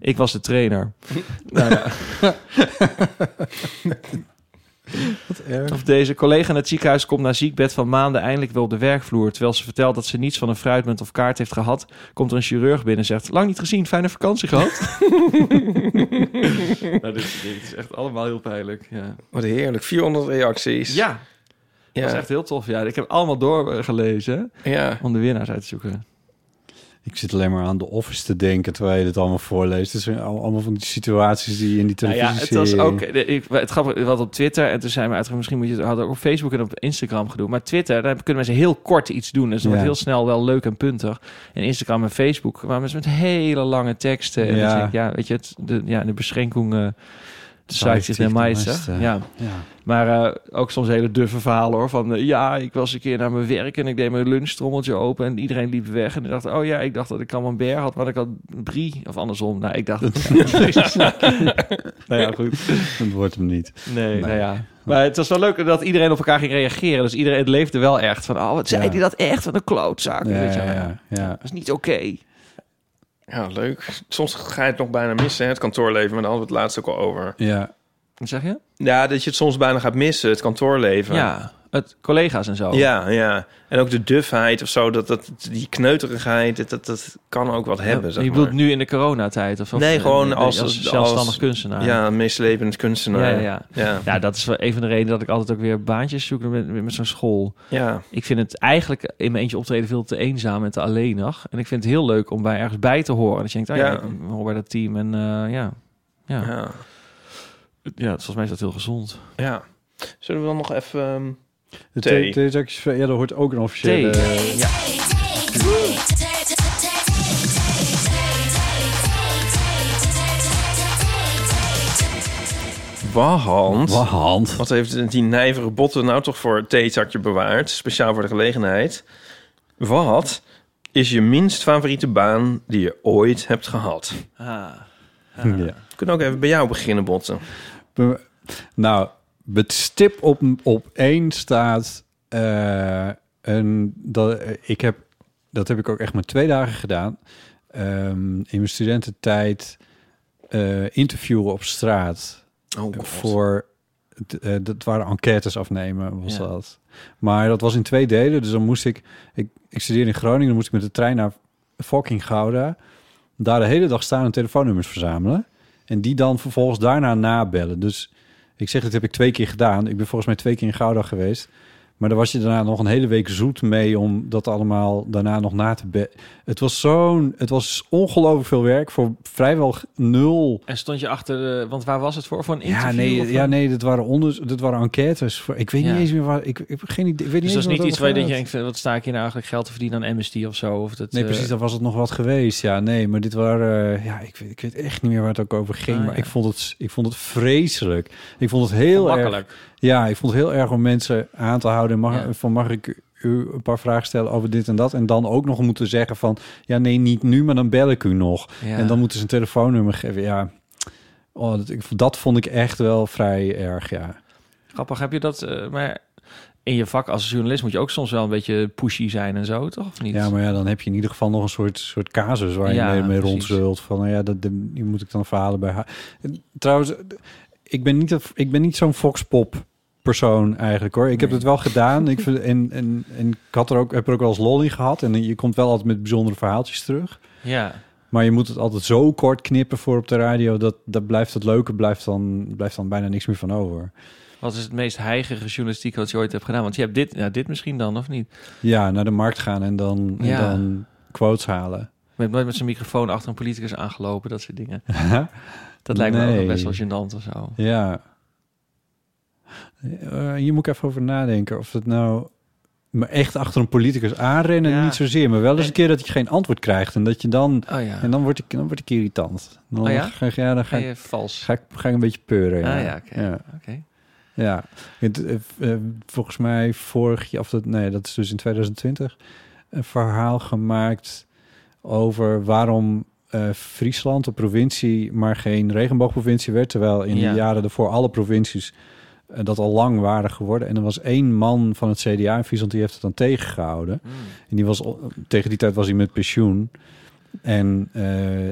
C: Ik was de trainer. nou ja. Of deze collega in het ziekenhuis komt na ziekbed van maanden eindelijk weer op de werkvloer. Terwijl ze vertelt dat ze niets van een fruitmunt of kaart heeft gehad, komt er een chirurg binnen en zegt: Lang niet gezien, fijne vakantie gehad. nou, dit, dit is echt allemaal heel pijnlijk. Ja.
B: Wat heerlijk. 400 reacties.
C: Ja. Dat is echt heel tof. Ja, ik heb allemaal doorgelezen
B: Ja.
C: om de winnaars uit te zoeken.
D: Ik zit alleen maar aan de office te denken terwijl je dit allemaal voorleest. Het zijn al- allemaal van die situaties die je in die
C: Nou ja,
D: televisie
C: het was ook de- ik, het grappige wat op Twitter en toen zijn we uitgegaan. Misschien moet je het hadden ook op Facebook en op Instagram gedoe. Maar Twitter, daar kunnen mensen heel kort iets doen, dus dat
D: Ja.
C: wordt heel snel wel leuk en puntig. En Instagram en Facebook, maar mensen met hele lange teksten. En
D: Ja.
C: dan denk ik, ja, weet je, het, de, ja, de beschenking. eh de
D: Zeigt
C: site
D: zich
C: is naar
D: de
C: mij,
D: meeste.
C: zeg. Ja.
D: Ja.
C: Maar eh, ook soms hele duffe verhalen hoor. Van eh, ja, ik was een keer naar mijn werk en ik deed mijn lunchtrommeltje open en iedereen liep weg. En ik dacht, oh ja, ik dacht dat ik camembert had, maar ik had brie. Of andersom. Nou, ik dacht. nou ja, goed.
D: Dat wordt hem niet.
C: Nee, nou ja. Maar het was wel leuk dat iedereen op elkaar ging reageren. Dus iedereen het leefde wel echt van, oh, wat zei
D: Ja.
C: die dat echt? Wat een klootzak.
D: Ja,
C: weet je. wel.
D: ja, ja.
C: Dat is niet oké.
B: Ja, leuk. Soms ga je het nog bijna missen, hè, het kantoorleven. Maar daar hadden we het laatst ook al over.
D: Ja.
C: Wat zeg je?
B: Ja, dat je het soms bijna gaat missen, het kantoorleven.
C: Ja, het collega's en zo.
B: Ja, ja. En ook de dufheid of zo, dat, dat, die kneuterigheid, dat, dat, dat kan ook wat hebben.
C: je
B: Zeg
C: bedoelt
B: maar.
C: nu in de coronatijd? Of, of
B: nee, gewoon
C: eh,
B: als,
C: zelfstandig
B: als-
C: kunstenaar.
B: Ja, een meeslepend kunstenaar.
C: Ja, ja, ja. Ja, dat is wel een van de redenen dat ik altijd ook weer baantjes zoek met, met zo'n school.
B: Ja.
C: Ik vind het eigenlijk in mijn eentje optreden veel te eenzaam en te alleenig. En ik vind het heel leuk om bij ergens bij te horen. Dat je denkt, oh ja,
B: Ja.
C: ik hoor bij dat team. En eh, ja. Ja.
B: Ja.
C: ja, volgens mij is dat heel gezond.
B: Ja. Zullen we dan nog even... ehm,
D: De
B: thee?
D: thee- theezakjes van- ja, daar hoort ook een officiële...
B: Thee.
D: eh, Ja.
B: Wahand.
D: Wahand.
B: Wat heeft die nijvere botten nou toch voor theezakje bewaard? Speciaal voor de gelegenheid. Wat is je minst favoriete baan die je ooit hebt gehad?
C: Ah.
D: Ja.
B: We kunnen ook even bij jou beginnen, botten.
D: Be- Nou, met stip op, op één staat... eh, een, dat, eh, ik heb, dat heb ik ook echt maar twee dagen gedaan. Ehm, in mijn studententijd eh, interviewen op straat.
B: Oh, God.
D: voor, d- eh, dat waren enquêtes afnemen, was
B: Ja.
D: dat. Maar dat was in twee delen. Dus dan moest ik, ik, ik studeerde in Groningen, dan moest ik met de trein naar fucking Gouda. Daar de hele dag staan en telefoonnummers verzamelen. En die dan vervolgens daarna nabellen. Dus ik zeg, dit heb ik twee keer gedaan. Ik ben volgens mij twee keer in Gouda geweest. Maar daar was je daarna nog een hele week zoet mee om dat allemaal daarna nog na te be. Het was zo'n, het was ongelooflijk veel werk voor vrijwel g- nul.
C: En stond je achter, de- want waar was het voor? Voor een interview?
D: Ja, nee,
C: of Dus
D: ja,
C: een-
D: nee, dit waren onder, dit waren enquêtes. Voor, ik weet
C: Ja.
D: niet eens meer waar. Ik, ik heb geen idee. Ik
C: Dus dat
D: weet niet eens
C: is
D: meer
C: niet
D: wat
C: iets waar je
D: het
C: denkt,
D: gaat.
C: ja, ik vind- wat sta ik hier nou eigenlijk geld te verdienen aan Amnesty of zo? Of dat,
D: Nee,
C: eh,
D: precies, dan was het nog wat geweest. Ja, nee, maar dit waren... eh, ja, ik weet, ik weet echt niet meer waar het ook over ging.
C: Ah,
D: maar
C: ja.
D: ik, vond het, ik vond het vreselijk. Ik vond het heel erg...
C: Ongemakkelijk.
D: Ja, ik vond het heel erg om mensen aan te houden. Mag,
C: Ja.
D: Van mag ik u een paar vragen stellen over dit en dat? En dan ook nog moeten zeggen van... Ja, nee, niet nu, maar dan bel ik u nog.
C: Ja.
D: En dan moeten ze een telefoonnummer geven. Ja, oh, dat, ik, dat vond ik echt wel vrij erg, ja.
C: Grappig, heb je dat... eh, maar in je vak als journalist moet je ook soms wel een beetje pushy zijn en zo, toch? Of niet?
D: Ja, maar ja, dan heb je in ieder geval nog een soort, soort casus waar je
C: Ja,
D: mee, mee
C: precies.
D: rondzult. Van nou ja, dat, de, die moet ik dan verhalen bij haar. En Trouwens, ik ben niet, een- ik ben niet zo'n foxpop persoon eigenlijk hoor. Ik heb het wel gedaan. Ik vind, en, en, en ik had er ook, heb er ook wel eens lol in gehad. En je komt wel altijd met bijzondere verhaaltjes terug.
C: Ja.
D: Maar je moet het altijd zo kort knippen voor op de radio. Dat, dat blijft het leuke, blijft dan, blijft dan bijna niks meer van over.
C: Wat is het meest heigere journalistiek wat je ooit hebt gedaan? Want je hebt dit, ja, dit misschien dan, of niet?
D: Ja, naar de markt gaan en dan, en
C: Ja.
D: dan quotes halen.
C: Je hebt nooit met zijn microfoon achter een politicus aangelopen, dat soort dingen. dat lijkt me
D: Nee.
C: ook best wel gênant of zo.
D: Ja. Eh, hier moet ik even over nadenken of het nou... Maar echt achter een politicus aanrennen, niet zozeer. Maar wel eens een keer dat je geen antwoord krijgt. En dat je dan...
C: Oh ja.
D: En dan word ik, dan word ik irritant. Dan
C: Oh ja?
D: ga, ik- ja, dan ga,
C: Ga je
D: ik-
C: vals?
D: Ga ik, ga ik een beetje peuren. Ja,
C: Ah ja, oké, oké.
D: Ja. Het, eh, eh, volgens mij vorig jaar... Of dat, nee, dat is dus in 2020. Een verhaal gemaakt over waarom... eh, Friesland, een provincie, maar geen regenboogprovincie werd. Terwijl in
C: Ja.
D: de jaren daarvoor alle provincies eh, dat al lang waren geworden. En er was één man van het CDA in Friesland die heeft het dan tegengehouden. En die was, al- tegen die tijd was hij met pensioen. En eh,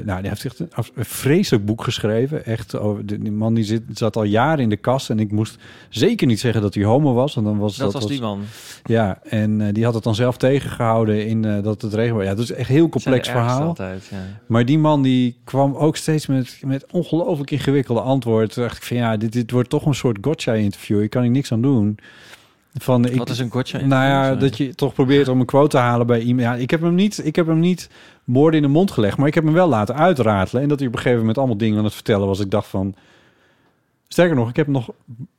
D: nou, die heeft echt een, af- een vreselijk boek geschreven. Echt, over, die die man die zit, zat al jaren in de kast. En ik moest zeker niet zeggen dat hij homo was. Want dan Dus was
C: Dat was die man.
D: Ja, en eh, die had het dan zelf tegengehouden in eh, dat het regio. Ja, dat is echt een heel complex
C: Zijn de ergste
D: verhaal.
C: altijd, ja.
D: Maar die man die kwam ook steeds met, met ongelooflijk ingewikkelde antwoorden. Toen dacht ik van ja, dit, dit wordt toch een soort gotcha-interview. Hier kan ik niks aan doen. Van, ik,
C: Wat is een gotcha-interview?
D: Nou ja,
C: Sorry.
D: dat je toch probeert om een quote te halen bij iemand. Ja, ik heb hem niet, ik heb hem niet woorden in de mond gelegd, maar ik heb hem wel laten uitratelen. En dat hij op een gegeven moment allemaal dingen aan het vertellen was. Ik dacht van, Sterker nog, ik heb nog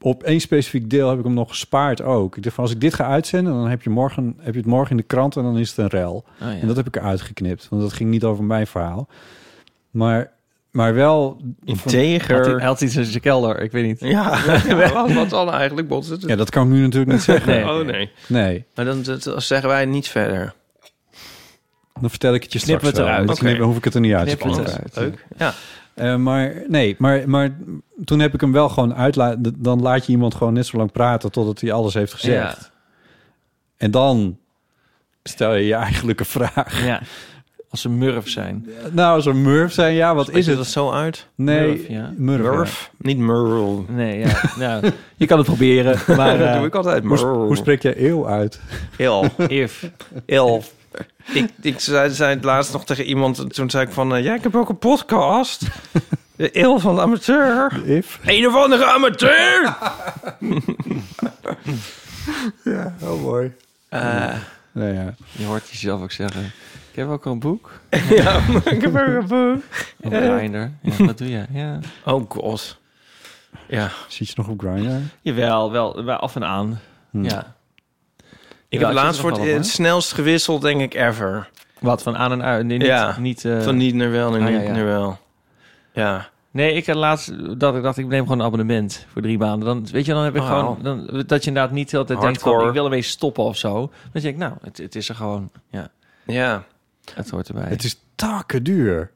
D: op één specifiek deel heb ik hem nog gespaard ook. Ik dacht van als ik dit ga uitzenden, dan heb je, morgen, heb je het morgen in de krant en dan is het een rel.
C: Oh, ja.
D: En dat heb ik eruit geknipt, want dat ging niet over mijn verhaal. Maar, maar wel...
B: Integer. Had hij- had
C: iets in zijn kelder, ik weet niet.
B: Ja,
D: Ja.
B: wat, wat dan eigenlijk botst het?
D: Ja, dat kan ik nu natuurlijk niet zeggen.
B: Nee. Oh, nee.
D: Nee,
B: Maar dan dat- dat zeggen wij niet verder.
D: dan vertel ik het je
B: Knippen
D: straks
B: we het
D: wel.
B: eruit.
D: Dan
B: Oké.
D: hoef ik het er niet uit
B: Knippen we het
D: knippen.
B: eruit. Leuk. Ja.
D: Eh, maar nee, maar, maar toen heb ik hem wel gewoon uit... Dan laat je iemand gewoon net zo lang praten totdat hij alles heeft gezegd. En dan stel je je eigenlijke vraag.
C: Ja. Als ze murf zijn.
D: Nou, als een murf zijn, ja, wat is
B: je
D: het?
B: dat zo uit?
D: Nee,
B: Murf, ja.
D: murf,
B: Murf, niet murl.
C: Nee, ja. Nou, je kan het proberen, maar...
B: dat
C: eh,
B: doe ik altijd.
D: Hoe, hoe spreek jij eeuw uit?
B: Il.
C: If.
B: Il. Ik, ik zei, zei het laatst nog tegen iemand, toen zei ik van... eh, ja, ik heb ook een podcast. De Il van de amateur.
D: If.
B: Een of andere amateur!
D: ja, heel Oh, mooi.
B: Eh,
D: nou ja.
C: Je hoort jezelf ook zeggen. Ik heb ook een boek.
B: ja, ik heb ook een boek.
C: Op
B: Eh.
C: Grindr. Ja, wat doe jij? Ja.
B: Oh god. Ja.
D: Zit je nog op Grindr?
C: Jawel, wel, wel af en aan.
D: Hmm.
C: Ja.
B: Ik
C: Jawel,
B: heb
C: zit
B: laatst
C: er
B: voor
C: nog
B: het,
C: wel op,
B: het snelst gewisseld, denk ik, ever.
C: hè? Wat, van aan en uit? Nee, niet,
B: ja.
C: niet, eh,
B: Van niet naar wel naar
C: Ah,
B: niet
C: ja, ja.
B: naar wel. Ja.
C: Nee, ik had laatst dat ik dacht, ik neem gewoon een abonnement voor drie maanden. Dan, weet je, dan heb ik
B: Oh.
C: gewoon... Dan, dat je inderdaad niet de hele tijd denkt van,
B: Hardcore.
C: ik wil ermee stoppen of zo. Dan denk ik, nou, het, het is er gewoon. Ja,
B: Ja.
C: het hoort erbij.
D: Het is takken duur.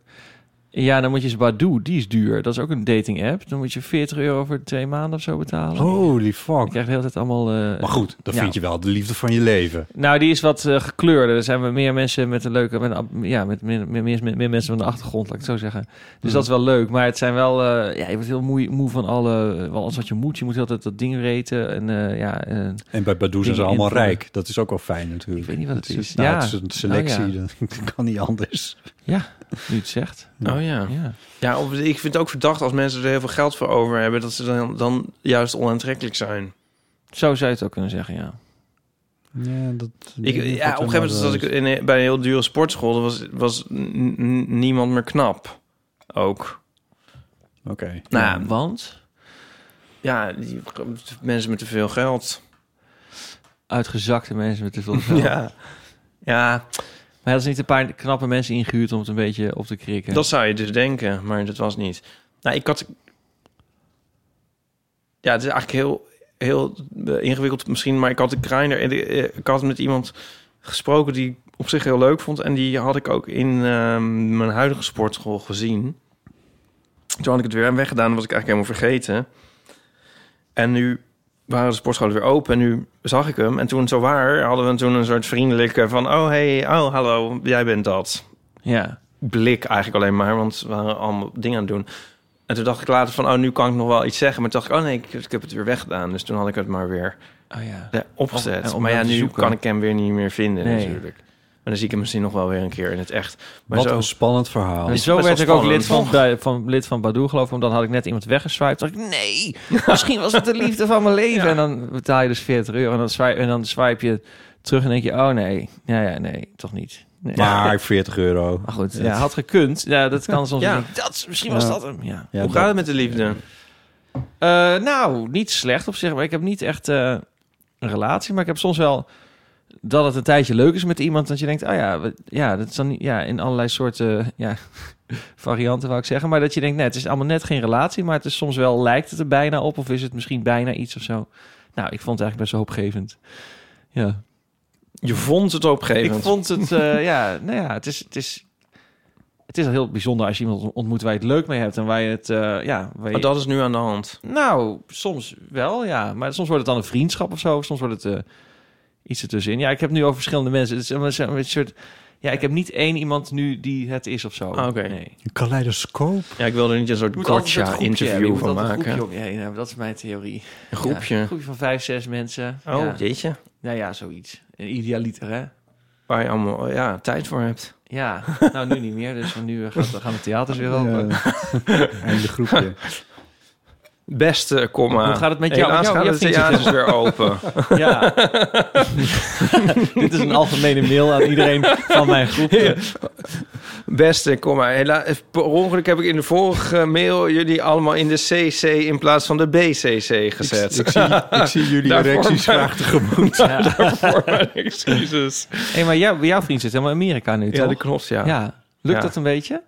C: Ja, dan moet je eens Badoo, die is duur. Dat is ook een dating app. Dan moet je 40 euro voor twee maanden of zo betalen.
D: Holy fuck.
C: Je krijgt de hele tijd allemaal... eh,
D: Oh. Maar goed, dan
C: ja.
D: vind je wel de liefde van je leven.
C: Nou, die is wat eh, gekleurder. Er zijn meer mensen met een leuke... Met, een ab- ja, met meer, meer, meer, meer mensen met een achtergrond, laat ik het zo zeggen. Dus
D: Mhm.
C: dat is wel leuk. Maar het zijn wel... eh, ja, je wordt heel moe, moe van alle, van alles wat je moet. Je moet altijd dat ding weten. En, eh, ja, en,
D: En bij Badoe zijn ze
C: dingen
D: allemaal
C: invullen.
D: rijk. Dat is ook wel fijn natuurlijk. Ik weet
C: niet wat het is.
D: Nou,
C: Ja.
D: het is een selectie.
C: Oh, ja.
D: Dat kan niet anders.
C: Ja, nu het zegt.
B: Oh ja.
C: Ja.
B: Ja, of, ik vind het ook verdacht als mensen er heel veel geld voor over hebben... dat ze dan, dan juist onaantrekkelijk zijn.
C: Zo zou je het ook kunnen zeggen, ja.
D: Ja, dat,
B: Ik, ja, op een gegeven moment zat ik in, een- bij een heel dure sportschool. Er was, was n- n- niemand meer knap. Ook.
D: Oké.
B: Nou,
D: Ja.
B: ja, want? Ja, die, mensen met te veel geld.
C: Uitgezakte mensen met te veel geld.
B: Ja. Ja.
C: Maar hadden ze niet een paar knappe mensen ingehuurd om het een beetje op te krikken?
B: Dat zou je dus denken, maar dat was niet. Nou, ik had... Ja, het is eigenlijk heel, heel eh, ingewikkeld misschien, maar ik had de grinder en de- eh, ik had met iemand gesproken die ik op zich heel leuk vond en die had ik ook in ehm, mijn huidige sportschool gezien. Toen had ik het weer weggedaan, was ik eigenlijk helemaal vergeten. En nu waren de sportscholen weer open en nu zag ik hem. En toen zo waar hadden we toen een soort vriendelijke van... oh, hey, oh, hallo, jij bent dat.
C: Ja.
B: Blik eigenlijk alleen maar, want we waren allemaal dingen aan het doen. En toen dacht ik later van, oh, nu kan ik nog wel iets zeggen. Maar toen dacht ik, oh nee, ik, ik heb het weer weggedaan. Dus toen had ik het maar weer
C: Oh ja.
B: eh, opgezet.
C: Om- en om
B: maar ja,
C: hem te
B: nu
C: zoeken.
B: kan ik hem weer niet meer vinden
C: Nee.
B: natuurlijk. Maar dan zie ik hem misschien nog wel weer een keer in het echt. Maar
D: Wat
B: zo,
D: een spannend verhaal.
C: En
B: is
C: zo
B: best
C: werd
B: wel
C: ik ook
B: spannend,
C: lid van,
B: toch?
C: bij- van, lid van Badoe, geloof ik. Want dan had ik net iemand weggeswiped. Dacht ik, nee, misschien was het de liefde van mijn leven. En dan betaal je dus 40 euro. En dan swipe, en dan swipe je terug en denk je, oh nee. Ja, ja, nee, toch niet. Nee.
D: Maar 40 euro.
C: Maar goed, ja, had gekund. Ja, dat kan soms
B: Ja.
C: niet. Dat, misschien was
D: Ja.
C: dat hem, ja.
D: Ja,
B: hoe gaat het met de liefde?
C: Eh, nou, niet slecht op zich, maar ik heb niet echt eh, een relatie. Maar ik heb soms wel dat het een tijdje leuk is met iemand. Dat je denkt, oh ja, we- ja dat is dan niet- ja, in allerlei soorten ja, varianten, wou ik zeggen. Maar dat je denkt, nee, het is allemaal net geen relatie. Maar het is soms wel, lijkt het er bijna op? Of is het misschien bijna iets of zo? Nou, ik vond het eigenlijk best wel hoopgevend. Ja.
B: Je vond het opgevend.
C: Ik vond het, eh, ja, nou ja, het is, het is... Het is heel bijzonder als je iemand ontmoet waar je het leuk mee hebt en waar je het, eh, ja... Waar je-
B: Maar Oh, dat is nu aan de hand.
C: nou, soms wel, ja. Maar soms wordt het dan een vriendschap of zo. Soms wordt het eh, iets ertussenin. Ja, ik heb nu al verschillende mensen. Het is een- een, een soort... Ja, ik heb niet één iemand nu die het is of zo.
B: Ah, oké.
C: Nee.
D: Een kaleidoscoop.
B: Ja, ik wilde er niet een soort
C: Je moet altijd dat groepje hebben. Je
B: gotcha-interview
C: moet
B: van
C: altijd een
B: maken.
C: groepje om je heen hebben. Dat is mijn theorie.
B: Een groepje?
C: Ja, een groepje van vijf, zes mensen.
B: Oh,
C: ja.
B: jeetje.
C: Nou ja, zoiets. Een idealiter, hè?
B: Waar je allemaal ja, tijd voor hebt.
C: Ja, nou nu niet meer. Dus nu eh, gaat, gaan de theaters weer open.
D: En de groepje.
B: Beste, komma.
C: Hoe gaat het met jou?
B: Helaas
C: Met jou?
B: gaan
C: Jij
B: de
C: vindt
B: theaters
C: het-
B: weer open.
C: Ja. Dit is een algemene mail aan iedereen van mijn groep.
B: Beste, komma. Helaas, per ongeluk heb ik in de vorige mail jullie allemaal in de CC in plaats van de BCC gezet.
D: Ik zie, ik zie jullie
B: Daarvoor
D: erecties
B: mijn-
D: graag tegemoet.
B: Daarvoor mijn excuses.
C: Hé, maar jou, jouw vriend zit helemaal in Amerika nu, toch?
B: Ja, dat klopt, ja.
C: Ja. Lukt
B: Ja.
C: dat een beetje?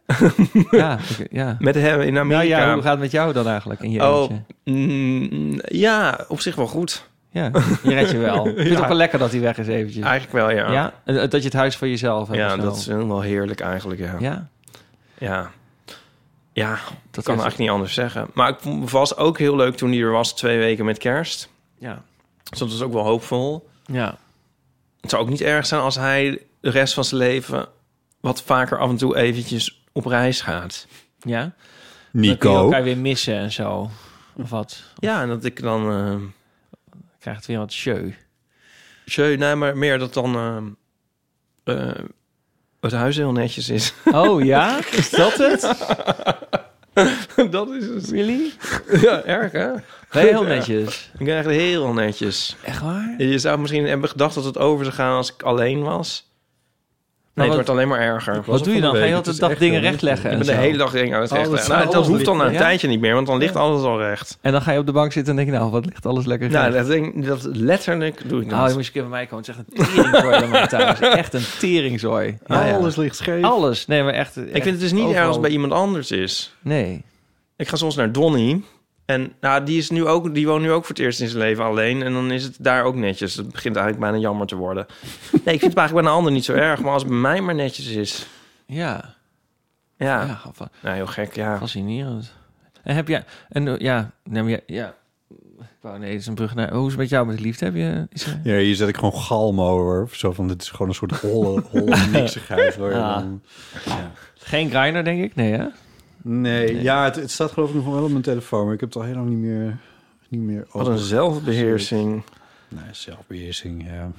C: ja, ik- ja.
B: Met hem in
C: Nou
B: Amerika.
C: ja, hoe gaat het met jou dan eigenlijk in je
B: oh,
C: eentje?
B: mm, ja, op zich wel goed.
C: Ja, je redt je wel. Ik vind het
B: Ja.
C: ook wel lekker dat hij weg is eventjes.
B: Eigenlijk wel, ja.
C: ja.
B: Ja,
C: En Dat je het huis voor jezelf hebt. of zo.
B: dat is helemaal heerlijk eigenlijk, ja.
C: Ja,
B: Ja. Ja,
C: dat
B: kan
C: is-
B: eigenlijk niet anders zeggen. Maar ik vond- was ook heel leuk toen hij er was, twee weken met kerst.
C: Ja.
B: Dus dat was ook wel hoopvol.
C: Ja.
B: Het zou ook niet erg zijn als hij de rest van zijn leven wat vaker af en toe eventjes op reis gaat.
C: ja. Dan kun je
D: Nico.
C: elkaar weer missen en zo. Of wat.
B: Ja, en dat ik dan... eh
C: Krijgt het weer wat show.
B: jeu, nee, maar meer dat dan eh, eh, het huis heel netjes is.
C: Oh ja? Is dat het?
B: dat is het.
C: Really?
B: Ja, erg hè?
C: Ben je heel netjes.
B: Ik ben echt heel netjes.
C: Echt waar?
B: Je zou misschien hebben gedacht dat het over zou gaan als ik alleen was. Nee, het
C: Nou, wat-
B: wordt alleen maar erger.
C: Wat doe je dan? Ga je de hele dag dingen rechtleggen?
B: Ik ben
C: en
B: de
C: zo?
B: hele dag dingen aan het
D: Alles-
B: rechten. nou, dat
D: alles
B: hoeft dan na een
C: ligt- ja?
B: tijdje niet meer, want dan ligt alles al recht.
C: En dan ga je op de bank zitten en denk je, nou, wat ligt alles lekker
B: Nou,
C: recht.
B: dat, denk, dat letterlijk doe ik dat.
C: Nou, je moest je een keer bij mij komen. Het is echt een teringzooi bij mij thuis. Echt een teringzooi. Ja, ja.
D: Alles ligt scheef.
C: Alles. Nee, maar echt.
B: ik vind het dus niet erg als het bij iemand anders is.
C: Nee.
B: Ik ga soms naar Donny. En nou, die, is nu ook, die woont nu ook voor het eerst in zijn leven alleen. En dan is het daar ook netjes. Het begint eigenlijk bijna jammer te worden. Nee, ik vind het eigenlijk bij een ander niet zo erg. Maar als het bij mij maar netjes is.
C: Ja.
B: Ja,
C: Ja, fa-
B: Nou, heel gek, ja.
C: fascinerend. En heb jij. En eh, ja, nee, maar ja. ja. Ik wou- nee, het is een brug naar. Hoe is het met jou met de liefde? Heb je. Is er-
D: Ja, hier zet ik gewoon galm over. of Zo van, dit is gewoon een soort holle, holle niksigheid. Waar je
C: Ah.
D: dan-
C: Geen grinder, denk ik? Nee, hè?
D: nee, ja, het, het staat geloof ik nog wel op mijn telefoon. Maar ik heb het al heel lang niet meer, niet meer
B: Wat een zelfbeheersing.
D: Nee, zelfbeheersing, ja.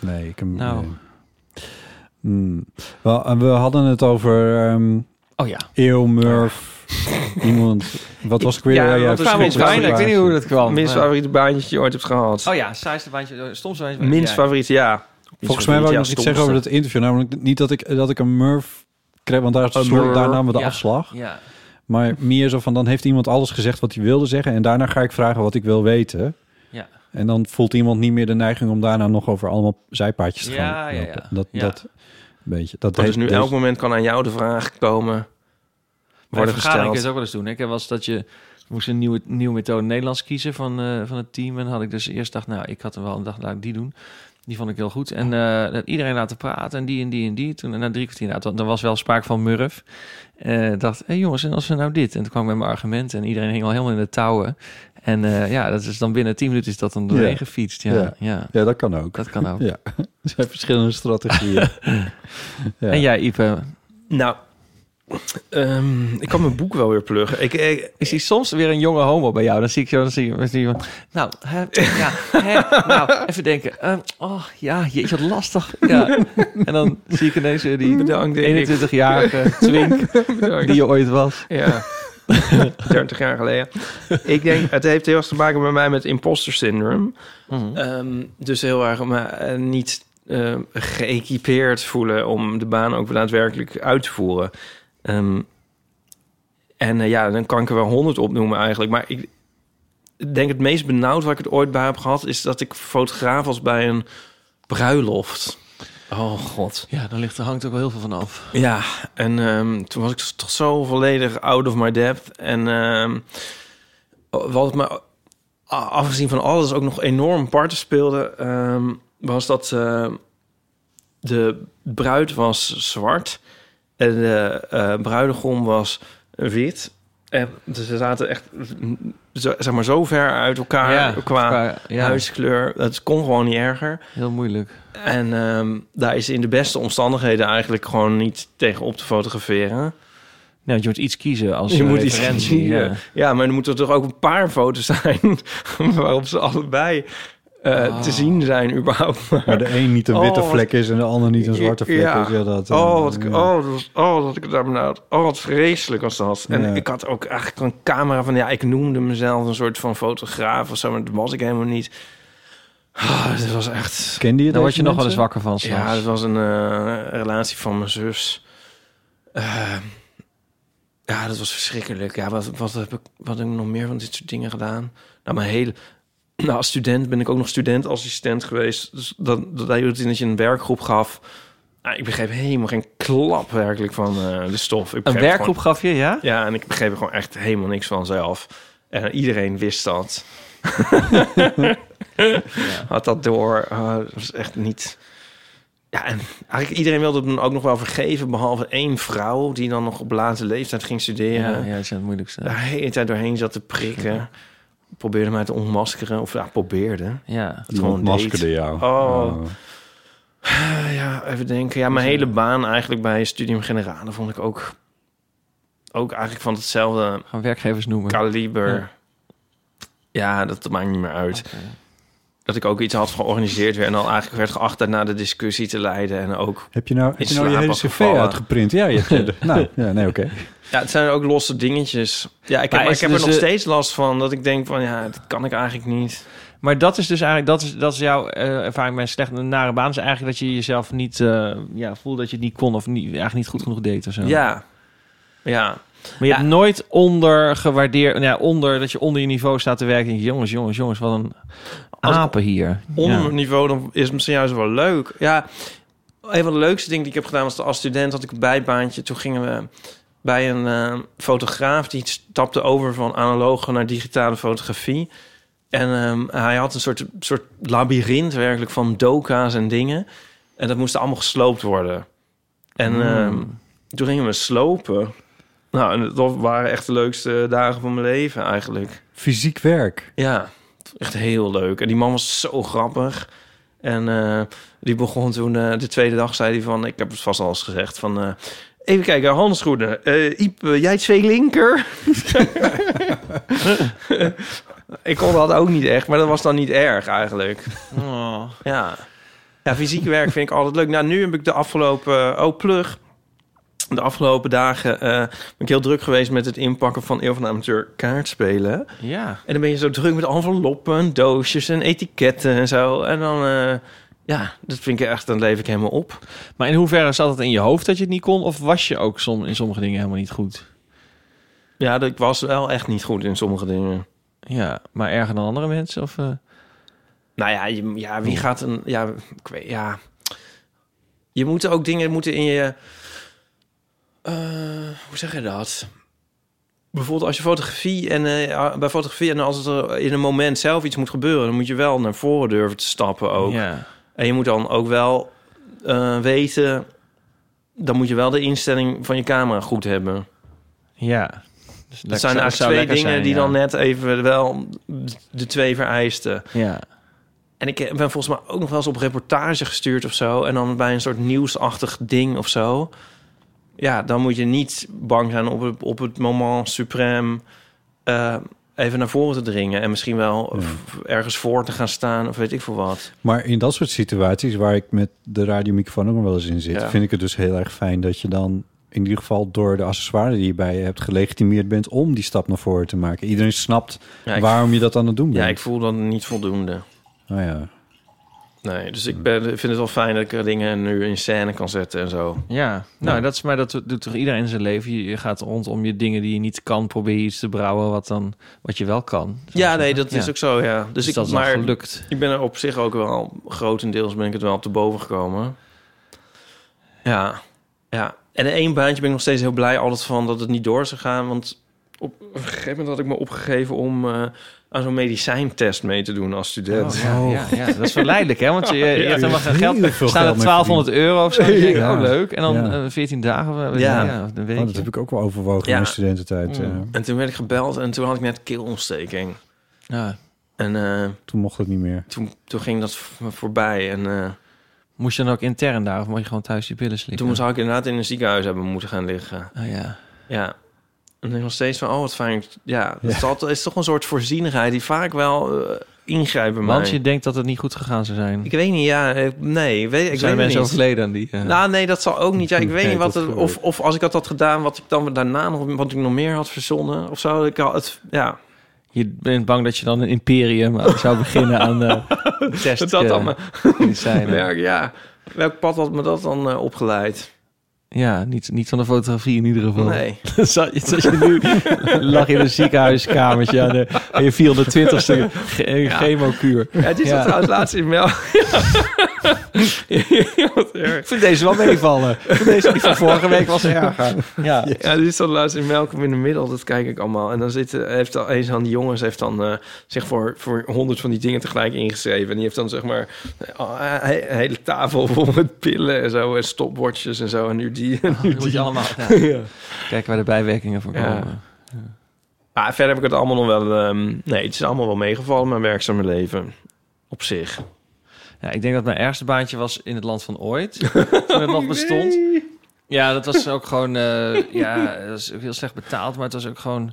D: Nee, ik heb...
C: Nou.
D: nee. Hmm. Wel, en we hadden het over ehm
C: Oh ja.
D: Eeuw Murph Iemand. Wat was ik weer?
B: Ja, dat is
D: favoriete
B: minst favoriet.
D: baantje.
B: Ik weet niet hoe dat kwam. Minst
D: Ja.
B: favoriete baantje dat je ooit hebt gehad.
C: Oh ja, saaiste baantje, stomste baantje.
B: Minst
C: Ja.
B: favoriet, ja.
D: Volgens mij wou ik nog iets zeggen over dat
B: dat.
D: interview. Namelijk niet dat ik, dat ik een Murph kreeg, want daar, stond-
B: Murph.
D: daar namen we de
B: Ja.
D: afslag.
B: Ja.
D: Maar meer zo van, dan heeft iemand alles gezegd wat hij wilde zeggen... en daarna ga ik vragen wat ik wil weten.
C: Ja.
D: En dan voelt iemand niet meer de neiging om daarna nog over allemaal zijpaadjes te
B: Ja,
D: gaan
B: ja,
D: lopen.
B: ja.
D: Dat,
B: Ja.
D: dat een beetje. Dat,
B: Dat
D: heeft
B: is nu
D: deze-
B: elk moment kan aan jou de vraag komen.
C: Bij een
B: Worden
C: vergadering kun je
B: gesteld.
C: het ook wel eens doen. hè. Ik was dat je moest een nieuwe, nieuwe methode Nederlands kiezen van, eh, van het team. En had ik dus eerst dacht, nou, ik had er wel een dag, laat ik die doen. Die vond ik heel goed. En eh, dat iedereen laten praten en die en die en die. Toen en na drie kwartier, nou, dan- dan was wel sprake van Murf. Eh dacht, hé jongens, en als we nou dit? En toen kwam ik met mijn argumenten en iedereen hing al helemaal in de touwen. En eh, ja, dat is dan binnen tien minuten is dat dan doorheen
D: Ja.
C: gefietst. Ja,
D: Ja.
C: ja.
D: Ja, dat kan ook.
C: Dat kan ook.
D: Ja. Er zijn verschillende strategieën. Ja.
C: En jij, Ipe?
B: Nou, ehm, ik kan mijn boek wel weer pluggen. Ik, ik,
C: Ik zie soms weer een jonge homo bij jou. Dan zie ik zo, dan zie ik, dan zie ik nou, hè, ja, hè, nou, even denken. Ehm, oh, ja, jeetje, wat lastig. Ja. En dan zie ik ineens weer die
B: Bedankt, Erik.
C: 21-jarige twink
B: Bedankt.
C: die je ooit was.
B: Ja, 30 jaar geleden. Ik denk, het heeft heel erg te maken bij mij met imposter syndrome. Ehm, dus heel erg me eh, niet ehm, geëquipeerd voelen om de baan ook daadwerkelijk uit te voeren. Ehm, en eh, ja, dan kan ik er wel honderd opnoemen eigenlijk. Maar ik denk het meest benauwd waar ik het ooit bij heb gehad... is dat ik fotograaf was bij een bruiloft. Oh god.
C: Ja, daar ligt, er hangt ook wel heel veel van af.
B: Ja, en ehm, toen was ik toch zo volledig out of my depth. En ehm, wat me a- afgezien van alles ook nog enorm parten speelde... ehm, was dat ehm, de bruid was zwart en de eh, bruidegom was wit. En dus ze zaten echt mm, zo, zeg maar, zo ver uit elkaar
C: Ja,
B: qua
C: qua- ja.
B: huidskleur. Het kon gewoon niet erger.
C: Heel moeilijk.
D: Eh.
B: En ehm, daar is in de beste omstandigheden eigenlijk gewoon niet tegen op te fotograferen.
C: Nou, je moet iets kiezen als eh,
B: je moet iets
C: referentie.
B: kiezen.
C: ja.
B: Ja. maar er moeten toch ook een paar foto's zijn waarop ze allebei eh, te zien zijn überhaupt.
D: Waar de een Ah. niet een
B: Oh,
D: witte
B: wat-
D: vlek is en de ander niet een zwarte vlek is. Ja, dat, eh,
B: oh, wat ik,
D: ja.
B: oh, dat was, oh, dat ik daar benauwd. Oh, wat vreselijk was dat. En
D: Ja.
B: ik had ook eigenlijk een camera van... Ja, ik noemde mezelf een soort van fotograaf of zo, maar dat was ik helemaal niet. Ah, dat was echt...
D: Kende je
C: Daar word
D: deze
C: je nog wel eens
D: mensen?
C: wakker van s'nachts.
B: Ja, dat was een eh, relatie van mijn zus. Eh, ja, dat was verschrikkelijk. Ja, wat, wat, heb ik, wat heb ik nog meer van dit soort dingen gedaan? Nou, mijn hele... Nou, als student ben ik ook nog studentassistent geweest. Dus dat, dat hield in dat je een werkgroep gaf. Nou, ik begreep helemaal geen klap werkelijk van eh, de stof. Ik
C: Een
B: begreep
C: werkgroep gaf je, ja?
B: Ja, en ik begreep er gewoon echt helemaal niks van zelf. En iedereen wist dat. Had dat door. Eh, dat was echt niet... Ja, en eigenlijk iedereen wilde me ook nog wel vergeven... behalve één vrouw die dan nog op late leeftijd ging studeren.
C: Ja, ja, dat is het moeilijkste.
B: Daar de hele tijd doorheen zat te prikken. Probeerde mij te ontmaskeren. Of ja, probeerde.
C: Ja.
B: Het gewoon deed.
D: Ontmaskerde jou.
B: Oh. Ja, even denken. Ja, mijn hele baan eigenlijk bij Studium Generale vond ik ook... Ook eigenlijk van hetzelfde
C: Gaan werkgevers noemen.
B: kaliber.
C: Ja.
B: Ja. dat maakt niet meer uit. Dat ik ook iets had georganiseerd weer. En dan eigenlijk werd geacht daarna de discussie te leiden. En ook
D: Heb je nou, heb
B: in
D: je, nou je
B: slaap
D: hele
B: was
D: cv
B: gevallen.
D: uitgeprint? Ja, je hebt, nou, ja, nee, oké.
B: Ja, het zijn ook losse dingetjes. Ja, ik heb,
C: Maar
B: maar
C: is
B: ik heb
C: dus
B: er nog
C: de-
B: steeds last van. Dat ik denk van, ja, dat kan ik eigenlijk niet.
C: Maar dat is dus eigenlijk, dat is, dat is jouw eh, ervaring met slecht een nare baan. Is eigenlijk dat je jezelf niet eh, ja, voelde dat je het niet kon of niet, eigenlijk niet goed genoeg deed of zo.
B: Ja. Ja.
C: Maar je hebt nooit onder gewaardeerd, nou ja, onder dat je onder je niveau staat te werken. Denk je, jongens, jongens, jongens, wat een
B: Als ik
C: apen hier.
B: onder
C: Ja.
B: mijn niveau, dan is het misschien juist wel leuk. Ja, een van de leukste dingen die ik heb gedaan was als student had ik een bijbaantje. Toen gingen we bij een eh, fotograaf die stapte over van analoge naar digitale fotografie. En ehm, hij had een soort, soort labyrint werkelijk van doka's en dingen. En dat moest allemaal gesloopt worden. En
D: Hmm.
C: Mm.
B: ehm, toen gingen we slopen. Nou, en dat waren echt de leukste dagen van mijn leven eigenlijk.
D: Fysiek werk.
B: Ja, echt heel leuk. En die man was zo grappig. En eh, die begon toen eh, de tweede dag, zei hij van... Ik heb het vast al eens gezegd, van... eh, even kijken, handschoenen. Eh Iep, eh, jij twee linker? ik kon dat ook niet echt, maar dat was dan niet erg eigenlijk. Ja. ja, fysiek werk vind ik altijd leuk. Nou, nu heb ik de afgelopen... Oh, eh, plug. de afgelopen dagen eh, ben ik heel druk geweest met het inpakken van Eeuw van de Amateur kaartspelen.
C: Ja.
B: En dan ben je zo druk met enveloppen, doosjes en etiketten en zo. En dan, eh, ja, dat vind ik echt, dan leef ik helemaal op.
C: Maar in hoeverre zat het in je hoofd dat je het niet kon? Of was je ook som, in sommige dingen helemaal niet goed?
B: Ja, dat- ik was wel echt niet goed in sommige dingen.
C: Ja, maar erger dan andere mensen? Of, eh?
B: Nou ja, je, ja wie gaat een... Ja, ik weet, ja. Je moet ook dingen moeten in je... eh, hoe zeg je dat? Bijvoorbeeld als je fotografie en eh, bij fotografie en als er in een moment zelf iets moet gebeuren, dan moet je wel naar voren durven te stappen ook. En je moet dan ook wel eh, weten, dan moet je wel de instelling van je camera goed hebben.
C: Ja. Dus
B: Dat zijn eigenlijk twee dingen die dan net even wel de twee vereisten.
C: Ja.
B: En ik ben volgens mij ook nog wel eens op reportage gestuurd of zo. En dan bij een soort nieuwsachtig ding of zo. Ja, dan moet je niet bang zijn op het, op het moment suprême eh, even naar voren te dringen. En misschien wel f- ergens voor te gaan staan of weet ik veel wat.
D: Maar in dat soort situaties waar ik met de radiomicrofoon ook nog wel eens in zit,
B: Ja.
D: vind ik het dus heel erg fijn dat je dan in ieder geval door de accessoires die je bij je hebt gelegitimeerd bent om die stap naar voren te maken. Iedereen snapt
B: Ja, ik-
D: waarom je dat aan het doen bent.
B: Ja, ik voel dat niet voldoende.
D: Nou ja.
B: Nee, dus ik ben, vind het wel fijn dat ik er dingen nu in scène kan zetten en zo.
C: Ja, nou,
B: Ja.
C: Dat is, maar dat doet toch iedereen in zijn leven? Je, je gaat rondom je dingen die je niet kan, probeer je iets te brouwen wat, dan, wat je wel kan.
B: Ja, nee, dat is
C: Ja.
B: ook zo, ja. Dus,
C: Dus
B: ik,
C: dat is wel
B: maar
C: gelukt.
B: Ik ben er op zich ook wel, grotendeels ben ik het wel op de boven gekomen. Ja, ja. En in één baantje ben ik nog steeds heel blij altijd van dat het niet door zou gaan. Want op een gegeven moment had ik me opgegeven om eh, aan zo'n medicijntest mee te doen als student.
C: Oh, ja, ja, ja. Dat is verleidelijk, hè? Want je, je hebt helemaal geen geld.
B: Heel
C: Er
B: veel
C: staan
B: geld
C: er
B: mee
C: 1200
B: verdiend.
C: euro of zo. Dan denk je,
B: Ja.
C: oh, leuk. En dan
B: Ja.
C: eh, 14 dagen, of, eh,
B: Ja.
C: ja. of een
D: Oh,
C: week.
D: dat heb ik ook wel overwogen
B: Ja.
D: in mijn studententijd.
B: Mm.
D: eh.
B: En toen werd ik gebeld en toen had ik net keelontsteking.
C: Ja.
B: En eh,
D: toen mocht het niet meer.
B: toen, toen ging dat v- voorbij en... eh,
C: Moest je dan ook intern daar of mocht je gewoon thuis je pillen slikken?
B: Toen zou ik inderdaad in een ziekenhuis hebben moeten gaan liggen.
C: Oh ja.
B: Ja. En dan nog steeds van, oh wat fijn. Ja, dat
C: Ja.
B: Is, altijd- is toch een soort voorzienigheid die vaak wel eh, ingrijpt bij
C: Want
B: mij.
C: je denkt dat het niet goed gegaan zou zijn.
B: Ik weet niet, ja. ik- Nee, weet, ik
C: Zijn
B: weet het
C: mensen
B: niet.
C: overleden aan die, eh?
B: Nou, nee, dat zal ook niet. Ja, ik weet
C: Nee,
B: niet wat
C: dat
B: het,
C: geloof
B: of, of als ik dat had gedaan, wat ik dan daarna nog, wat ik nog meer had verzonnen of zo. Ik had het, ja.
C: Je bent bang dat je dan een imperium aan- zou beginnen aan eh test.
B: Dat had dan me-
C: medicijnen.
B: Werk, ja. Welk pad had me dat dan eh, opgeleid?
C: Ja, niet, niet van de fotografie in ieder geval.
B: Nee.
C: Dan zat je, zat je nu, lag je in een ziekenhuiskamertje aan, de, aan je 420ste ge
D: eh,
B: Ja.
C: chemokuur.
B: Ja, dit is
C: Ja.
B: wat trouwens laatst in Mel. Ik
C: vind deze wel meevallen. Ik vind deze die van vorige week was erger. Ja.
B: ja, dit is dan laatst in Melkom in de middel. Dat kijk ik allemaal. En dan zit, eh, heeft al een van die jongens heeft dan eh, zich voor, voor honderd van die dingen tegelijk ingeschreven. En die heeft dan zeg maar eh, he- een hele tafel vol met pillen en zo. En stopwatches en zo. En nu die. En nu
C: Dat moet je
B: die.
C: allemaal ja.
B: Ja.
C: kijken waar de bijwerkingen van
B: Ja.
C: komen.
B: Maar verder heb ik het allemaal nog wel... ehm, nee, het is allemaal wel meegevallen, mijn werkzame leven. Op zich.
C: Ja, ik denk dat mijn ergste baantje was in het land van ooit. toen het nog bestond. Ja, dat was ook gewoon... eh, ja, dat was ook heel slecht betaald. Maar het was ook gewoon...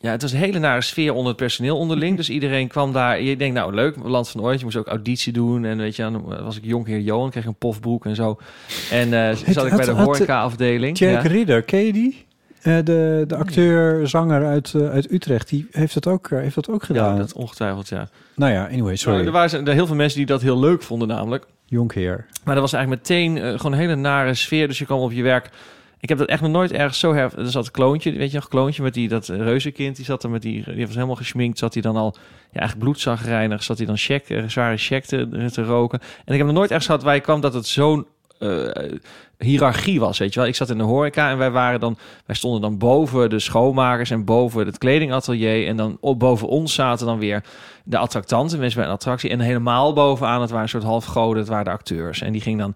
C: Ja, het was een hele nare sfeer onder het personeel onderling. Dus iedereen kwam daar... Je denkt, nou leuk, Land van Ooit. Je moest ook auditie doen. En weet je, dan was ik jonkheer Johan. Kreeg een pofbroek en zo. En
D: Oh,
C: eh, zat ik bij de horeca-afdeling.
D: Jack
C: Ja.
D: Ridder, ken je die? Eh, de, de acteur, zanger uit, eh, uit Utrecht, die heeft dat ook, eh, heeft dat ook gedaan.
C: dat ongetwijfeld, ja.
D: Nou ja, anyway, sorry.
C: Nou, er waren er heel veel mensen die dat heel leuk vonden namelijk.
D: Jonkheer.
C: Maar dat was eigenlijk meteen eh, gewoon een hele nare sfeer. Dus je kwam op je werk. Ik heb dat echt nog nooit ergens zo her... Er zat een kloontje, weet je nog, kloontje met die, dat eh, reuzenkind. Die zat er met die... Die was helemaal geschminkt. Zat hij dan al... Ja, eigenlijk bloedzagreinig. Zat hij dan check, eh, zware check te, te roken. En ik heb nog nooit ergens gehad waar je kwam dat het zo'n... eh, hiërarchie was, weet je wel. Ik zat in de horeca en wij waren dan... Wij stonden dan boven de schoonmakers en boven het kledingatelier. En dan op, boven ons zaten dan weer de attractanten, mensen bij een attractie. En helemaal bovenaan, het waren een soort halfgoden, het waren de acteurs. En die ging dan,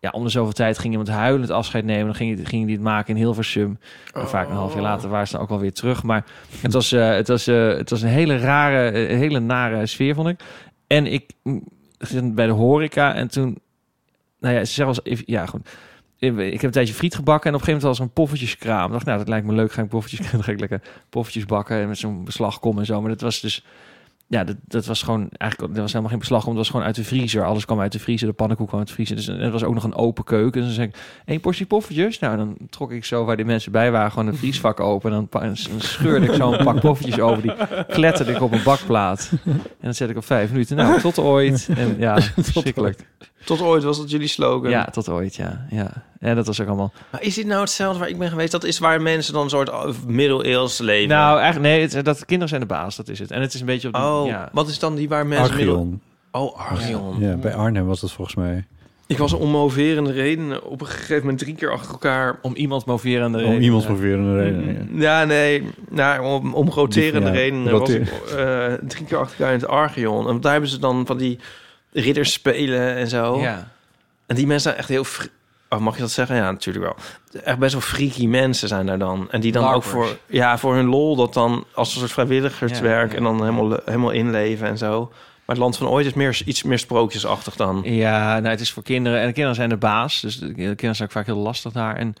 C: ja, om de zoveel tijd ging iemand huilend afscheid nemen. Dan ging, ging die het maken in Hilversum. En vaak een half jaar later waren ze dan ook alweer terug. Maar het was, eh, het was, eh, het was een hele rare, eh, hele nare sfeer, vond ik. En ik mm, ging bij de horeca en toen... Nou ja, ze zeggen wel eens even- ja goed. Ik heb een tijdje friet gebakken en op een gegeven moment was er een poffertjeskraam. Ik dacht, nou, dat lijkt me leuk, ga ik poffertjes, dan ga ik lekker poffertjes bakken en met zo'n beslagkom en zo. Maar dat was dus ja, dat, dat was gewoon eigenlijk, er was helemaal geen beslag om. Het was gewoon uit de vriezer. Alles kwam uit de vriezer. De pannenkoek kwam uit de vriezer. Dus en het was ook nog een open keuken. Dus dan zei ik, één portie poffertjes. Nou, dan trok ik zo waar die mensen bij waren gewoon een vriesvak open. En dan, pa- en dan scheurde ik zo'n pak poffertjes over. Die kletterde ik op een bakplaat. En dan zet ik op vijf minuten. Nou, tot ooit. En ja, verschrikkelijk.
B: Tot ooit was dat jullie slogan.
C: Ja, tot ooit, ja. Ja, ja dat was ook allemaal...
B: Maar is dit nou hetzelfde waar ik ben geweest? Dat is waar mensen dan een soort oh, middeleeuws leven.
C: Nou, eigenlijk, nee, het- dat kinderen zijn de baas, dat is het. En het is een beetje op de,
B: oh,
C: ja.
B: wat is dan die waar mensen...
D: Archeon.
B: middel- Oh, Archeon.
D: Ja, bij Arnhem was dat volgens mij.
B: Ik was om moverende redenen op een gegeven moment drie keer achter elkaar...
C: om iemand moverende
D: Om iemand moverende redenen, ja.
B: Ja, nee. Nou, om, om roterende
D: Ja,
B: redenen
D: roteer-
B: was ik eh, drie keer achter elkaar in het Archeon. En daar hebben ze dan van die ridders spelen en zo.
C: Ja.
B: En die mensen zijn echt heel... fr- Oh, mag je dat zeggen? Ja, natuurlijk wel. Echt best wel freaky mensen zijn daar dan. En die dan
C: Larpers.
B: ook voor, ja, voor hun lol dat dan als een soort vrijwilligerswerk... en dan helemaal, le- helemaal inleven en zo. Maar het Land van Ooit is meer, iets meer sprookjesachtig dan.
C: Ja, nou, het is voor kinderen. En de kinderen zijn de baas. Dus de kinderen zijn ook vaak heel lastig daar. En,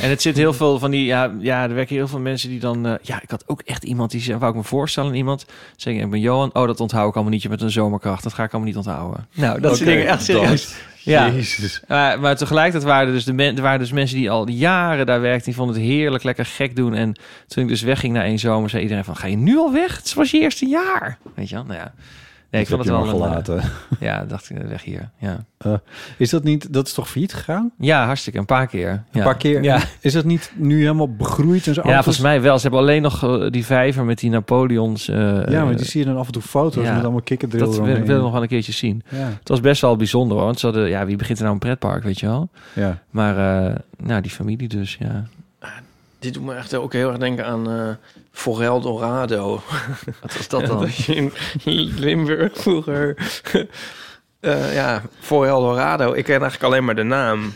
C: en het zit heel veel van die... Ja, ja, er werken heel veel mensen die dan... eh, ja, ik had ook echt iemand die zei... Wou ik me voorstellen aan iemand? Zeg ik, ik ben Johan. Oh, dat onthoud ik allemaal niet. Je bent een zomerkracht. Dat ga ik allemaal niet onthouden. Nou, dat soort
B: Oké,
C: dingen. Echt
B: dat.
C: serieus. Ja.
B: Jezus.
C: Maar, maar tegelijkertijd waren er, dus de men, er waren dus mensen die al jaren daar werkten. Die vonden het heerlijk lekker gek doen. En toen ik dus wegging na één zomer, zei iedereen van... Ga je nu al weg? Het was je eerste jaar. Weet je wel? Nou ja. Nee, ik
D: heb
C: vond het
D: je
C: wel een,
D: maar
C: eh,
D: gelaten.
C: ja, dacht ik, eh, weg hier. Ja,
D: Eh, is dat niet, dat is toch failliet gegaan?
C: ja hartstikke. Een paar keer. Ja.
D: Een paar keer.
C: Ja.
D: Is dat niet nu helemaal begroeid en zo?
C: Ja, volgens mij wel. Ze hebben alleen nog eh, die vijver met die Napoleons. eh,
D: Ja, maar die zie je dan af en toe foto's
C: ja.
D: met allemaal kikkerdrillen
C: Dat wil,
D: eromheen.
C: wil ik nog wel een keertje zien.
D: Ja.
C: Het was best wel bijzonder hoor. Want ze hadden, ja, wie begint er nou een pretpark, weet je wel?
D: Ja.
C: Maar eh, nou, die familie dus, ja.
B: Dit doet me echt ook heel erg denken aan eh Forel Dorado.
C: Wat was dat dan?
B: dat je in Limburg vroeger... eh, ja, Forel Dorado. Ik ken eigenlijk alleen maar de naam.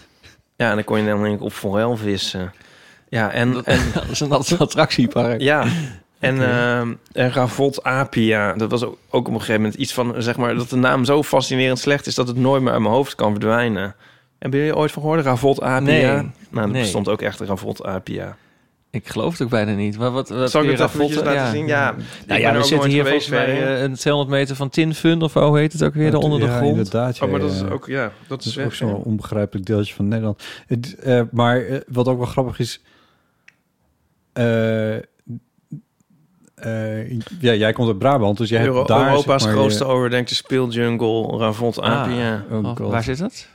B: Ja, en dan kon je dan denk ik op forel vissen. Ja, en... en
C: dat is een attractiepark.
B: Ja. En, ehm, en Ravot Apia, dat was ook, ook op een gegeven moment iets van, zeg maar, dat de naam zo fascinerend slecht is dat het nooit meer uit mijn hoofd kan verdwijnen. Hebben jullie ooit van gehoord, Ravot Apia?
C: Nee.
B: Nou, dat
C: Nee.
B: bestond ook echt, Ravot Apia.
C: Ik geloof het ook bijna niet. Maar wat, wat
B: Zal ik
C: kun
B: het
C: je
B: even eventjes
C: ravotten?
B: laten zien? Ja, ik ben
C: nou
B: er
C: ja, we
B: ook
C: zitten
B: nooit
C: hier
B: geweest
C: volgens mij
B: verder.
C: eh, een 200 meter van Tin Fun of hoe heet het ook weer?
D: Ja,
C: daar onder de
D: ja,
C: grond.
D: inderdaad. Ja,
B: Oh, maar dat
D: ja.
B: is ook, ja, dat
D: Dat
B: is
D: is ook
B: weg. hè?
D: zo'n onbegrijpelijk deeltje van Nederland. Het, eh, maar eh, wat ook wel grappig is... eh, eh, ja, jij komt uit Brabant, dus jij
B: Euro-
D: hebt daar...
B: Europa's
D: zeg maar,
B: grootste
D: je-
B: overdenkte speeljungle, Ravot Apia.
D: oh Oh, god. waar zit
C: dat?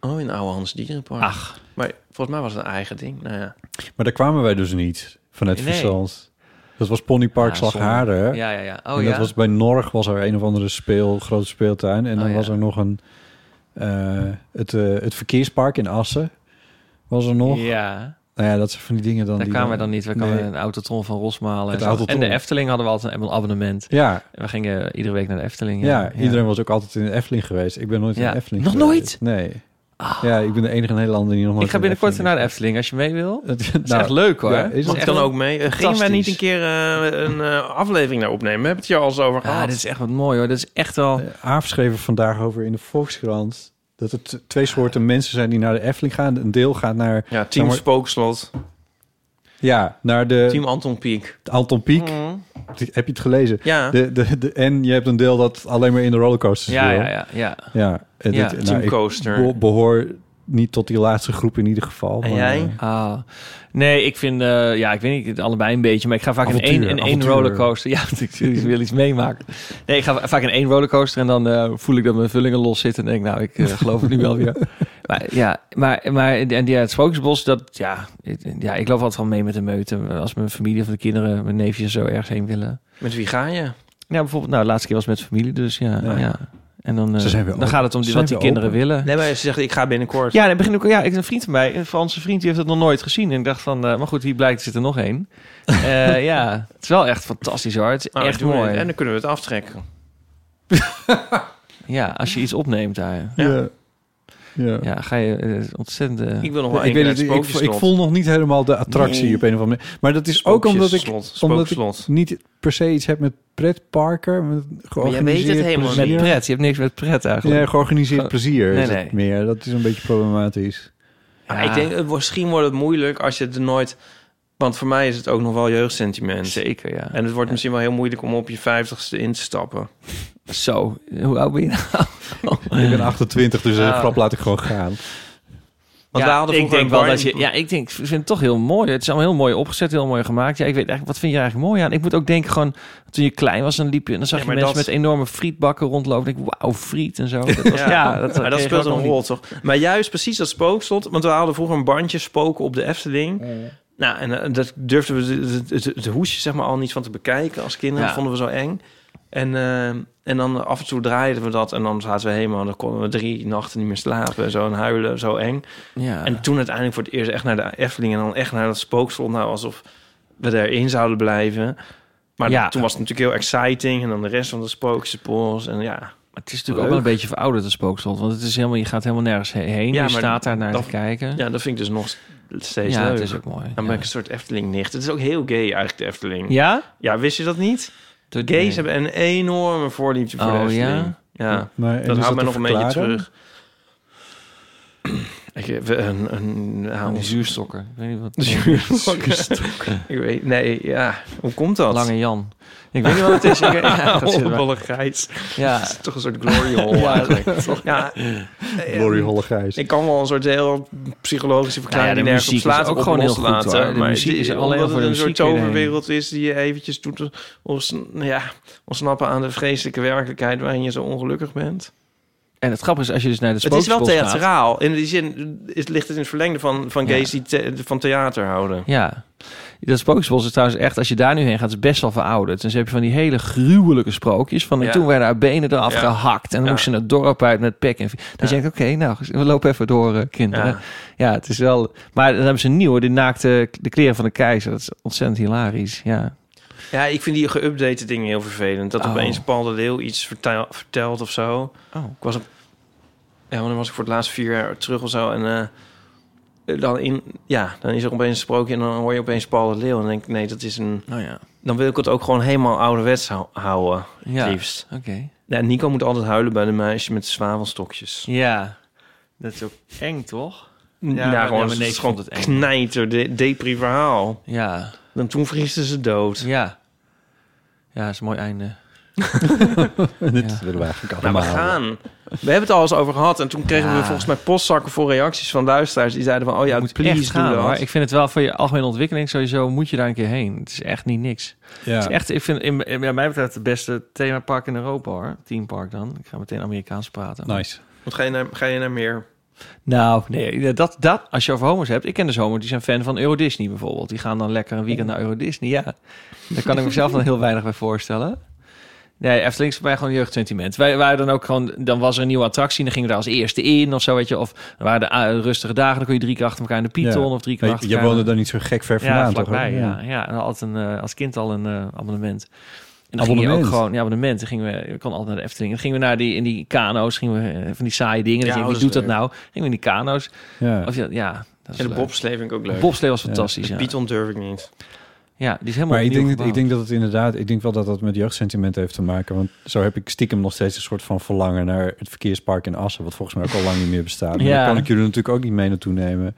B: Oh, in Oude Hans Dierenpark. Ach. Maar volgens mij was het een eigen ding. Nou ja.
D: Maar daar kwamen wij dus niet, vanuit
B: Nee.
D: Friesland. Dat was Ponypark
B: Ja,
D: Slagharen.
B: zonde. Ja, ja, ja. Oh,
D: en dat
B: ja.
D: was bij Norg was er een of andere speel, grote speeltuin. En dan was er nog een... eh, het, eh, het verkeerspark in Assen was er nog.
C: Ja.
D: Nou ja, dat zijn van die dingen dan...
C: Daar
D: die
C: kwamen we dan niet. We kwamen een autotron van Rosmalen. en
D: Het
C: zo.
D: Autotron.
C: En de Efteling hadden we altijd een abonnement.
D: Ja.
C: En we gingen iedere week naar de Efteling.
D: Ja, iedereen was ook altijd in de Efteling geweest. Ik ben nooit in
C: Ja.
D: de Efteling
C: Nog nooit?
D: geweest.
C: Ah.
D: Nee. Ja, ik ben de enige in Nederland die nog nooit
C: Ik ga
D: in de
C: binnenkort naar de Efteling als je mee wil.
D: Dat is
C: nou, echt leuk hoor.
D: ja, is
B: Mag ik dan ook mee? Eh, Gingen wij
C: Fantastisch.
B: niet een keer eh, een eh, aflevering naar opnemen? We hebben het hier al eens over gehad.
C: dit is echt wat mooi hoor. Dat is echt wel...
D: Aaf schreef er vandaag over in de Volkskrant... dat er t- twee soorten mensen zijn die naar de Efteling gaan. Een deel gaat naar...
B: Ja,
D: zeg
B: Team
D: maar-
B: Spookslot,
D: ja, naar de...
B: Team Anton Pieck.
D: Anton Pieck.
C: Mhm.
B: Mhm.
D: Die- Heb je het gelezen?
B: Ja.
D: De, de, de, en je hebt een deel dat alleen maar in de rollercoasters
C: Ja,
D: wil.
C: ja, ja, ja.
D: ja. en
C: Ja.
D: dit-
C: Team
D: Nou, ik
C: Coaster.
D: beho- behoor niet tot die laatste groep in ieder geval.
C: En
D: maar, eh,
C: jij? Ah, nee, ik vind, eh, ja, ik weet niet, allebei een beetje, maar ik ga vaak in één,
D: Avontuur,
C: in één
D: avontuur.
C: rollercoaster. Ja, ik wil iets meemaken. Nee, ik ga vaak in één rollercoaster en dan eh, voel ik dat mijn vullingen los zitten en denk, nou, ik eh, geloof het nu wel weer. Maar ja, maar, maar en die, ja, het Sprookjesbos, dat, ja, het- ja, ik loop altijd wel mee met de meute. Als mijn familie of de kinderen, mijn neefjes zo ergens heen willen.
B: Met wie ga je?
C: Ja, bijvoorbeeld, nou, de laatste keer was met familie, dus ja, ja. En dan, eh,
B: Ze zijn weer
C: dan
B: open.
C: gaat het om
B: Ze
C: die,
B: zijn
C: wat die
B: weer
C: kinderen
B: open.
C: willen.
B: Nee, maar ze zegt, ik ga binnenkort.
C: Ja, dan begin ik, ja, ik een vriend van mij, een Franse vriend, die heeft het nog nooit gezien. En ik dacht van, eh, maar goed, hier blijkt er zit er nog één. Eh, ja, het is wel echt fantastisch hoor. Het is
B: Nou,
C: echt
B: doen we
C: mooi.
B: het. En dan kunnen we het aftrekken.
C: Ja, als je iets opneemt daar.
D: Ja. Ja.
C: ga je eh, ontzettend... eh,
B: Ik wil nog
D: Ja,
B: wel
D: ik,
B: één
D: weet
B: keer
D: het,
B: naar
D: ik,
B: het
D: ik, ik voel nog niet helemaal de attractie
B: Nee.
D: op een of andere manier. Maar dat is ook omdat ik,
B: Spookjesslot,
D: omdat ik
B: spookslot.
D: niet per se iets heb met pretparken. Met georganiseerd
C: Met
D: plezier.
C: pret, je hebt niks met pret eigenlijk.
D: Ja, georganiseerd
C: Ge-
D: plezier
C: Nee,
D: is
C: nee.
D: het meer. Dat is een beetje problematisch.
B: Maar Ik denk, eh, misschien wordt het moeilijk als je het er nooit... Want voor mij is het ook nog wel jeugdsentiment.
C: Zeker, ja.
B: En het wordt misschien wel heel moeilijk om op je vijftigste in te stappen.
C: Zo, hoe oud ben je nou?
D: Ik ben 28, dus een
B: Ah.
D: grap laat ik gewoon gaan.
B: Want
C: ja,
B: wij hadden
C: ik
B: vroeger
C: denk
B: een
C: wel dat
B: barn-
C: je. Ja, ik denk, ik vind het toch heel mooi. Het is allemaal heel mooi opgezet, heel mooi gemaakt. Ja, ik weet eigenlijk, wat vind je eigenlijk mooi aan? Ik moet ook denken, gewoon toen je klein was, dan liep je en dan zag
B: Ja,
C: je
B: maar
C: mensen
B: dat-
C: met enorme frietbakken rondlopen. Ik denk, wauw, friet en zo. Dat was, ja, dat,
B: maar dat
C: kreeg ook
B: speelt een
C: nog
B: rol,
C: niet.
B: toch? Maar juist precies dat spookslot. Want we hadden vroeger een bandje spoken op de Efteling. Nou, en eh, dat durfden we de- de- de- het hoesje zeg maar al niet van te bekijken als kinderen.
C: Ja.
B: Dat vonden we zo eng. En, eh, en dan af en toe draaiden we dat. En dan zaten we helemaal... Dan konden we drie nachten niet meer slapen. en Zo en huilen, zo eng.
C: Ja.
B: En toen uiteindelijk voor het eerst echt naar de Efteling. En dan echt naar dat spookslot. Nou, alsof we daarin zouden blijven. Maar
C: Ja.
B: toen was het natuurlijk heel exciting. En dan de rest van de spooksepols. En ja...
C: Het is natuurlijk ook wel een beetje verouderd, het spookslot. Want het is helemaal, je gaat helemaal nergens he- heen. je
B: maar
C: staat daar naar
B: dat-
C: te kijken.
B: Ja, dat vind ik dus nog steeds
C: Ja,
B: leuk.
C: het is ook mooi,
B: Dan ben ik een soort Efteling-nicht. Het is ook heel gay eigenlijk, de Efteling.
C: Ja?
B: Ja, wist je dat niet? De gays
C: nee.
B: hebben een enorme voorliefde voor de
C: Oh,
B: Efteling.
C: ja?
B: Ja,
C: Maar, en is
B: dat
C: dat
B: houdt mij
C: te
B: nog een beetje
C: verklaren?
B: terug. Ik heb een... een nou,
C: die zuurstokken. Ik weet niet wat-
B: Zuurstokken.
C: Zuurstokken.
B: ik weet, nee, ja. Hoe komt dat?
C: Lange Jan. Ik weet niet wat het is. Ik- ja, dat is-
B: Hollebolle gijs.
C: Ja.
B: Dat is toch een soort glory hole
C: Ja,
B: eigenlijk.
C: toch.
B: Ja. eh,
D: Glory hole gijs.
B: Ik kan wel een soort heel psychologische verklaring
C: Nou ja, de
B: die nergens op
C: muziek is
B: slaat
C: ook
B: op
C: gewoon
B: los
C: heel goed,
B: laten,
C: hoor. De
B: maar
C: muziek
B: die-
C: is alleen
B: omdat
C: al voor
B: het
C: de
B: een soort
C: muziek weer heen.
B: toverwereld is die je eventjes doet eh, ons, ja, ontsnappen aan de vreselijke werkelijkheid waarin je zo ongelukkig bent.
C: En het grappige is, als je dus naar de
B: Het is wel
C: spookspot gaat...
B: theatraal. In die zin is, ligt het in het verlengde van, van gays die the- van theater houden.
C: Ja. Dat Spookjesbos is trouwens echt, als je daar nu heen gaat, is best wel verouderd. Dus heb je van die hele gruwelijke sprookjes. Van en
B: Ja.
C: toen werden haar benen eraf
B: Ja.
C: gehakt. En dan
B: Ja.
C: moesten ze het dorp uit met pek en... vee. Dan denk ik, oké, nou, we lopen even door, eh, kinderen. Ja.
B: Ja.
C: het is wel... Maar dan hebben ze een nieuwe, die naakte de kleren van de keizer. Dat is ontzettend hilarisch, ja.
B: Ja, ik vind die geüpdate dingen heel vervelend. Dat
C: Oh.
B: opeens Paul de Leeuw iets vertel- vertelt of zo.
C: Oh.
B: Ik was op... Ja, want dan was ik voor het laatst vier jaar terug of zo. En eh, dan, in, ja, dan is er opeens een sprookje en dan hoor je opeens Paul de Leeuw. En dan denk ik, nee, dat is een...
C: Nou ja.
B: Dan wil ik het ook gewoon helemaal ouderwets hou- houden, het
C: Ja,
B: liefst.
C: oké.
B: Ja, Nico moet altijd huilen bij de meisje met de zwavelstokjes.
C: Ja, dat is ook eng, toch?
B: Ja, gewoon, het is gewoon knijter, de, depri verhaal.
C: Ja.
B: Dan toen vriezen ze dood.
C: Ja. Ja, is een mooi einde.
B: Oh
D: Dit willen we eigenlijk
B: Nou, we
D: allemaal.
B: gaan. We hebben het al eens over gehad. En toen kregen
C: Ja.
B: we volgens mij postzakken voor reacties van luisteraars. Die zeiden van, oh ja, please
C: echt gaan,
B: doe dat.
C: hoor. Ik vind het wel voor je algemene ontwikkeling sowieso moet je daar een keer heen. Het is echt niet niks.
D: Ja.
C: Het is echt, ik vind in, in- ja, mij betreft het beste themapark in Europa hoor. Teampark dan. Ik ga meteen Amerikaans praten.
D: Nice.
B: Want ga je naar, ga je naar meer?
C: Nou, nee, dat, dat, als je over homo's hebt. Ik ken dus homo's die zijn fan van Euro Disney bijvoorbeeld. Die gaan dan lekker een weekend naar Euro Disney. Ja, daar kan ik mezelf dan heel weinig bij voorstellen. Nee, Efteling is voor mij gewoon jeugdsentiment. Wij waren dan ook gewoon, dan was er een nieuwe attractie en dan gingen we daar als eerste in of zo, weet je. Of er waren de eh, rustige dagen, dan kon je drie keer achter elkaar in de Python
D: Ja.
C: of drie keer
D: Maar
C: achter
D: Je
C: elkaar.
D: woonde daar niet zo gek ver
C: Ja,
D: vandaan, toch?
C: vlakbij,
D: hè?
C: ja. ja. En altijd een, eh, als kind al een eh, abonnement. En dan gingen we ook
D: Abonnement?
C: gewoon, ja, abonnement. Dan gingen we, we kon altijd naar de Efteling. Dan gingen we naar die, in die kano's, gingen we eh, van die saaie dingen. Ja,
B: Ja, oh,
C: wie
B: dat is
C: doet dat
B: leuk.
C: nou? Gingen we in die kano's.
D: Ja.
C: Of ja, ja dat is
B: En de
C: leuk.
B: bobslee vind ik ook leuk.
C: Bobslee was fantastisch,
B: De
C: ja.
B: Python durf ik niet.
C: Ja, die is helemaal
D: Maar ik denk,
C: opnieuw
D: dat, ik denk dat het inderdaad, ik denk wel dat dat met jeugdsentiment heeft te maken. Want zo heb ik stiekem nog steeds een soort van verlangen naar het verkeerspark in Assen. Wat volgens mij ook al lang niet meer bestaat. Maar
C: Ja.
D: Daar kan ik jullie natuurlijk ook niet mee naartoe nemen.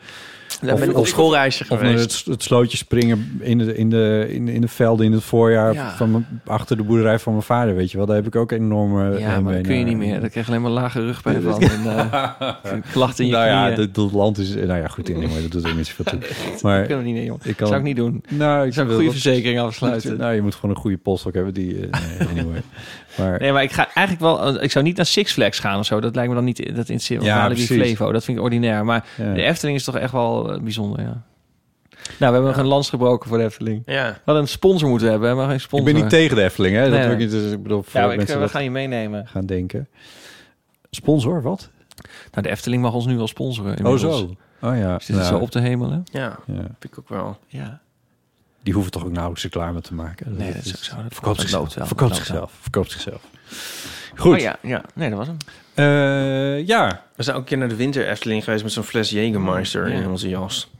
B: Daar ben ik op schoolreisje
D: of naar
B: geweest.
D: het, het slootje springen in de, in, de, in, de, in de velden in het voorjaar.
C: Ja.
D: Van mijn- achter de boerderij van mijn vader, weet je wel. Daar heb ik ook eh, enorme.
C: Ja, maar dat kun je niet meer. Dan krijg je alleen maar lage rugpijn van. En, eh, klachten in je
D: nou ja,
C: knieën.
D: dat, dat land is... Nou ja, goed, anyway, dat doet er niet zoveel toe. Maar
C: kunnen we niet nemen, jongen.
D: Ik kan,
C: Zou ik niet doen.
D: Nou, ik
C: Zou ik
D: wil
C: goede
D: dat-
C: verzekering afsluiten.
D: Nou, je moet gewoon een goede postok hebben die... eh, nee, anyway. Maar,
C: Nee, maar ik ga eigenlijk wel. eh, Ik zou niet naar Six Flags gaan of zo. Dat lijkt me dan niet. Dat interesseert me.
D: Ja,
C: Ja,
D: precies.
C: Flevo. Dat vind ik ordinair. Maar
D: Ja.
C: de Efteling is toch echt wel eh, bijzonder. Ja. Nou, we hebben nog een lans gebroken voor de Efteling.
B: Ja.
C: We hadden een sponsor moeten hebben, maar geen
D: ik
C: sponsor.
D: ben niet tegen de Efteling, hè?
C: Nee,
D: dat wil ik
C: nee.
D: niet. Dus ik bedoel, voor
C: Ja, ik, eh,
D: mensen
C: we
D: dat
C: gaan je meenemen.
D: gaan denken. Sponsor, wat?
C: Nou, de Efteling mag ons nu wel sponsoren.
D: Oh,
C: Inmiddels.
D: zo. Oh ja.
C: Is Dus dit zo op de hemelen?
B: Ja,
D: Ja.
B: vind ik ook wel.
C: Ja.
D: Die hoeven toch ook nauwelijks reclame te maken.
C: Nee, dat is ook zo. Dat
D: verkoopt
C: loopt
D: zichzelf.
C: wel.
D: Verkoopt
C: Dat loopt
D: zichzelf. Verkoopt zichzelf. Goed.
C: Oh, ja, ja, nee, dat was hem.
D: Eh, ja.
B: We zijn ook een keer naar de winter Efteling geweest met zo'n fles Jägermeister
C: Ja.
B: in onze jas.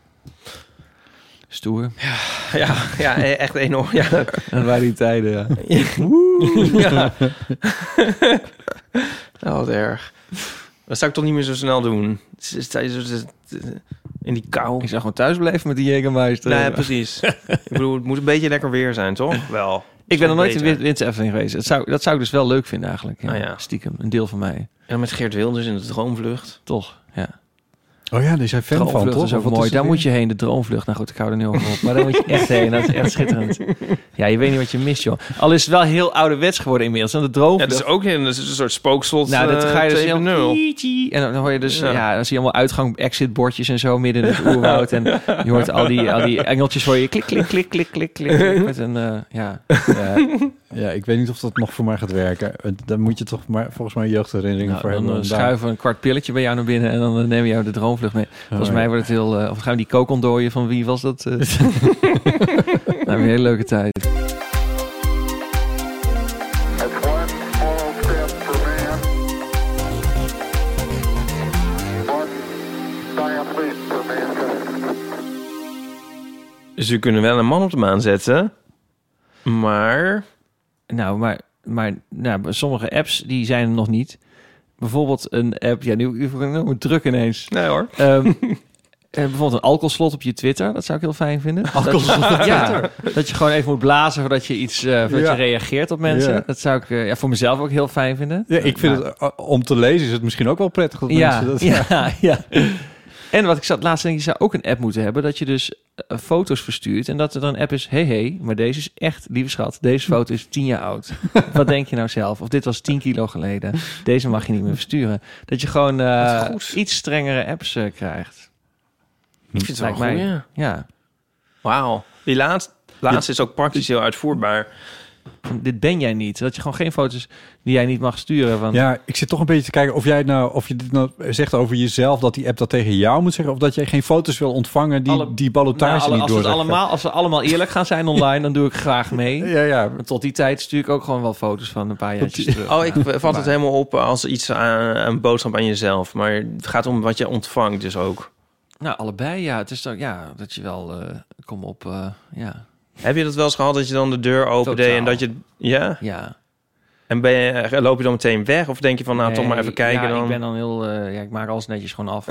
C: Stoer.
B: Ja, ja e- echt enorm. Ja.
C: Dat waren die tijden, ja.
B: ja. Nou, wat erg. Dat zou ik toch niet meer zo snel doen. Het is- het is- het is- In die kou.
C: Ik zou gewoon thuis blijven met die Jägermeister.
B: Nee, precies. ik bedoel, het moet een beetje lekker weer zijn, toch? Wel.
C: Ik ben nog nooit in
B: Beter.
C: win- wintereffening geweest. Dat zou, dat zou ik dus wel leuk vinden eigenlijk. Ja.
B: Ah, ja.
C: Stiekem, een deel van mij.
B: Ja, met Geert Wilders in de droomvlucht.
C: Toch, ja.
D: Oh ja, daar is hij fan van,
C: Droomvlucht
D: toch?
C: is ook
D: Of wat
C: mooi.
D: het
C: Daar
D: weer?
C: moet je heen, de droomvlucht. Nou goed, ik hou er nu over op. Maar daar moet je echt heen. Dat is echt schitterend. Ja, je weet niet wat je mist, joh. Al is het wel heel ouderwets geworden inmiddels. En de
B: Ja, dat
C: droomvlucht...
B: is ook een, dat is een soort spookslot.
C: nou, dat
B: eh,
C: ga je dus
B: 2.0.
C: helemaal... En dan hoor je dus... Ja,
B: Ja.
C: dan zie je allemaal uitgang, exitbordjes en zo midden in het oerwoud. En je hoort al die, al die engeltjes hoor je klik, klik, klik, klik, klik, klik. klik. Met een, eh, ja...
D: Ja, eh, ja, ik weet niet of dat nog voor mij gaat werken. Het- Daar moet je toch maar, volgens mij jeugdherinneringen
C: Nou,
D: voor hebben.
C: dan eh,
D: om daar-
C: schuiven we een kwart pilletje bij jou naar binnen en dan eh, nemen we jou de droomvlucht mee. Volgens
D: ja.
C: mij wordt het heel... eh, of gaan we die kook ontdooien van wie was dat? eh? nou, weer een hele leuke tijd.
B: Dus we kunnen wel een man op de maan zetten. Maar...
C: Nou, maar, maar nou, maar sommige apps die zijn er nog niet. Bijvoorbeeld een app... Ja, nu nu word ik enorm druk ineens.
B: Nee hoor.
C: Ehm, eh, bijvoorbeeld een alcoholslot op je Twitter. Dat zou ik heel fijn vinden.
B: Alcoholslot
C: Dat-
B: op
C: ja,
B: Twitter.
C: Dat je gewoon even moet blazen voordat je iets... eh, voordat
D: Ja.
C: je reageert op mensen.
D: Ja.
C: Dat zou ik eh, ja, voor mezelf ook heel fijn vinden.
D: Ja, ik vind het, eh, om te lezen is het misschien ook wel prettig dat
C: ja,
D: mensen dat...
C: ja, ja. En wat ik zat laatst denk, je zou ook een app moeten hebben dat je dus eh, foto's verstuurt en dat er dan een app is, hey, hey, maar deze is echt, lieve schat, deze foto is tien jaar oud. wat denk je nou zelf? Of dit was tien kilo geleden. Deze mag je niet meer versturen. Dat je gewoon eh, iets strengere apps eh, krijgt.
B: Ik vind het wel
C: Lijkt mij.
B: goed, ja.
C: Ja.
B: Wauw. Die laatste, laatste is ook praktisch heel uitvoerbaar.
C: Dit ben jij niet. Dat je gewoon geen foto's die jij niet mag sturen. Van,
D: Ja, ik zit toch een beetje te kijken of jij het nou, of je dit nou zegt over jezelf, dat die app dat tegen jou moet zeggen, of dat jij geen foto's wil ontvangen die die ballotage
C: Nou, alle-
D: niet
C: als, het
D: doorleggen.
C: allemaal, als we allemaal eerlijk gaan zijn online, dan doe ik graag mee.
D: Ja, ja.
C: Maar tot die tijd stuur ik ook gewoon wel foto's van een paar jaartjes terug.
B: Oh, ik
C: Ja.
B: vat
C: Maar-
B: het helemaal op als iets aan een boodschap aan jezelf. Maar het gaat om wat je ontvangt dus ook.
C: Nou, allebei, ja. Het is dan, ja, dat je wel, eh, kom op, eh, ja.
B: Heb je dat wel eens gehad dat je dan de deur opende
C: Totaal.
B: en dat je... Ja?
C: Ja.
B: En ben je, loop je dan meteen weg? Of denk je van, nou, toch maar
C: Nee,
B: even kijken
C: ja,
B: dan?
C: ik ben dan heel, eh, ja, ik maak alles netjes gewoon af.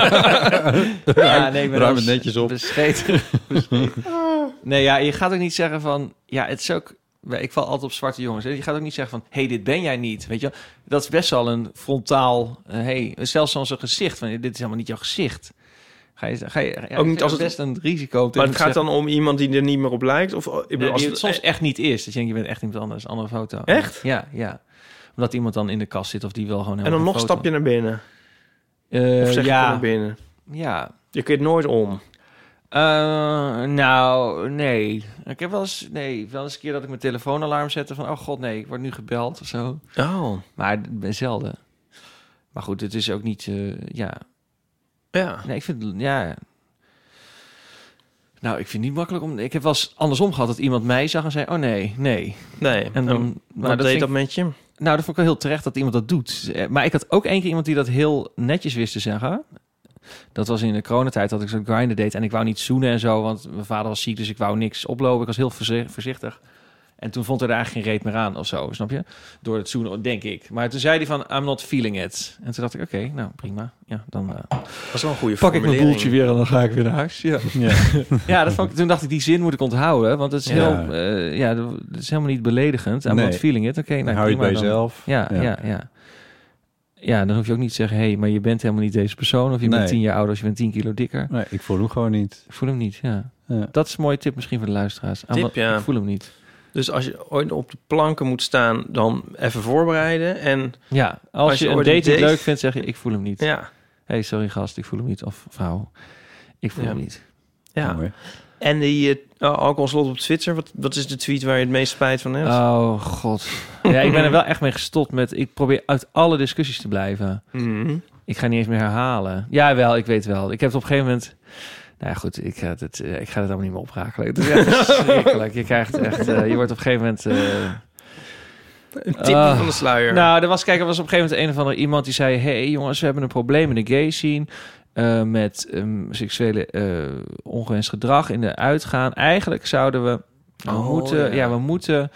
C: Maar... ja, nee, ik ben wel
D: Ruim het netjes op.
C: Bescheten. bescheten. nee, ja, je gaat ook niet zeggen van, ja, het is ook, ik val altijd op zwarte jongens. Hè. Je gaat ook niet zeggen van, hé, hey, dit ben jij niet, weet je wel. Dat is best wel een frontaal, hé, hey, zelfs zo'n zo'n gezicht van, dit is helemaal niet jouw gezicht. Ga je, ga je, ja, ik
B: ook
C: vind
B: niet als
C: dat
B: het
C: best een risico. om
B: Maar het
C: tegen
B: gaat
C: te
B: dan om iemand die er niet meer op lijkt? Of, ik bedoel,
C: Nee,
B: als
C: die het soms echt niet is. Dat je denkt, je bent echt iemand anders. Andere foto.
B: Echt?
C: Ja, ja. Omdat iemand dan in de kast zit of die wil gewoon heel
B: En dan
C: goed
B: nog
C: foto.
B: stap je naar binnen?
C: Eh,
B: of zeg je
C: ja.
B: gewoon naar binnen?
C: Ja.
B: Je keert nooit om.
C: Eh, nou, nee. Ik heb wel eens, nee, wel eens een keer dat ik mijn telefoonalarm zette van... oh god, nee, ik word nu gebeld of zo.
B: Oh.
C: Maar het ben zelden. Maar goed, het is ook niet, eh, ja...
B: Ja.
C: Nee, ik vind, ja... Nou, ik vind het niet makkelijk om... Ik heb wel eens andersom gehad dat iemand mij zag en zei... oh nee, nee.
B: Nee.
C: En dan,
B: wat
C: vind
B: deed Oh, nou,
C: ik-
B: dat met je?
C: Nou, dat vond ik wel heel terecht dat iemand dat doet. Eh, Maar ik had ook één keer iemand die dat heel netjes wist te zeggen. Dat was in de coronatijd dat ik zo'n grinder deed. En ik wou niet zoenen en zo, want mijn vader was ziek, dus ik wou niks oplopen. Ik was heel voorzi- voorzichtig. En toen vond hij er eigenlijk geen reet meer aan of zo, snap je? Door het zoenen, denk ik. Maar toen zei hij van, I'm not feeling it. En toen dacht ik, oké, nou prima. Ja, dan eh,
B: Dat is wel een goede
C: pak ik mijn
B: formulering.
C: boeltje weer en dan ga ik weer naar huis. Ja, ja. dat vond ik, toen dacht ik, die zin moet ik onthouden. Want het is,
D: Ja.
C: heel, eh, ja, dat is helemaal niet beledigend. I'm
D: Nee.
C: not feeling it. Oké, nou,
D: Dan hou je het
C: prima
D: bij
C: dan.
D: jezelf.
C: Ja, ja,
D: Ja.
C: ja, ja. dan hoef je ook niet te zeggen... hé, hey, maar je bent helemaal niet deze persoon... of je bent
D: Nee.
C: tien jaar ouder of je bent tien kilo dikker.
D: Nee, ik voel hem gewoon niet.
C: Ik voel hem niet, ja.
D: Ja.
C: Dat is een mooie tip misschien voor de luisteraars. Ah,
B: Tip,
C: maar
B: ja.
C: Ik voel hem niet.
B: Dus als je ooit op de planken moet staan, dan even voorbereiden. En
C: Ja, als, je, een
B: ooit
C: date niet leuk vindt, zeg je... ik voel hem niet.
B: Ja.
C: Hé, hey, sorry gast, ik voel hem niet. Of vrouw, ik voel
B: Ja.
C: hem niet.
B: Ja.
D: Mooi.
B: En die eh, alcoholslot op Twitter, wat, wat is de tweet waar je het meest spijt van hebt?
C: Oh, god. Ja, ik ben er wel echt mee gestopt met... ik probeer uit alle discussies te blijven.
B: Mhm.
C: Ik ga niet eens meer herhalen. Ja, wel, ik weet wel. Ik heb het op een gegeven moment... Nou ja, goed, ik ga het, eh, ik ga het allemaal niet meer oprakelen. Het is echt verschrikkelijk. Je krijgt echt... eh, je wordt op een gegeven moment... eh,
B: Een tipje
C: Ah.
B: van de sluier.
C: nou, er was, kijk, er was op een gegeven moment een of andere iemand die zei... hey, jongens, we hebben een probleem in de gay scene... eh, met ehm, seksuele eh, ongewenst gedrag in de uitgaan. Eigenlijk zouden we, we
B: Oh,
C: moeten, ja.
B: ja.
C: we moeten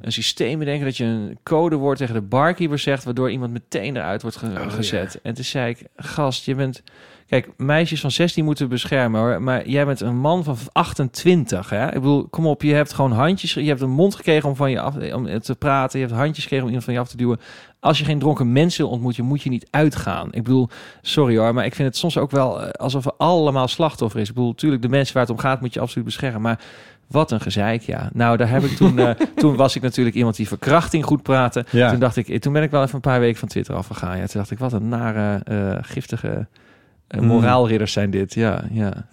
C: een systeem bedenken... dat je een codewoord tegen de barkeeper zegt... waardoor iemand meteen eruit wordt ge- gezet. En toen zei ik, gast, je bent... Kijk, meisjes van 16 moeten beschermen hoor. Maar jij bent een man van 28. Hè? Ik bedoel, kom op, je hebt gewoon handjes. Je hebt een mond gekregen om van je af om te praten. Je hebt handjes gekregen om iemand van je af te duwen. Als je geen dronken mensen ontmoet, je moet je niet uitgaan. Ik bedoel, sorry hoor, maar ik vind het soms ook wel eh, alsof er allemaal slachtoffer is. Ik bedoel, natuurlijk, de mensen waar het om gaat, moet je absoluut beschermen. Maar wat een gezeik, ja. Nou, daar heb ik toen, eh, toen was ik natuurlijk iemand die verkrachting goed praatte.
F: Ja.
C: Toen dacht ik, eh, toen ben ik wel even een paar weken van Twitter afgegaan. Ja, toen dacht ik, wat een nare, eh, giftige eh,
F: Hmm.
C: moraalridders zijn dit. Ja, ja.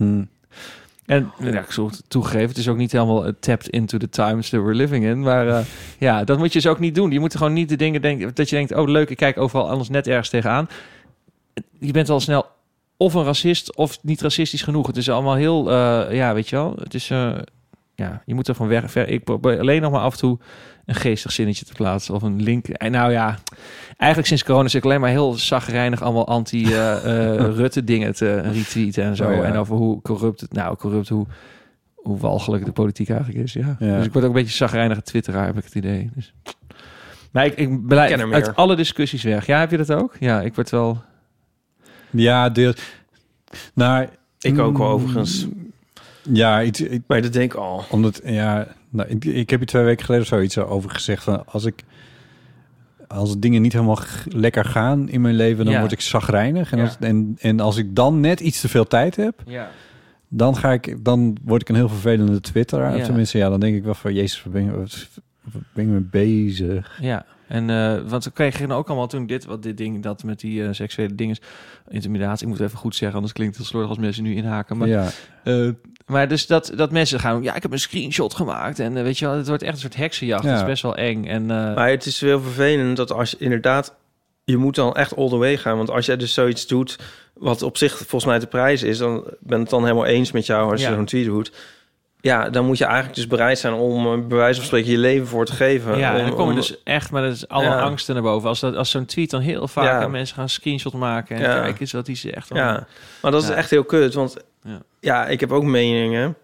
C: En nou ja, ik zal het toegeven, het is ook niet helemaal eh, tapped into the times that we're living in. Maar eh, ja, dat moet je dus ook niet doen. Je moet gewoon niet de dingen denken dat je denkt, oh leuk, ik kijk overal anders net ergens tegenaan. Je bent al snel of een racist of niet racistisch genoeg. Het is allemaal heel, eh, ja, weet je wel. Het is, eh, ja, je moet er van weg. Ver, ik probeer alleen nog maar af en toe een geestig zinnetje te plaatsen of een link. En nou ja, eigenlijk sinds corona zit ik alleen maar heel zagrijnig allemaal anti-Rutte dingen te retweeten en zo.
F: Oh ja.
C: En over hoe corrupt het, nou corrupt, hoe, hoe walgelijk de politiek eigenlijk is. Ja.
F: Ja.
C: Dus ik word ook een beetje zagrijnige twitteraar, heb ik het idee. Dus. Maar ik, ik blijf
B: ken er meer.
C: uit alle discussies weg. Ja, heb je dat ook? Ja, ik word wel...
D: Ja, dit. Nou,
B: Ik ook
C: mm.
B: wel, overigens.
D: Ja, ik, ik,
B: maar dat denk ik al.
D: Omdat, ja, nou, ik, ik heb hier twee weken geleden of zoiets over gezegd. Van als ik. Als dingen niet helemaal g- lekker gaan in mijn leven, dan
F: Ja.
D: word ik zagrijnig. En,
F: Ja.
D: als, en, en als ik dan net iets te veel tijd heb,
F: Ja.
D: dan, ga ik, dan word ik een heel vervelende twitteraar.
C: Ja.
D: Tenminste, ja, dan denk ik wel van... Jezus, waar ben je, wat- waar ben ik mee bezig?
C: Ja, en eh want we kregen ook allemaal toen dit, wat dit ding, dat met die eh, seksuele dingen, intimidatie, ik moet het even goed zeggen, anders klinkt het heel slordig als mensen nu inhaken. Maar,
D: Ja.
C: eh, maar dus dat, dat mensen gaan, ja, ik heb een screenshot gemaakt en eh, weet je wel, het wordt echt een soort heksenjacht.
B: Ja.
C: Dat is best wel eng. En, eh,
B: Maar het is wel vervelend dat als je inderdaad... Je moet dan echt all the way gaan. Want als jij dus zoiets doet wat op zich volgens mij de prijs is... dan ben ik het dan helemaal eens met jou als
F: Ja.
B: je zo'n tweet doet. Ja, dan moet je eigenlijk dus bereid zijn om eh, bij wijze van spreken je leven voor te geven.
C: Ja,
B: om,
C: en dan komen
B: om-
C: dus echt, maar dat is alle
B: Ja.
C: angsten naar boven. Als, dat, als zo'n tweet dan heel vaak
B: Ja.
C: aan mensen gaan screenshot maken en
B: Ja.
C: kijk eens wat die zegt. Dan-
B: Ja, maar dat is
C: Ja.
B: echt heel kut. Want
C: Ja.
B: ja. ik heb ook meningen.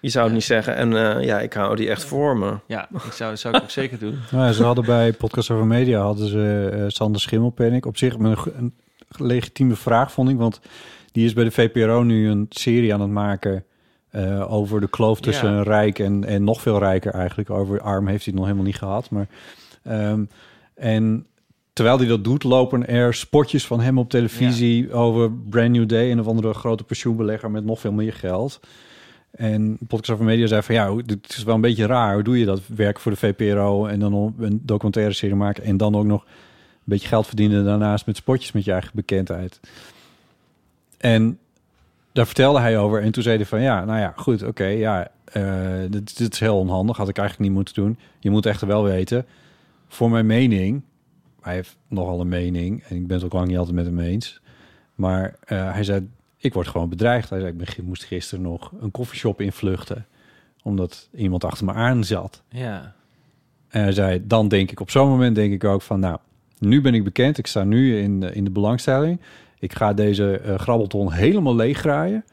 B: Je zou het niet zeggen. En eh, ja, ik hou die echt voor me.
C: Ja, ik zou, zou ik ook zeker doen.
D: Nou, ja, ze hadden bij Podcast Over Media hadden ze eh, Sander Schimmelpenninck. Op zich een, go- een legitieme vraag, vond ik. Want die is bij de VPRO nu een serie aan het maken... eh, over de kloof tussen
F: Ja.
D: rijk en, en nog veel rijker eigenlijk. Over arm heeft hij het nog helemaal niet gehad. Maar, ehm, en terwijl hij dat doet, lopen er spotjes van hem op televisie... over Brand New Day en of andere grote pensioenbelegger... met nog veel meer geld. En Podcast Over Media zei van... ja, hoe- dit is wel een beetje raar. Hoe doe je dat werk voor de VPRO... en dan een documentaire serie maken... en dan ook nog een beetje geld verdienen daarnaast... met spotjes met je eigen bekendheid. En daar vertelde hij over. En toen zei hij van, ja, nou ja, goed, oké, ja, eh, dit, dit is heel onhandig. Had ik eigenlijk niet moeten doen. Je moet echter wel weten, voor mijn mening... Hij heeft nogal een mening en ik ben het ook lang niet altijd met hem eens. Maar eh, hij zei, ik word gewoon bedreigd. Hij zei, ik ben, gi- moest gisteren nog een koffieshop invluchten. Omdat iemand achter me aan zat.
C: Ja.
D: En hij zei, dan denk ik op zo'n moment denk ik ook van... nou, nu ben ik bekend, ik sta nu in, de- in de belangstelling. Ik ga deze eh, grabbelton helemaal leeggraaien.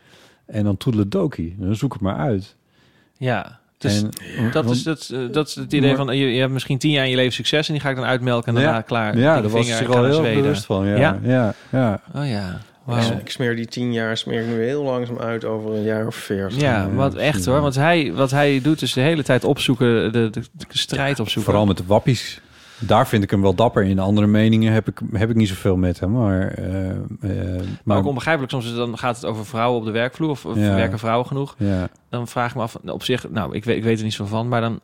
D: En dan toedeledokie, dan zoek het maar uit.
C: Ja, dus
D: En-
C: dat,
D: want-
C: is, dat, eh, dat is het idee
D: Maar-
C: van eh, je, je hebt misschien tien jaar in je leven succes en die ga ik dan uitmelken en daarna
D: Ja,
C: klaar.
D: Ja,
C: dikke
D: daar was hij
C: vinger,
D: zich
C: ik ga
D: al
C: naar
D: heel
C: Zweden.
D: bewust van. Ja, ja, ja.
C: Oh ja.
B: Ik,
C: Wauw.
B: ik smeer die tien jaar smeer ik nu heel langzaam uit over een jaar of veertig.
C: Ja, wat echt hoor. Want hij, wat hij doet is de hele tijd opzoeken, de, de, de strijd opzoeken.
D: Vooral met de wappies. Daar vind ik hem wel dapper in. Andere meningen heb ik, heb ik niet zoveel met hem. Maar, eh, eh,
C: maar ook onbegrijpelijk, soms is het dan gaat het over vrouwen op de werkvloer of, of
D: Ja.
C: werken vrouwen genoeg.
D: Ja.
C: Dan vraag ik me af, op zich, nou, ik weet, ik weet er niet zo van, maar dan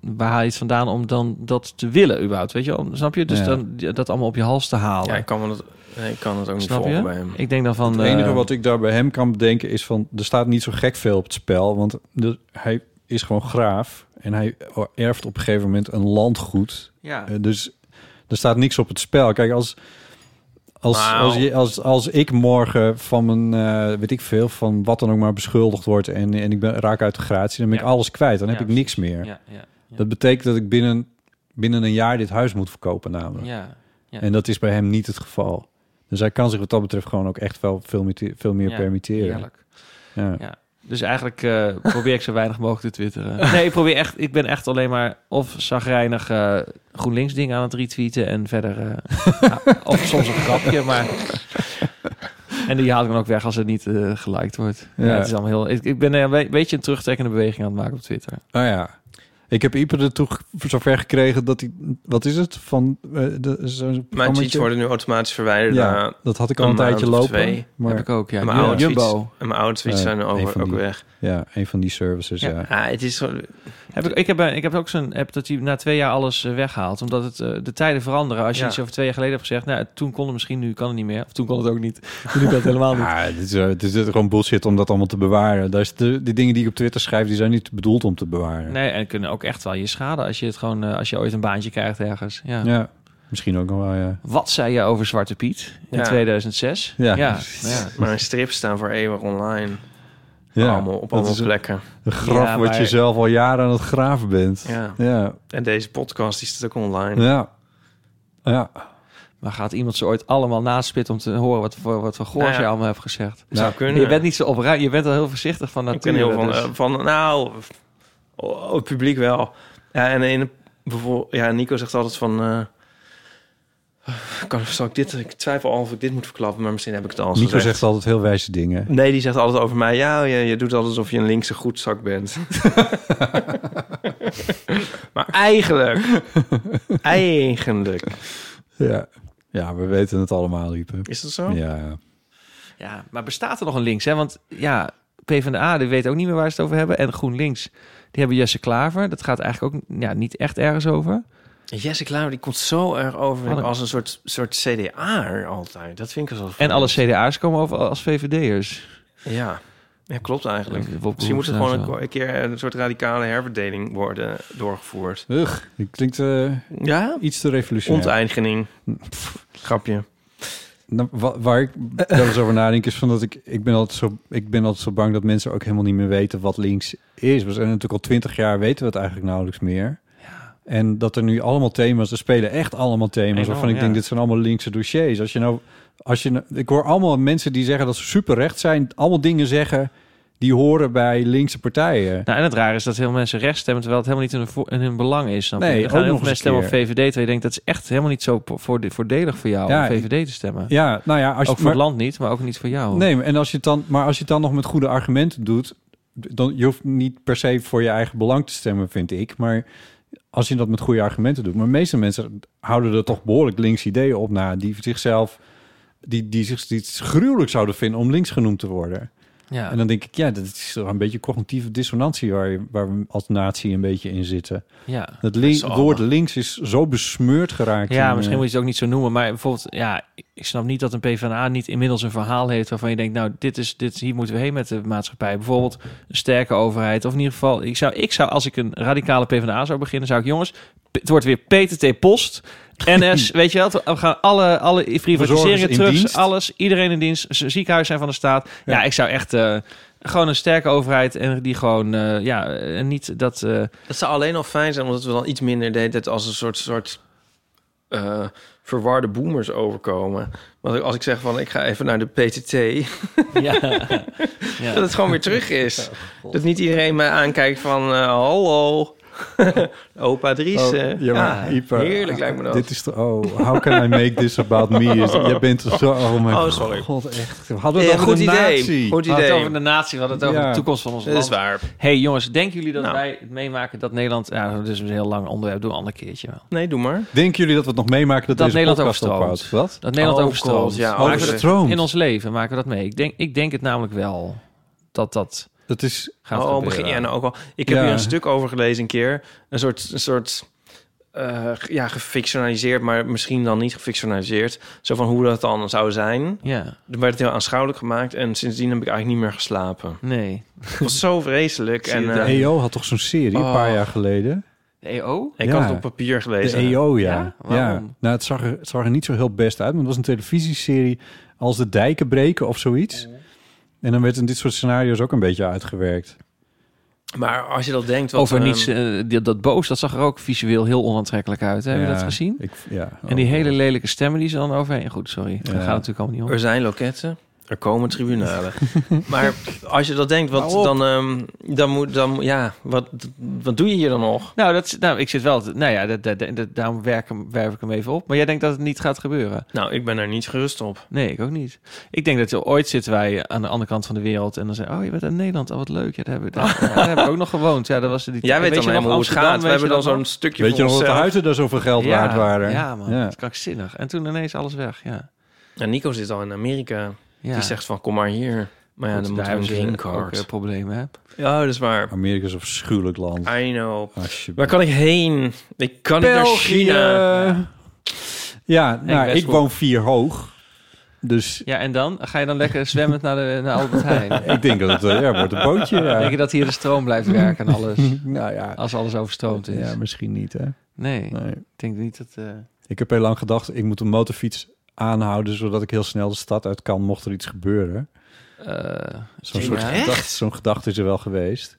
C: waar haal je het vandaan om dan dat te willen überhaupt, weet je wel? Snap je? Dus
B: Ja.
C: dan dat allemaal op je hals te halen.
B: Ja, ik kan, me dat, nee, ik kan het ook niet
C: Snap
B: volgen
C: je?
B: bij hem.
C: Ik denk dan van...
D: Het enige
C: eh,
D: wat ik daar bij hem kan bedenken is van... er staat niet zo gek veel op het spel. Want de- hij is gewoon graaf. En hij erft op een gegeven moment een landgoed.
C: Ja.
D: Eh, dus er staat niks op het spel. Kijk, als... Als,
F: Nou.
D: als, je, als, als ik morgen van mijn, eh, weet ik veel, van wat dan ook maar beschuldigd word en, en ik ben, raak uit de gratie, dan ben ik alles kwijt. Dan heb
C: Ja,
D: ik niks meer.
C: Ja, ja,
D: Dat betekent dat ik binnen, binnen een jaar dit huis moet verkopen namelijk.
C: Ja, ja.
D: En dat is bij hem niet het geval. Dus hij kan zich wat dat betreft gewoon ook echt wel veel, meer- veel meer
C: Ja,
D: permitteren.
C: heerlijk.
D: Ja.
C: Ja. Dus eigenlijk eh, probeer ik zo weinig mogelijk te twitteren. Nee, ik, probeer echt, ik ben echt alleen maar of zagrijnig eh, GroenLinks dingen aan het retweeten en verder... eh, nou, of soms een grapje, maar... En die haal ik dan ook weg als het niet eh geliked wordt. Ja.
D: Ja.
C: het is allemaal heel... Ik, ik ben eh, een we- beetje een terugtrekkende beweging aan het maken op Twitter.
D: Oh ja. Ik heb Ieper ertoe ge- zover gekregen dat hij... Wat is het? Van, eh, de, zo'n
B: Mijn tweets
D: programmaatje?
B: worden nu automatisch verwijderd.
D: Ja,
B: na
D: dat had ik al een
B: maand
D: tijdje
B: of
D: lopen,
B: Twee.
D: maar- Heb ik ook, ja.
B: En mijn
D: Ja.
B: oude
D: Jumbo.
B: tweets, en mijn oude tweets
D: Eh,
B: zijn
D: een
B: over,
D: van
B: ook
D: die.
B: weg.
D: Ja, een van die services, ja.
B: Ja. Ah, het is zo...
C: Heb ik, ik, heb, eh, ik heb ook zo'n app dat hij na twee jaar alles eh, weghaalt. Omdat het, eh, de tijden veranderen. Als je
B: Ja.
C: iets over twee jaar geleden hebt gezegd... Nou, toen kon het misschien, nu kan het niet meer. Of toen kon het ook niet. Nu kan het helemaal niet.
D: Ja, dit is, eh, dit is gewoon bullshit om dat allemaal te bewaren. Daar is de, die dingen die ik op Twitter schrijf, die zijn niet bedoeld om te bewaren.
C: Nee, en kunnen ook echt wel je schaden als je, het gewoon, eh, als je ooit een baantje krijgt ergens. Ja.
D: Ja. misschien ook nog wel, ja.
C: Wat zei je over Zwarte Piet in
B: Ja.
C: 2006?
D: Ja.
C: nou ja.
B: Maar een strip staan voor eeuwig online.
D: ja
B: allemaal, op
D: dat
B: allemaal
D: is een-
B: plekken.
D: Een graf
B: Ja,
D: wat
B: maar-
D: je zelf al jaren aan het graven bent.
B: Ja.
D: Ja.
B: En deze podcast die staat ook online.
D: Ja. Ja.
C: Maar gaat iemand ze ooit allemaal naspitten om te horen wat voor, wat voor goors
B: Nou ja.
C: je allemaal hebt gezegd?
B: Zou kunnen.
C: Je bent niet zo opruim, je bent al heel voorzichtig van
B: Ik ben
C: nature.
B: heel van,
C: dus-
B: eh, van nou, oh, het publiek wel. Ja, en een, bijvoorbeeld, ja, Nico zegt altijd van, eh, kan, zal ik dit, ik twijfel al of ik dit moet verklappen, maar misschien heb ik het al eens
D: Nico
B: gezegd.
D: zegt altijd heel wijze dingen.
B: Nee, die zegt altijd over mij, ja, je, je doet altijd alsof je een linkse goedzak bent. maar eigenlijk, eigenlijk.
D: Ja. ja, we weten het allemaal, Ieper.
B: Is dat zo?
D: Ja.
C: Ja, maar bestaat er nog een links? Hè? Want ja, PvdA die weet ook niet meer waar ze het over hebben. En GroenLinks, die hebben Jesse Klaver. Dat gaat eigenlijk ook ja, niet echt ergens over.
B: Jesse Klaver, die komt zo erg
C: Wat
B: over
C: een-
B: als een soort, soort CDA altijd. Dat vind ik zo.
C: En alle CDA's komen over als VVD'ers.
B: Ja. ja, klopt eigenlijk.
C: Ja, Bob
B: Misschien moet er
C: Hoefs
B: gewoon
C: nou
B: een, een keer een soort radicale herverdeling worden doorgevoerd.
D: Ugh, het klinkt eh,
B: Ja?
D: iets te revolutionair.
B: Onteigening. Pff, Grapje.
D: Nou, wa- waar ik wel eens over nadenk is van dat ik, ik, ben altijd zo, ik ben altijd zo bang dat mensen ook helemaal niet meer weten wat links is. We zijn natuurlijk al twintig jaar, weten we het eigenlijk nauwelijks meer. En dat er nu allemaal thema's, er spelen echt allemaal thema's
C: Enorm,
D: waarvan ik
C: ja.
D: denk, dit zijn allemaal linkse dossiers. Als je nou, als je, nou- ik hoor allemaal mensen die zeggen dat ze superrecht zijn, allemaal dingen zeggen die horen bij linkse partijen.
C: Nou, en het raar is dat heel veel mensen rechts stemmen... terwijl het helemaal niet in hun, vo- in hun belang is. Snap je?
D: Nee,
C: Er
D: ook
C: gaan heel
D: nog
C: veel
D: eens
C: mensen stemmen op
D: een keer.
C: VVD... terwijl je denkt, dat is echt helemaal niet zo po- voorde- voordelig voor jou
D: Ja,
C: om VVD te stemmen.
D: Ja, nou ja, als je
C: ook voor
D: maar-
C: het land niet, maar ook niet voor jou.
D: Nee, maar en als je het dan, maar als je het dan nog met goede argumenten doet, dan je hoeft niet per se voor je eigen belang te stemmen, vind ik. Maar als je dat met goede argumenten doet, maar de meeste mensen houden er toch behoorlijk links ideeën op na, die zichzelf, die, die zich iets gruwelijk zouden vinden om links genoemd te worden.
C: Ja.
D: En dan denk ik, ja, dat is toch een beetje cognitieve dissonantie waar, je- waar we als natie een beetje in zitten.
C: Ja.
D: Dat link-
C: Met z'n allen.
D: woord links is zo besmeurd geraakt.
C: Ja,
D: in,
C: misschien
D: eh,
C: moet je het ook niet zo noemen. Maar bijvoorbeeld, ja, ik snap niet dat een PvdA niet inmiddels een verhaal heeft waarvan je denkt, nou, dit is, dit, hier moeten we heen met de maatschappij. Bijvoorbeeld een sterke overheid. Of in ieder geval, ik zou, ik zou als ik een radicale PvdA zou beginnen, zou ik, jongens, p- het wordt weer PTT Post. NS, weet je wel, we gaan alle, alle
D: Verzorgers
C: privatiseringen
D: in
C: terug,
D: dienst.
C: alles, iedereen in dienst, z- ziekenhuizen zijn van de staat. Ja, ik zou echt eh, gewoon een sterke overheid en die gewoon, eh, ja, en niet dat... eh,
B: Het zou alleen al fijn zijn omdat we dan iets minder deden het als een soort, soort eh, verwarde boomers overkomen. Want als ik zeg van ik ga even naar de PTT, dat het gewoon weer terug is. dat niet iedereen mij aankijkt van eh, hallo, opa Dries.
D: Oh,
B: eh.
D: ja, maar Ieper,
B: heerlijk lijkt me dat.
D: Dit is de, oh, how can I make this about me? Is, jij bent er zo, oh mijn
B: Oh, sorry.
D: god, echt. We hadden
B: Eh,
D: het over
B: goed
D: de
B: idee.
D: natie.
B: Goed
C: We hadden
B: idee.
C: het over de natie, we hadden het over
D: Ja.
C: de toekomst van ons
B: Dat
C: land.
B: is waar.
C: hey, jongens, denken jullie dat
B: Nou.
C: wij het meemaken dat Nederland... Ja, dit is een heel lang onderwerp, doe een ander keertje wel.
B: Nee, doe maar.
D: Denken jullie dat we het nog meemaken dat,
C: Dat
D: deze
C: Nederland
D: podcast
C: overstroomt.
D: ophoudt? Wat?
C: Dat Nederland
B: Oh,
C: overstroomt.
B: God, ja,
C: Maken we dat
D: overstroomt.
C: In ons leven maken we dat mee. Ik denk, ik denk het namelijk wel dat dat
D: Dat is...
C: gaat
B: oh,
C: gebeuren.
B: begin jij nou ook al? Ik heb
D: Ja.
B: hier een stuk over gelezen een keer. Een soort, een soort eh, ja, gefictionaliseerd, maar misschien dan niet gefictionaliseerd. Zo van hoe dat dan zou zijn.
C: Ja,
B: Er werd het heel aanschouwelijk gemaakt en sindsdien heb ik eigenlijk niet meer geslapen.
C: nee.
B: Het was zo vreselijk. en,
D: De
B: eh,
C: E
D: EO E had toch zo'n serie een paar
B: Oh.
D: jaar geleden?
C: De E EO?
B: ik
D: Ja.
B: had het op papier
D: De
C: E
B: gelezen.
D: EO, ja.
C: Ja?
D: ja,
C: Waarom?
D: Nou, het zag, er, het zag er niet zo heel best uit, maar het was een televisieserie als de dijken breken of zoiets. En dan werd in dit soort scenario's ook een beetje uitgewerkt.
B: Maar als je dat denkt... Wat,
C: Over
B: ehm,
C: niets, eh, die- dat boos, dat zag er ook visueel heel onaantrekkelijk uit. Hebben
D: Ja, Oh,
C: jullie dat gezien?
D: Ik, ja.
C: En die hele lelijke stemmen die ze dan overheen... Goed, sorry. Dat
D: Ja.
C: gaat natuurlijk allemaal niet om.
B: Er zijn loketten. Er komen tribunalen. maar als je dat denkt, wat, dan, ehm, dan moet... Dan, ja, wat, wat doe je hier dan nog?
C: Nou, dat, is- nou ik zit wel... te- Nou ja, dat, dat, dat- daarom werk, hem- werf ik hem even op. Maar jij denkt dat het niet gaat gebeuren?
B: Nou, ik ben er niet gerust op.
C: Nee, ik ook niet. Ik denk dat ooit zitten wij aan de andere kant van de wereld... en dan zeggen oh, je bent uit Nederland. Oh, wat leuk. Ja, daar hebben we daar, daar hebben we ook nog gewoond. Ja, dat was die
B: Jij weet
C: je
B: dan
C: nog
B: helemaal hoe het
C: Amsterdam,
B: gaat. We
C: weet je
B: hebben dan
C: dat
B: zo'n
C: nog?
B: stukje
D: Weet je
B: voor eh,
D: nog dat de
B: onszelf.
D: huizen daar zoveel geld
C: Ja,
D: waard waren?
C: Ja, man.
D: Ja.
C: Dat is krankzinnig. En toen ineens alles weg, ja.
B: En Nico zit al in Amerika.
C: Ja.
B: Die zegt van, kom maar hier. Maar ja,
C: Goed,
B: dan
C: daar
B: moeten we een green
C: hebben ze ook,
B: card.
C: eh, problemen, hè?
B: Ja, dat is waar.
D: Amerika is een afschuwelijk land.
B: I know.
D: Alsjeblieft.
B: Waar kan ik heen? Ik kan niet naar
D: België.
B: China.
D: Ja, nou,
C: best
D: ik
C: wel.
D: woon vier hoog. Dus
C: Ja, en dan? Ga je dan lekker zwemmend naar, de, naar Albert Heijn?
D: ik denk dat het eh, ja, wordt een bootje. Ja.
C: Denk je dat hier de stroom blijft werken en alles?
D: nou ja.
C: Als alles overstroomd is?
D: Ja, misschien niet, hè.
C: Nee,
D: Nee.
C: ik denk niet dat... eh,
D: Ik heb heel lang gedacht, ik moet een motorfiets aanhouden... zodat ik heel snel de stad uit kan, mocht er iets gebeuren.
C: eh,
D: Zo'n
C: ja.
D: soort gedachte, zo'n gedachte is er wel geweest.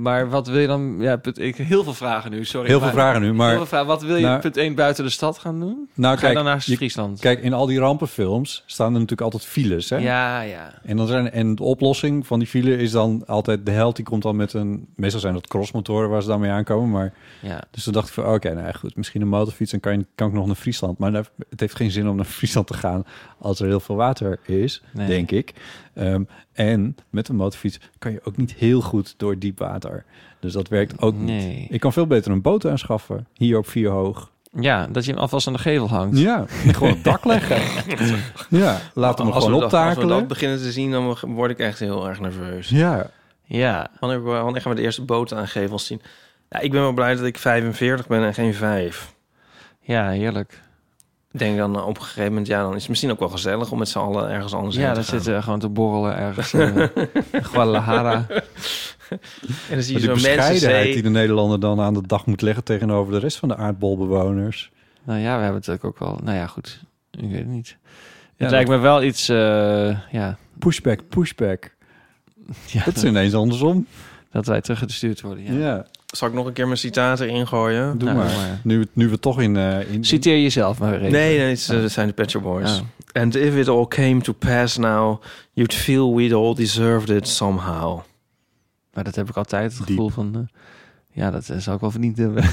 C: Maar wat wil je dan... Ja, punt- ik, heel veel vragen nu, sorry.
D: Heel
C: maar-
D: veel vragen nu, maar-
C: Heel veel vragen. Wat wil je
D: Nou-
C: punt 1 buiten de stad gaan doen?
D: Nou,
C: Ga je
D: kijk,
C: dan naar
D: je-
C: Friesland?
D: Kijk, in al die rampenfilms staan er natuurlijk altijd files, hè?
C: Ja, ja.
D: En, dan zijn, en de oplossing van die file is dan altijd... de held die komt dan met een... meestal zijn dat crossmotoren waar ze dan mee aankomen. Maar,
C: Ja.
D: Dus toen dacht ik van, oké, nou ja, goed, misschien een motorfiets... en kan, je, kan ik nog naar Friesland. Maar daar- het heeft geen zin om naar Friesland te gaan... als er heel veel water is,
C: Nee.
D: denk ik. Ehm, en met een motorfiets kan je ook niet heel goed door diep water. Dus dat werkt ook
C: Nee.
D: niet. Ik kan veel beter een boot aanschaffen. Hier op vier hoog.
C: Ja, dat je hem alvast aan de gevel hangt.
D: Ja, en gewoon op dak leggen. ja, laat hem
B: als, we
D: gewoon
B: dat, als we
D: optakelen.
B: dat beginnen te zien, dan word ik echt heel erg nerveus.
D: Ja.
C: Ja.
B: Wanneer, wanneer gaan we de eerste boten aan gevels zien? Ja, ik ben wel blij dat ik 45 ben en geen 5.
C: Ja, heerlijk.
B: Ik denk dan eh, op een gegeven moment, ja, dan is het misschien ook wel gezellig om met z'n allen ergens anders
C: Ja,
B: heen
C: dan
B: te gaan.
C: zitten we gewoon te borrelen ergens in eh, Guadalajara.
B: En dan zie je
D: Maar die
B: zo'n
D: bescheidenheid die
B: mensen
D: de Nederlander dan aan de dag moet leggen tegenover de rest van de aardbolbewoners.
C: Nou ja, we hebben het natuurlijk ook wel... Nou ja, goed. Ik weet het niet.
D: Ja,
C: het lijkt me wel iets... eh, ja,
D: Pushback, pushback. dat is ineens andersom.
C: dat wij teruggestuurd worden. Ja.
D: Ja,
B: Zal ik nog een keer mijn citaten ingooien?
D: doe
C: Nou,
D: maar.
C: doe maar.
D: Nu, we- nu we toch in... eh, in
C: Citeer jezelf maar weer even.
B: Nee, nee, het is- het zijn de Pet Shop Boys.
C: Oh.
B: And if it all came to pass now, you'd feel we'd all deserved it somehow.
C: Maar dat heb ik altijd het gevoel van... eh, ja, dat eh, zou ik wel verdiend hebben.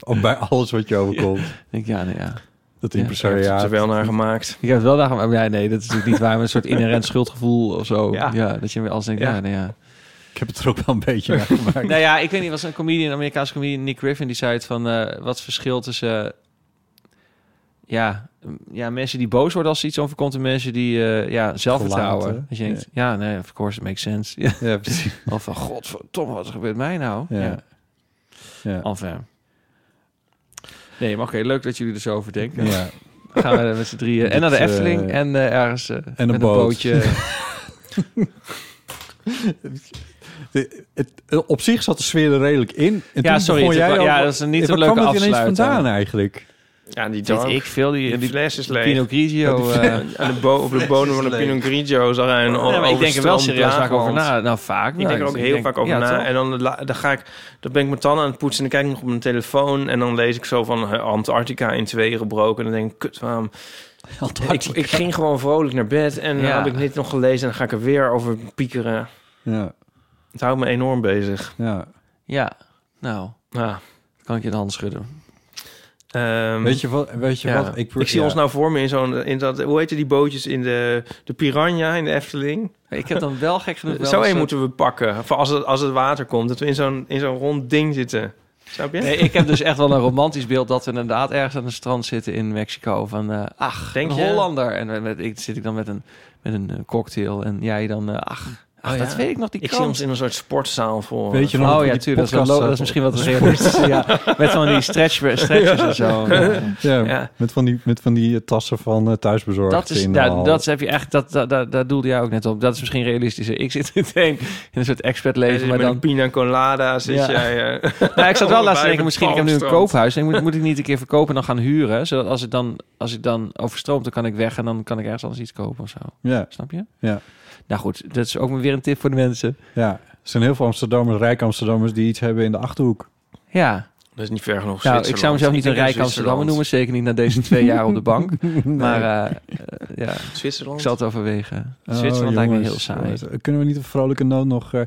D: ook bij alles wat je overkomt.
C: Ik denk, ja, nou ja.
D: Dat
C: Ja,
B: Daar heeft ze
D: impresariaat.
B: wel naar gemaakt.
C: Ik heb het wel naar maar ja, nee, dat is natuurlijk niet waar. Maar een soort inherent schuldgevoel of zo.
B: Ja.
C: Ja. dat je weer alles denkt,
B: Ja.
C: ja, nou ja.
D: Ik heb het er ook wel een beetje naar gemaakt.
C: Nou ja, ik weet niet, was een comedian, een Amerikaanse comedian, Nick Griffin, die zei het van... eh, wat is het verschil tussen... eh, ja, m- ja, mensen die boos worden als ze iets overkomt... en mensen die eh, ja, zelfvertrouwen.
D: Gelaten.
C: Dat je denkt, ja, nee, of course, it makes sense. Ja.
D: Ja, precies.
C: Of van, godverdomme, wat gebeurt mij nou?
D: Ja. Ja.
C: Enfin. Nee, maar oké, leuk dat jullie er zo over denken.
D: Ja.
C: Dan gaan we met z'n drieën en naar de
D: Dit, eh,
C: Efteling en eh, ergens eh,
D: een
C: met
D: boot.
C: een bootje.
D: De- het, op zich zat de sfeer er redelijk in. En
C: Ja,
D: toen
C: sorry,
D: begon
C: het-
D: jij
C: ja,
D: over-
C: dat is een niet
D: Waar
C: een leuke
D: kwam dat ineens
C: afsluiter.
D: vandaan eigenlijk?
B: Ja, die
C: Weet
B: dark.
C: ik veel, die,
B: Die
C: die
B: fles is leeg.
C: Pinot Grigio. eh,
B: Aan de bo- op de bodem van de Pinot Grigio zag hij een
C: ja, maar ik denk er wel serieus vaak over na. Nou, vaak.
B: Ik
C: maar
B: denk er ook heel vaak over
C: ja,
B: na.
C: toch?
B: En dan, la- dan, ga ik, dan ben ik mijn tanden aan het poetsen... en dan kijk ik nog op mijn telefoon... en dan lees ik zo van eh, Antarctica in tweeën gebroken... en dan denk ik, kut, waarom... Ik, ik ging gewoon vrolijk naar bed... en dan
C: Ja.
B: heb ik dit nog gelezen... en dan ga ik er weer over piekeren.
D: Ja,
B: Het houdt me enorm bezig.
D: ja.
C: Ja, nou,
B: Ja.
C: kan ik je de hand schudden.
B: Ehm,
D: Weet je wat? Weet je
B: ja.
D: wat?
B: ik, zie
D: ja.
B: ons nou voor me in zo'n... In dat, hoe heette die bootjes in de, de Piranha in de Efteling?
C: Ik heb dan wel gek genoeg wel eh,
B: Zo
C: een
B: één
C: soort-
B: moeten we pakken. Voor als het, als het water komt. Dat we in zo'n, in zo'n rond ding zitten. Snap je?
C: Nee, ik heb dus echt wel een romantisch beeld dat we inderdaad ergens aan een strand zitten in Mexico. Van, eh, ach,
B: Denk
C: een
B: je?
C: Hollander. En eh, met, met- ik, zit ik dan met een, met een eh, cocktail en jij dan, eh, ach, ach
B: Oh,
C: dat
B: ja.
C: weet ik nog, die
B: ik zie
C: krant.
B: ons in een soort sportzaal voor.
D: Weet je nog
C: Oh
D: dat
C: ja,
D: die
C: tuurlijk. Dat is, wel
D: podcast
C: lo- dat is
D: zat-
C: misschien wat realistisch. ja, met van die stretch, stretchers en zo.
D: Ja,
B: Ja.
D: Met, van die, met van die eh, tassen van eh, thuisbezorgd.
C: Dat is,
D: in eh, de
C: daar,
D: hal.
C: dat heb je echt, dat, dat, daar, daar doelde jij ook net op. Dat is misschien realistischer. Ik zit meteen in een soort expertleven,
B: maar
C: maar eh, dan...
B: pina colada zit
C: Ja.
B: jij... eh,
C: Nou, ik zat wel laatst
B: allebei
C: te
B: op het
C: denken, misschien ik heb nu een
B: palmstrand.
C: koophuis. En moet, moet ik niet een keer verkopen en dan gaan huren? Zodat als het dan, als ik dan overstroomt, dan kan ik weg en dan kan ik ergens anders iets kopen of zo.
D: Ja,
C: Snap je?
D: ja,
C: Nou goed, dat is ook weer een tip voor de mensen.
D: ja. Er zijn heel veel Amsterdammers, rijke Amsterdammers, die iets hebben in de Achterhoek.
C: Ja,
B: Dat is niet ver genoeg.
C: Nou, ik zou mezelf niet een rijk Amsterdammer noemen. Zeker niet na deze twee jaar op de bank. Maar eh, eh, ja,
B: Zwitserland?
C: ik zal het overwegen.
D: Oh,
C: Zwitserland lijkt me
D: jongens,
C: heel saai.
D: jongens, Kunnen we niet een vrolijke noot nog... eh,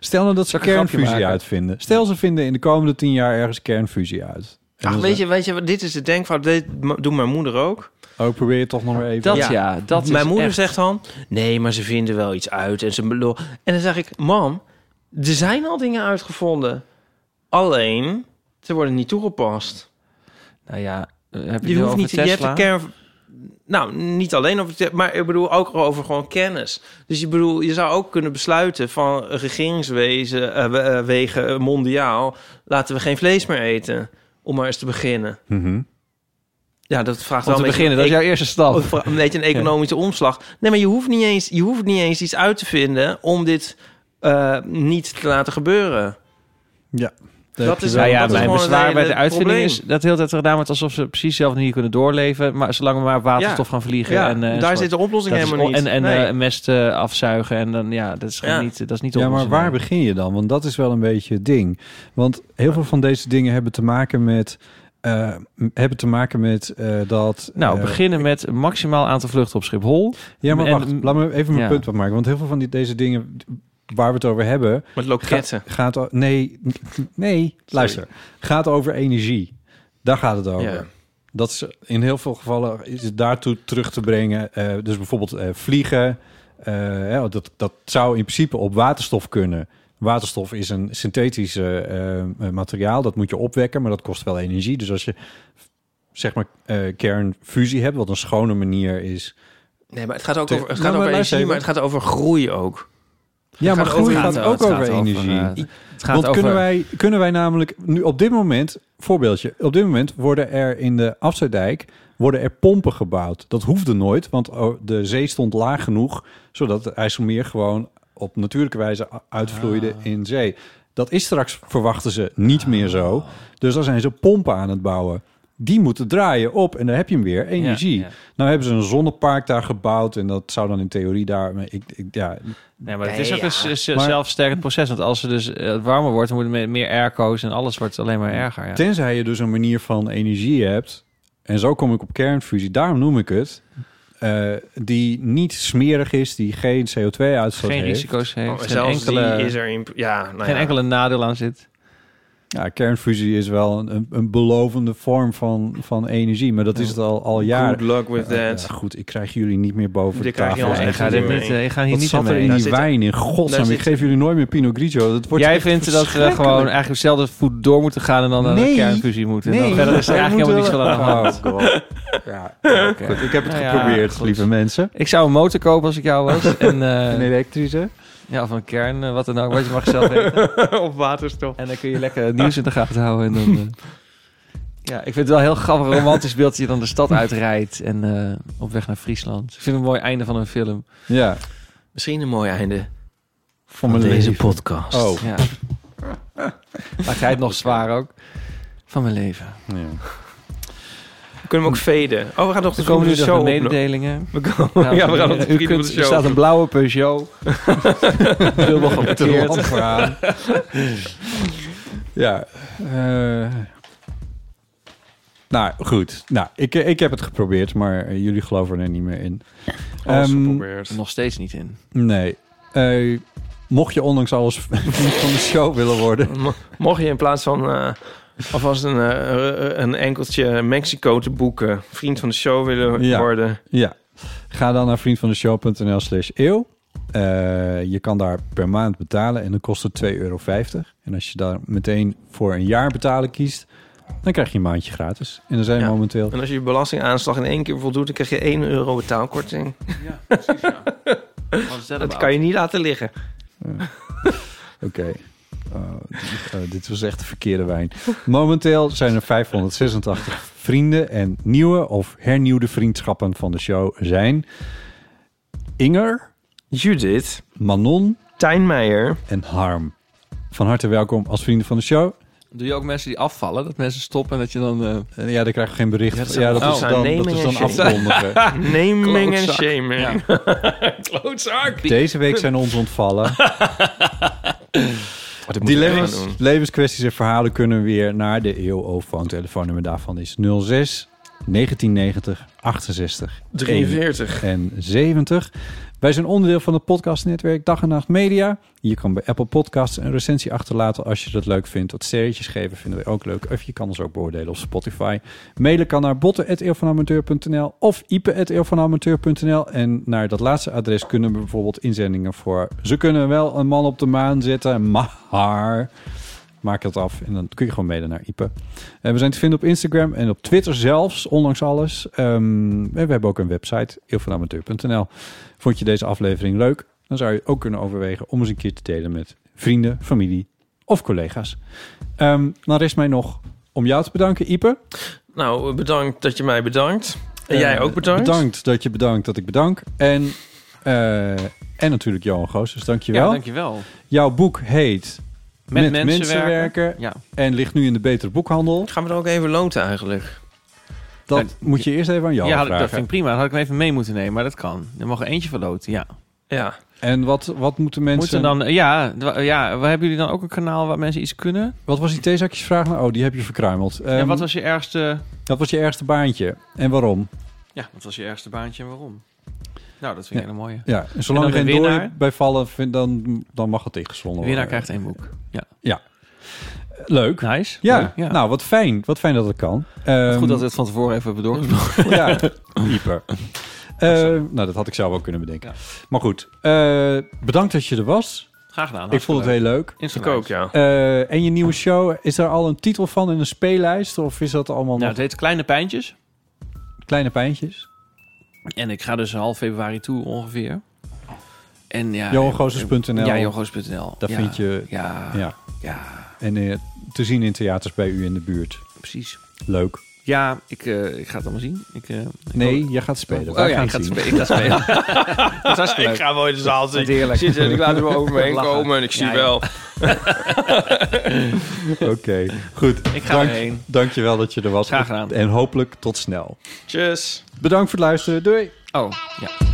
D: stel nou dat ze
C: Zal ik een grapje
D: kernfusie
C: maken?
D: uitvinden. Stel ze vinden in de komende tien jaar ergens kernfusie uit. En
B: Ach,
D: dan
B: weet
D: ze-
B: je, weet je, wat, dit is de denkfout. Dit ma- doet mijn moeder ook.
D: Oh, probeer je toch nog maar even.
B: Dat ja, dat Mijn
D: is
B: moeder
D: echt-
B: zegt dan, nee, maar ze vinden wel iets uit. En, ze belo- en dan zeg ik, mam, er zijn al dingen uitgevonden. Alleen, ze worden niet toegepast.
C: Nou ja, heb
B: je, hoeft niet, je hebt de kern... Nou, niet alleen over... te- Maar ik bedoel ook over gewoon kennis. Dus je bedoel, je zou ook kunnen besluiten van regeringswezen, eh, we- eh, wegen eh, mondiaal... laten we geen vlees meer eten, om maar eens te beginnen. Ja, dat vraagt
C: Om
B: wel
C: te
B: een beetje
C: beginnen, dat is jouw eerste stap.
B: Of Een beetje een economische omslag. Nee, maar je hoeft, niet eens, je hoeft niet eens iets uit te vinden om dit eh, niet te laten gebeuren.
D: Ja.
B: Dat is,
C: nou ja,
B: dat is
C: mijn
B: gewoon een
C: bezwaar bij
B: hele
C: de uitvinding
B: probleem.
C: is dat heel de tijd gedaan wordt alsof ze precies zelf niet kunnen doorleven. Maar zolang we maar op waterstof
B: Ja.
C: gaan vliegen.
B: Ja,
C: en, eh,
B: daar
C: enzovoort.
B: zit de oplossing
C: Dat is
B: helemaal
C: on-
B: niet.
C: En, en
B: Nee.
C: eh, mest eh, afzuigen en dan ja, dat is gewoon
B: Ja.
C: niet, eh, dat is niet
D: Ja, maar
C: oplossing.
D: waar begin je dan? Want dat is wel een beetje het ding. Want heel veel van deze dingen hebben te maken met. eh, m- hebben te maken met eh, dat.
C: Nou,
D: eh,
C: beginnen met een maximaal aantal vluchten op Schiphol.
D: Ja, maar
C: En-
D: wacht. Laat me even mijn
C: ja.
D: punt wat maken. Want heel veel van die, deze dingen waar we het over hebben.
B: Met loketten.
D: Gaat, gaat o- nee, nee, luister. Gaat over energie. Daar gaat het over.
B: Ja.
D: Dat is in heel veel gevallen is het daartoe terug te brengen. Eh, dus bijvoorbeeld eh, vliegen. eh, hè, dat, dat zou in principe op waterstof kunnen. Waterstof is een synthetisch eh, eh, materiaal. Dat moet je opwekken, maar dat kost wel energie. Dus als je zeg maar eh, kernfusie hebt, wat een schone manier is
B: Nee, maar het gaat ook
D: Te-
B: over, het
D: Nou,
B: gaat
D: maar
B: over
D: luister
B: energie,
D: even.
B: maar het gaat over groei ook.
D: Ja, maar groei
B: over-
D: gaat
B: het
D: ook
B: gaat
D: over
B: over,
D: energie.
B: eh, het gaat
D: Want kunnen,
B: over-
D: wij, kunnen wij namelijk nu op dit moment, voorbeeldje, op dit moment worden er in de Afsluitdijk worden er pompen gebouwd. Dat hoefde nooit, want oh, de zee stond laag genoeg, zodat het IJsselmeer gewoon op natuurlijke wijze a- uitvloeide
B: Ah.
D: in zee. Dat is straks, verwachten ze, niet meer zo. Dus daar zijn ze pompen aan het bouwen. Die moeten draaien op en daar heb je hem weer, energie.
C: ja.
D: Nou hebben ze een zonnepark daar gebouwd en dat zou dan in theorie daar... maar Ik, ik, ja,
C: Nee, maar het is
D: Nee,
C: ook
D: ja.
C: een z- z-
D: Maar-
C: zelfsterkend proces. Want als het dus eh, het warmer wordt, dan worden er meer airco's en alles wordt alleen maar erger. Ja.
D: Tenzij je dus een manier van energie hebt. En zo kom ik op kernfusie. Daarom noem ik het. eh, die niet smerig is, die geen CO2-uitstoot
C: Geen
D: heeft.
C: risico's heeft, Oh, geen
B: Zelfs die is er in... Ja, nou
C: Geen
B: ja.
C: enkele nadeel aan zit.
D: Ja, kernfusie is wel een- een, een belovende vorm van, van energie. Maar dat is het al, al jaren.
B: Good luck with
D: Ja,
B: that.
D: ja, goed, ik krijg jullie niet meer boven
B: Dit
D: de
B: krijg je
D: tafel.
B: ons echt niet meer mee.
C: ik ga hier
D: Wat
C: niet
D: zat
C: aan
D: er
C: mee.
D: in
C: Daar
D: die
C: zit-
D: wijn? In
C: daar
D: godsnaam, ik
C: zit-
D: geef jullie nooit meer Pinot Grigio. Dat wordt
C: Jij
D: echt
C: vindt dat we
D: verschrikkelijk.
C: gewoon eigenlijk op dezelfde voet door moeten gaan en dan naar
D: Nee.
C: de kernfusie moeten. En dan
D: Nee.
C: Nou, verder is er
D: Wij
C: eigenlijk helemaal niks
D: moeten
C: van aan de
D: wel-
C: hand.
D: Oh, Ja, oké. Goed, ik heb het geprobeerd, lieve mensen.
C: Ik zou een motor kopen als ik jou was. En, eh,
D: Een elektrische?
C: Ja, of een kern, eh, wat dan ook. Wat je mag zelf weten.
B: of waterstof.
C: En dan kun je lekker het nieuws in de gaten houden. En dan, eh, ja, ik vind het wel een heel grappig romantisch beeld dat je dan de stad uitrijdt en eh, op weg naar Friesland. Ik vind het een mooi einde van een film.
D: Ja.
B: Misschien een mooi einde
D: van
C: mijn
B: deze
C: leven.
B: podcast.
C: Oh. Ja. Maakt hij het nog zwaar ook. Van mijn leven.
B: We kunnen hem ook veden. Oh, we gaan nog de
C: Er komen nu
B: volgende
C: nog
B: show
C: de
B: opno-
C: mededelingen. Nou, eh,
B: We komen, ja, we gaan nog de
C: U
B: vrienden van
C: kunt,
B: de
C: Er
B: show
C: staat een
B: opno-
C: blauwe Peugeot. Dubbel geparkeerd.
D: Met een lamp eraan. Ja. eh, nou, goed. Nou, ik, ik heb het geprobeerd, maar eh, jullie geloven er niet meer in.
C: Alles
D: Ehm,
C: Nog steeds niet in.
D: nee. Eh, mocht je ondanks alles vriend van de show willen worden...
B: Mo- Mocht je in plaats van eh, alvast een, eh, een enkeltje Mexico te boeken, vriend van de show willen
D: Ja.
B: worden.
D: Ja. Ga dan naar vriendvandeshow.nl slash eeuw. Eh, je kan daar per maand betalen en dan kost het 2,50 euro. En als je daar meteen voor een jaar betalen kiest, dan krijg je een maandje gratis. En dan zijn
B: Ja.
D: momenteel...
B: En als je je belastingaanslag in één keer voldoet, dan krijg je 1 euro betaalkorting. Ja,
C: precies.
B: Dat kan je niet laten liggen.
D: Oké. Oh, dit- oh, dit was echt de verkeerde wijn. Momenteel zijn er 586 vrienden en nieuwe of hernieuwde vriendschappen van de show zijn Inger,
B: Judith,
D: Manon,
B: Tijn Meijer
D: en Harm. Van harte welkom als vrienden van de show.
C: Doe je ook mensen die afvallen? Dat mensen stoppen en dat je dan... eh,
D: Ja, daar krijg ik geen bericht. Ja, dat, is
C: zijn
D: dan,
C: naming
D: dat is
C: en
D: dan
C: shaming.
D: afkondigen.
B: Naming en
C: Klootzak.
B: shaming. Klootzak.
D: Deze week zijn ons ontvallen.
B: Dit
D: Die
B: moeten we
D: levens-
B: gaan doen.
D: levenskwesties en verhalen kunnen weer naar de eeuwofoon. Telefoonnummer daarvan is 06 1990 68
B: 43.
D: en 70. Wij zijn onderdeel van het podcastnetwerk Dag en Nacht Media. Je kan bij Apple Podcasts een recensie achterlaten als je dat leuk vindt. Wat sterretjes geven vinden we ook leuk. Of je kan ons ook beoordelen op Spotify. Mailen kan naar botten.eeuwvanamateur.nl of ipe.eeuwvanamateur.nl. En naar dat laatste adres kunnen we bijvoorbeeld inzendingen voor... Ze kunnen wel een man op de maan zetten, maar... Maak het af en dan kun je gewoon mede naar Ipe. En Eh, we zijn te vinden op Instagram en op Twitter zelfs, ondanks alles. Ehm, en we hebben ook een website, eeuwvanamateur.nl. Vond je deze aflevering leuk? Dan zou je ook kunnen overwegen om eens een keer te delen met vrienden, familie of collega's. Ehm, dan rest mij nog om jou te bedanken, Ipe.
B: Nou, bedankt dat je mij bedankt. En jij
D: Eh,
B: ook bedankt.
D: Bedankt dat je bedankt dat ik bedank. En, eh, en natuurlijk Johan dus Goosens, dankjewel.
C: Ja, dankjewel.
D: Jouw boek heet...
C: Met mensen werken.
D: Ja. En ligt nu in de betere boekhandel.
B: Gaan we er ook even loten eigenlijk?
D: Dat moet je eerst even aan jou
C: ja, dat-
D: vragen.
C: dat vind ik prima. Dat had ik hem even mee moeten nemen, maar dat kan. Er mag er eentje verloten, ja.
B: Ja.
D: En wat, wat moeten mensen...
C: Moeten dan, eh, ja, d- ja, waar- hebben jullie dan ook een kanaal waar mensen iets kunnen?
D: Wat was die theezakjesvraag? Nou, oh, die heb je verkruimeld.
C: ja,
D: Ehm,
C: wat was je ergste,
D: Dat was je ergste baantje. En waarom?
C: ja, wat was je ergste baantje en waarom? Nou, dat vind ik
D: Ja.
C: een hele mooie.
D: Ja, en zolang
C: En
D: er
C: dan de
D: geen
C: winnaar?
D: door bij vallen, vind- dan, dan mag het tegengezonden
C: De
D: worden.
C: winnaar krijgt één boek. Ja.
D: Ja. Leuk.
C: Nice.
D: Ja.
C: Leuk, ja.
D: nou wat fijn. Wat fijn dat het kan. Ehm,
C: Goed dat we het van tevoren even hebben doorgesproken.
D: Ja, hyper. Eh, nou, dat had ik zelf ook kunnen bedenken. Maar goed, eh, bedankt dat je er was.
C: Graag gedaan.
D: Ik vond het heel leuk.
C: Instagram.
B: Ik ook, ja.
D: Eh, en je nieuwe show, is daar al een titel van in een speellijst? Of is dat allemaal
C: Nou,
D: nog
C: het heet Kleine Pijntjes.
D: kleine pijntjes?
C: En ik ga dus half februari toe ongeveer. En ja,
D: Johangozes.nl.
C: Ja, johangozes.nl.
D: Daar
C: Ja.
D: vind je...
C: Ja.
D: ja.
C: Ja.
D: En eh, te zien in theaters bij u in de buurt.
C: Precies.
D: Leuk.
C: Ja, ik, eh, ik ga het allemaal zien. Ik, eh, ik
D: Nee,
C: hoop-
D: jij gaat spelen.
C: Oh,
D: Wij
C: ja,
D: gaan
C: ik ga, het
D: zien.
C: spe- ik ga spelen. dat is hartstikke
B: Ik
C: leuk.
B: ga wel in de zaal zitten.
C: Heerlijk.
B: Zitten en dus ik laat er wel over me heen
C: Lachen.
B: komen en ik zie
C: Ja, ja.
B: wel.
D: Oké, goed.
C: Ik ga erheen.
D: Dankjewel dat je er was.
C: Graag gedaan.
D: En hopelijk tot snel.
B: Tjus.
D: Bedankt voor het luisteren. Doei.
C: Oh, ja.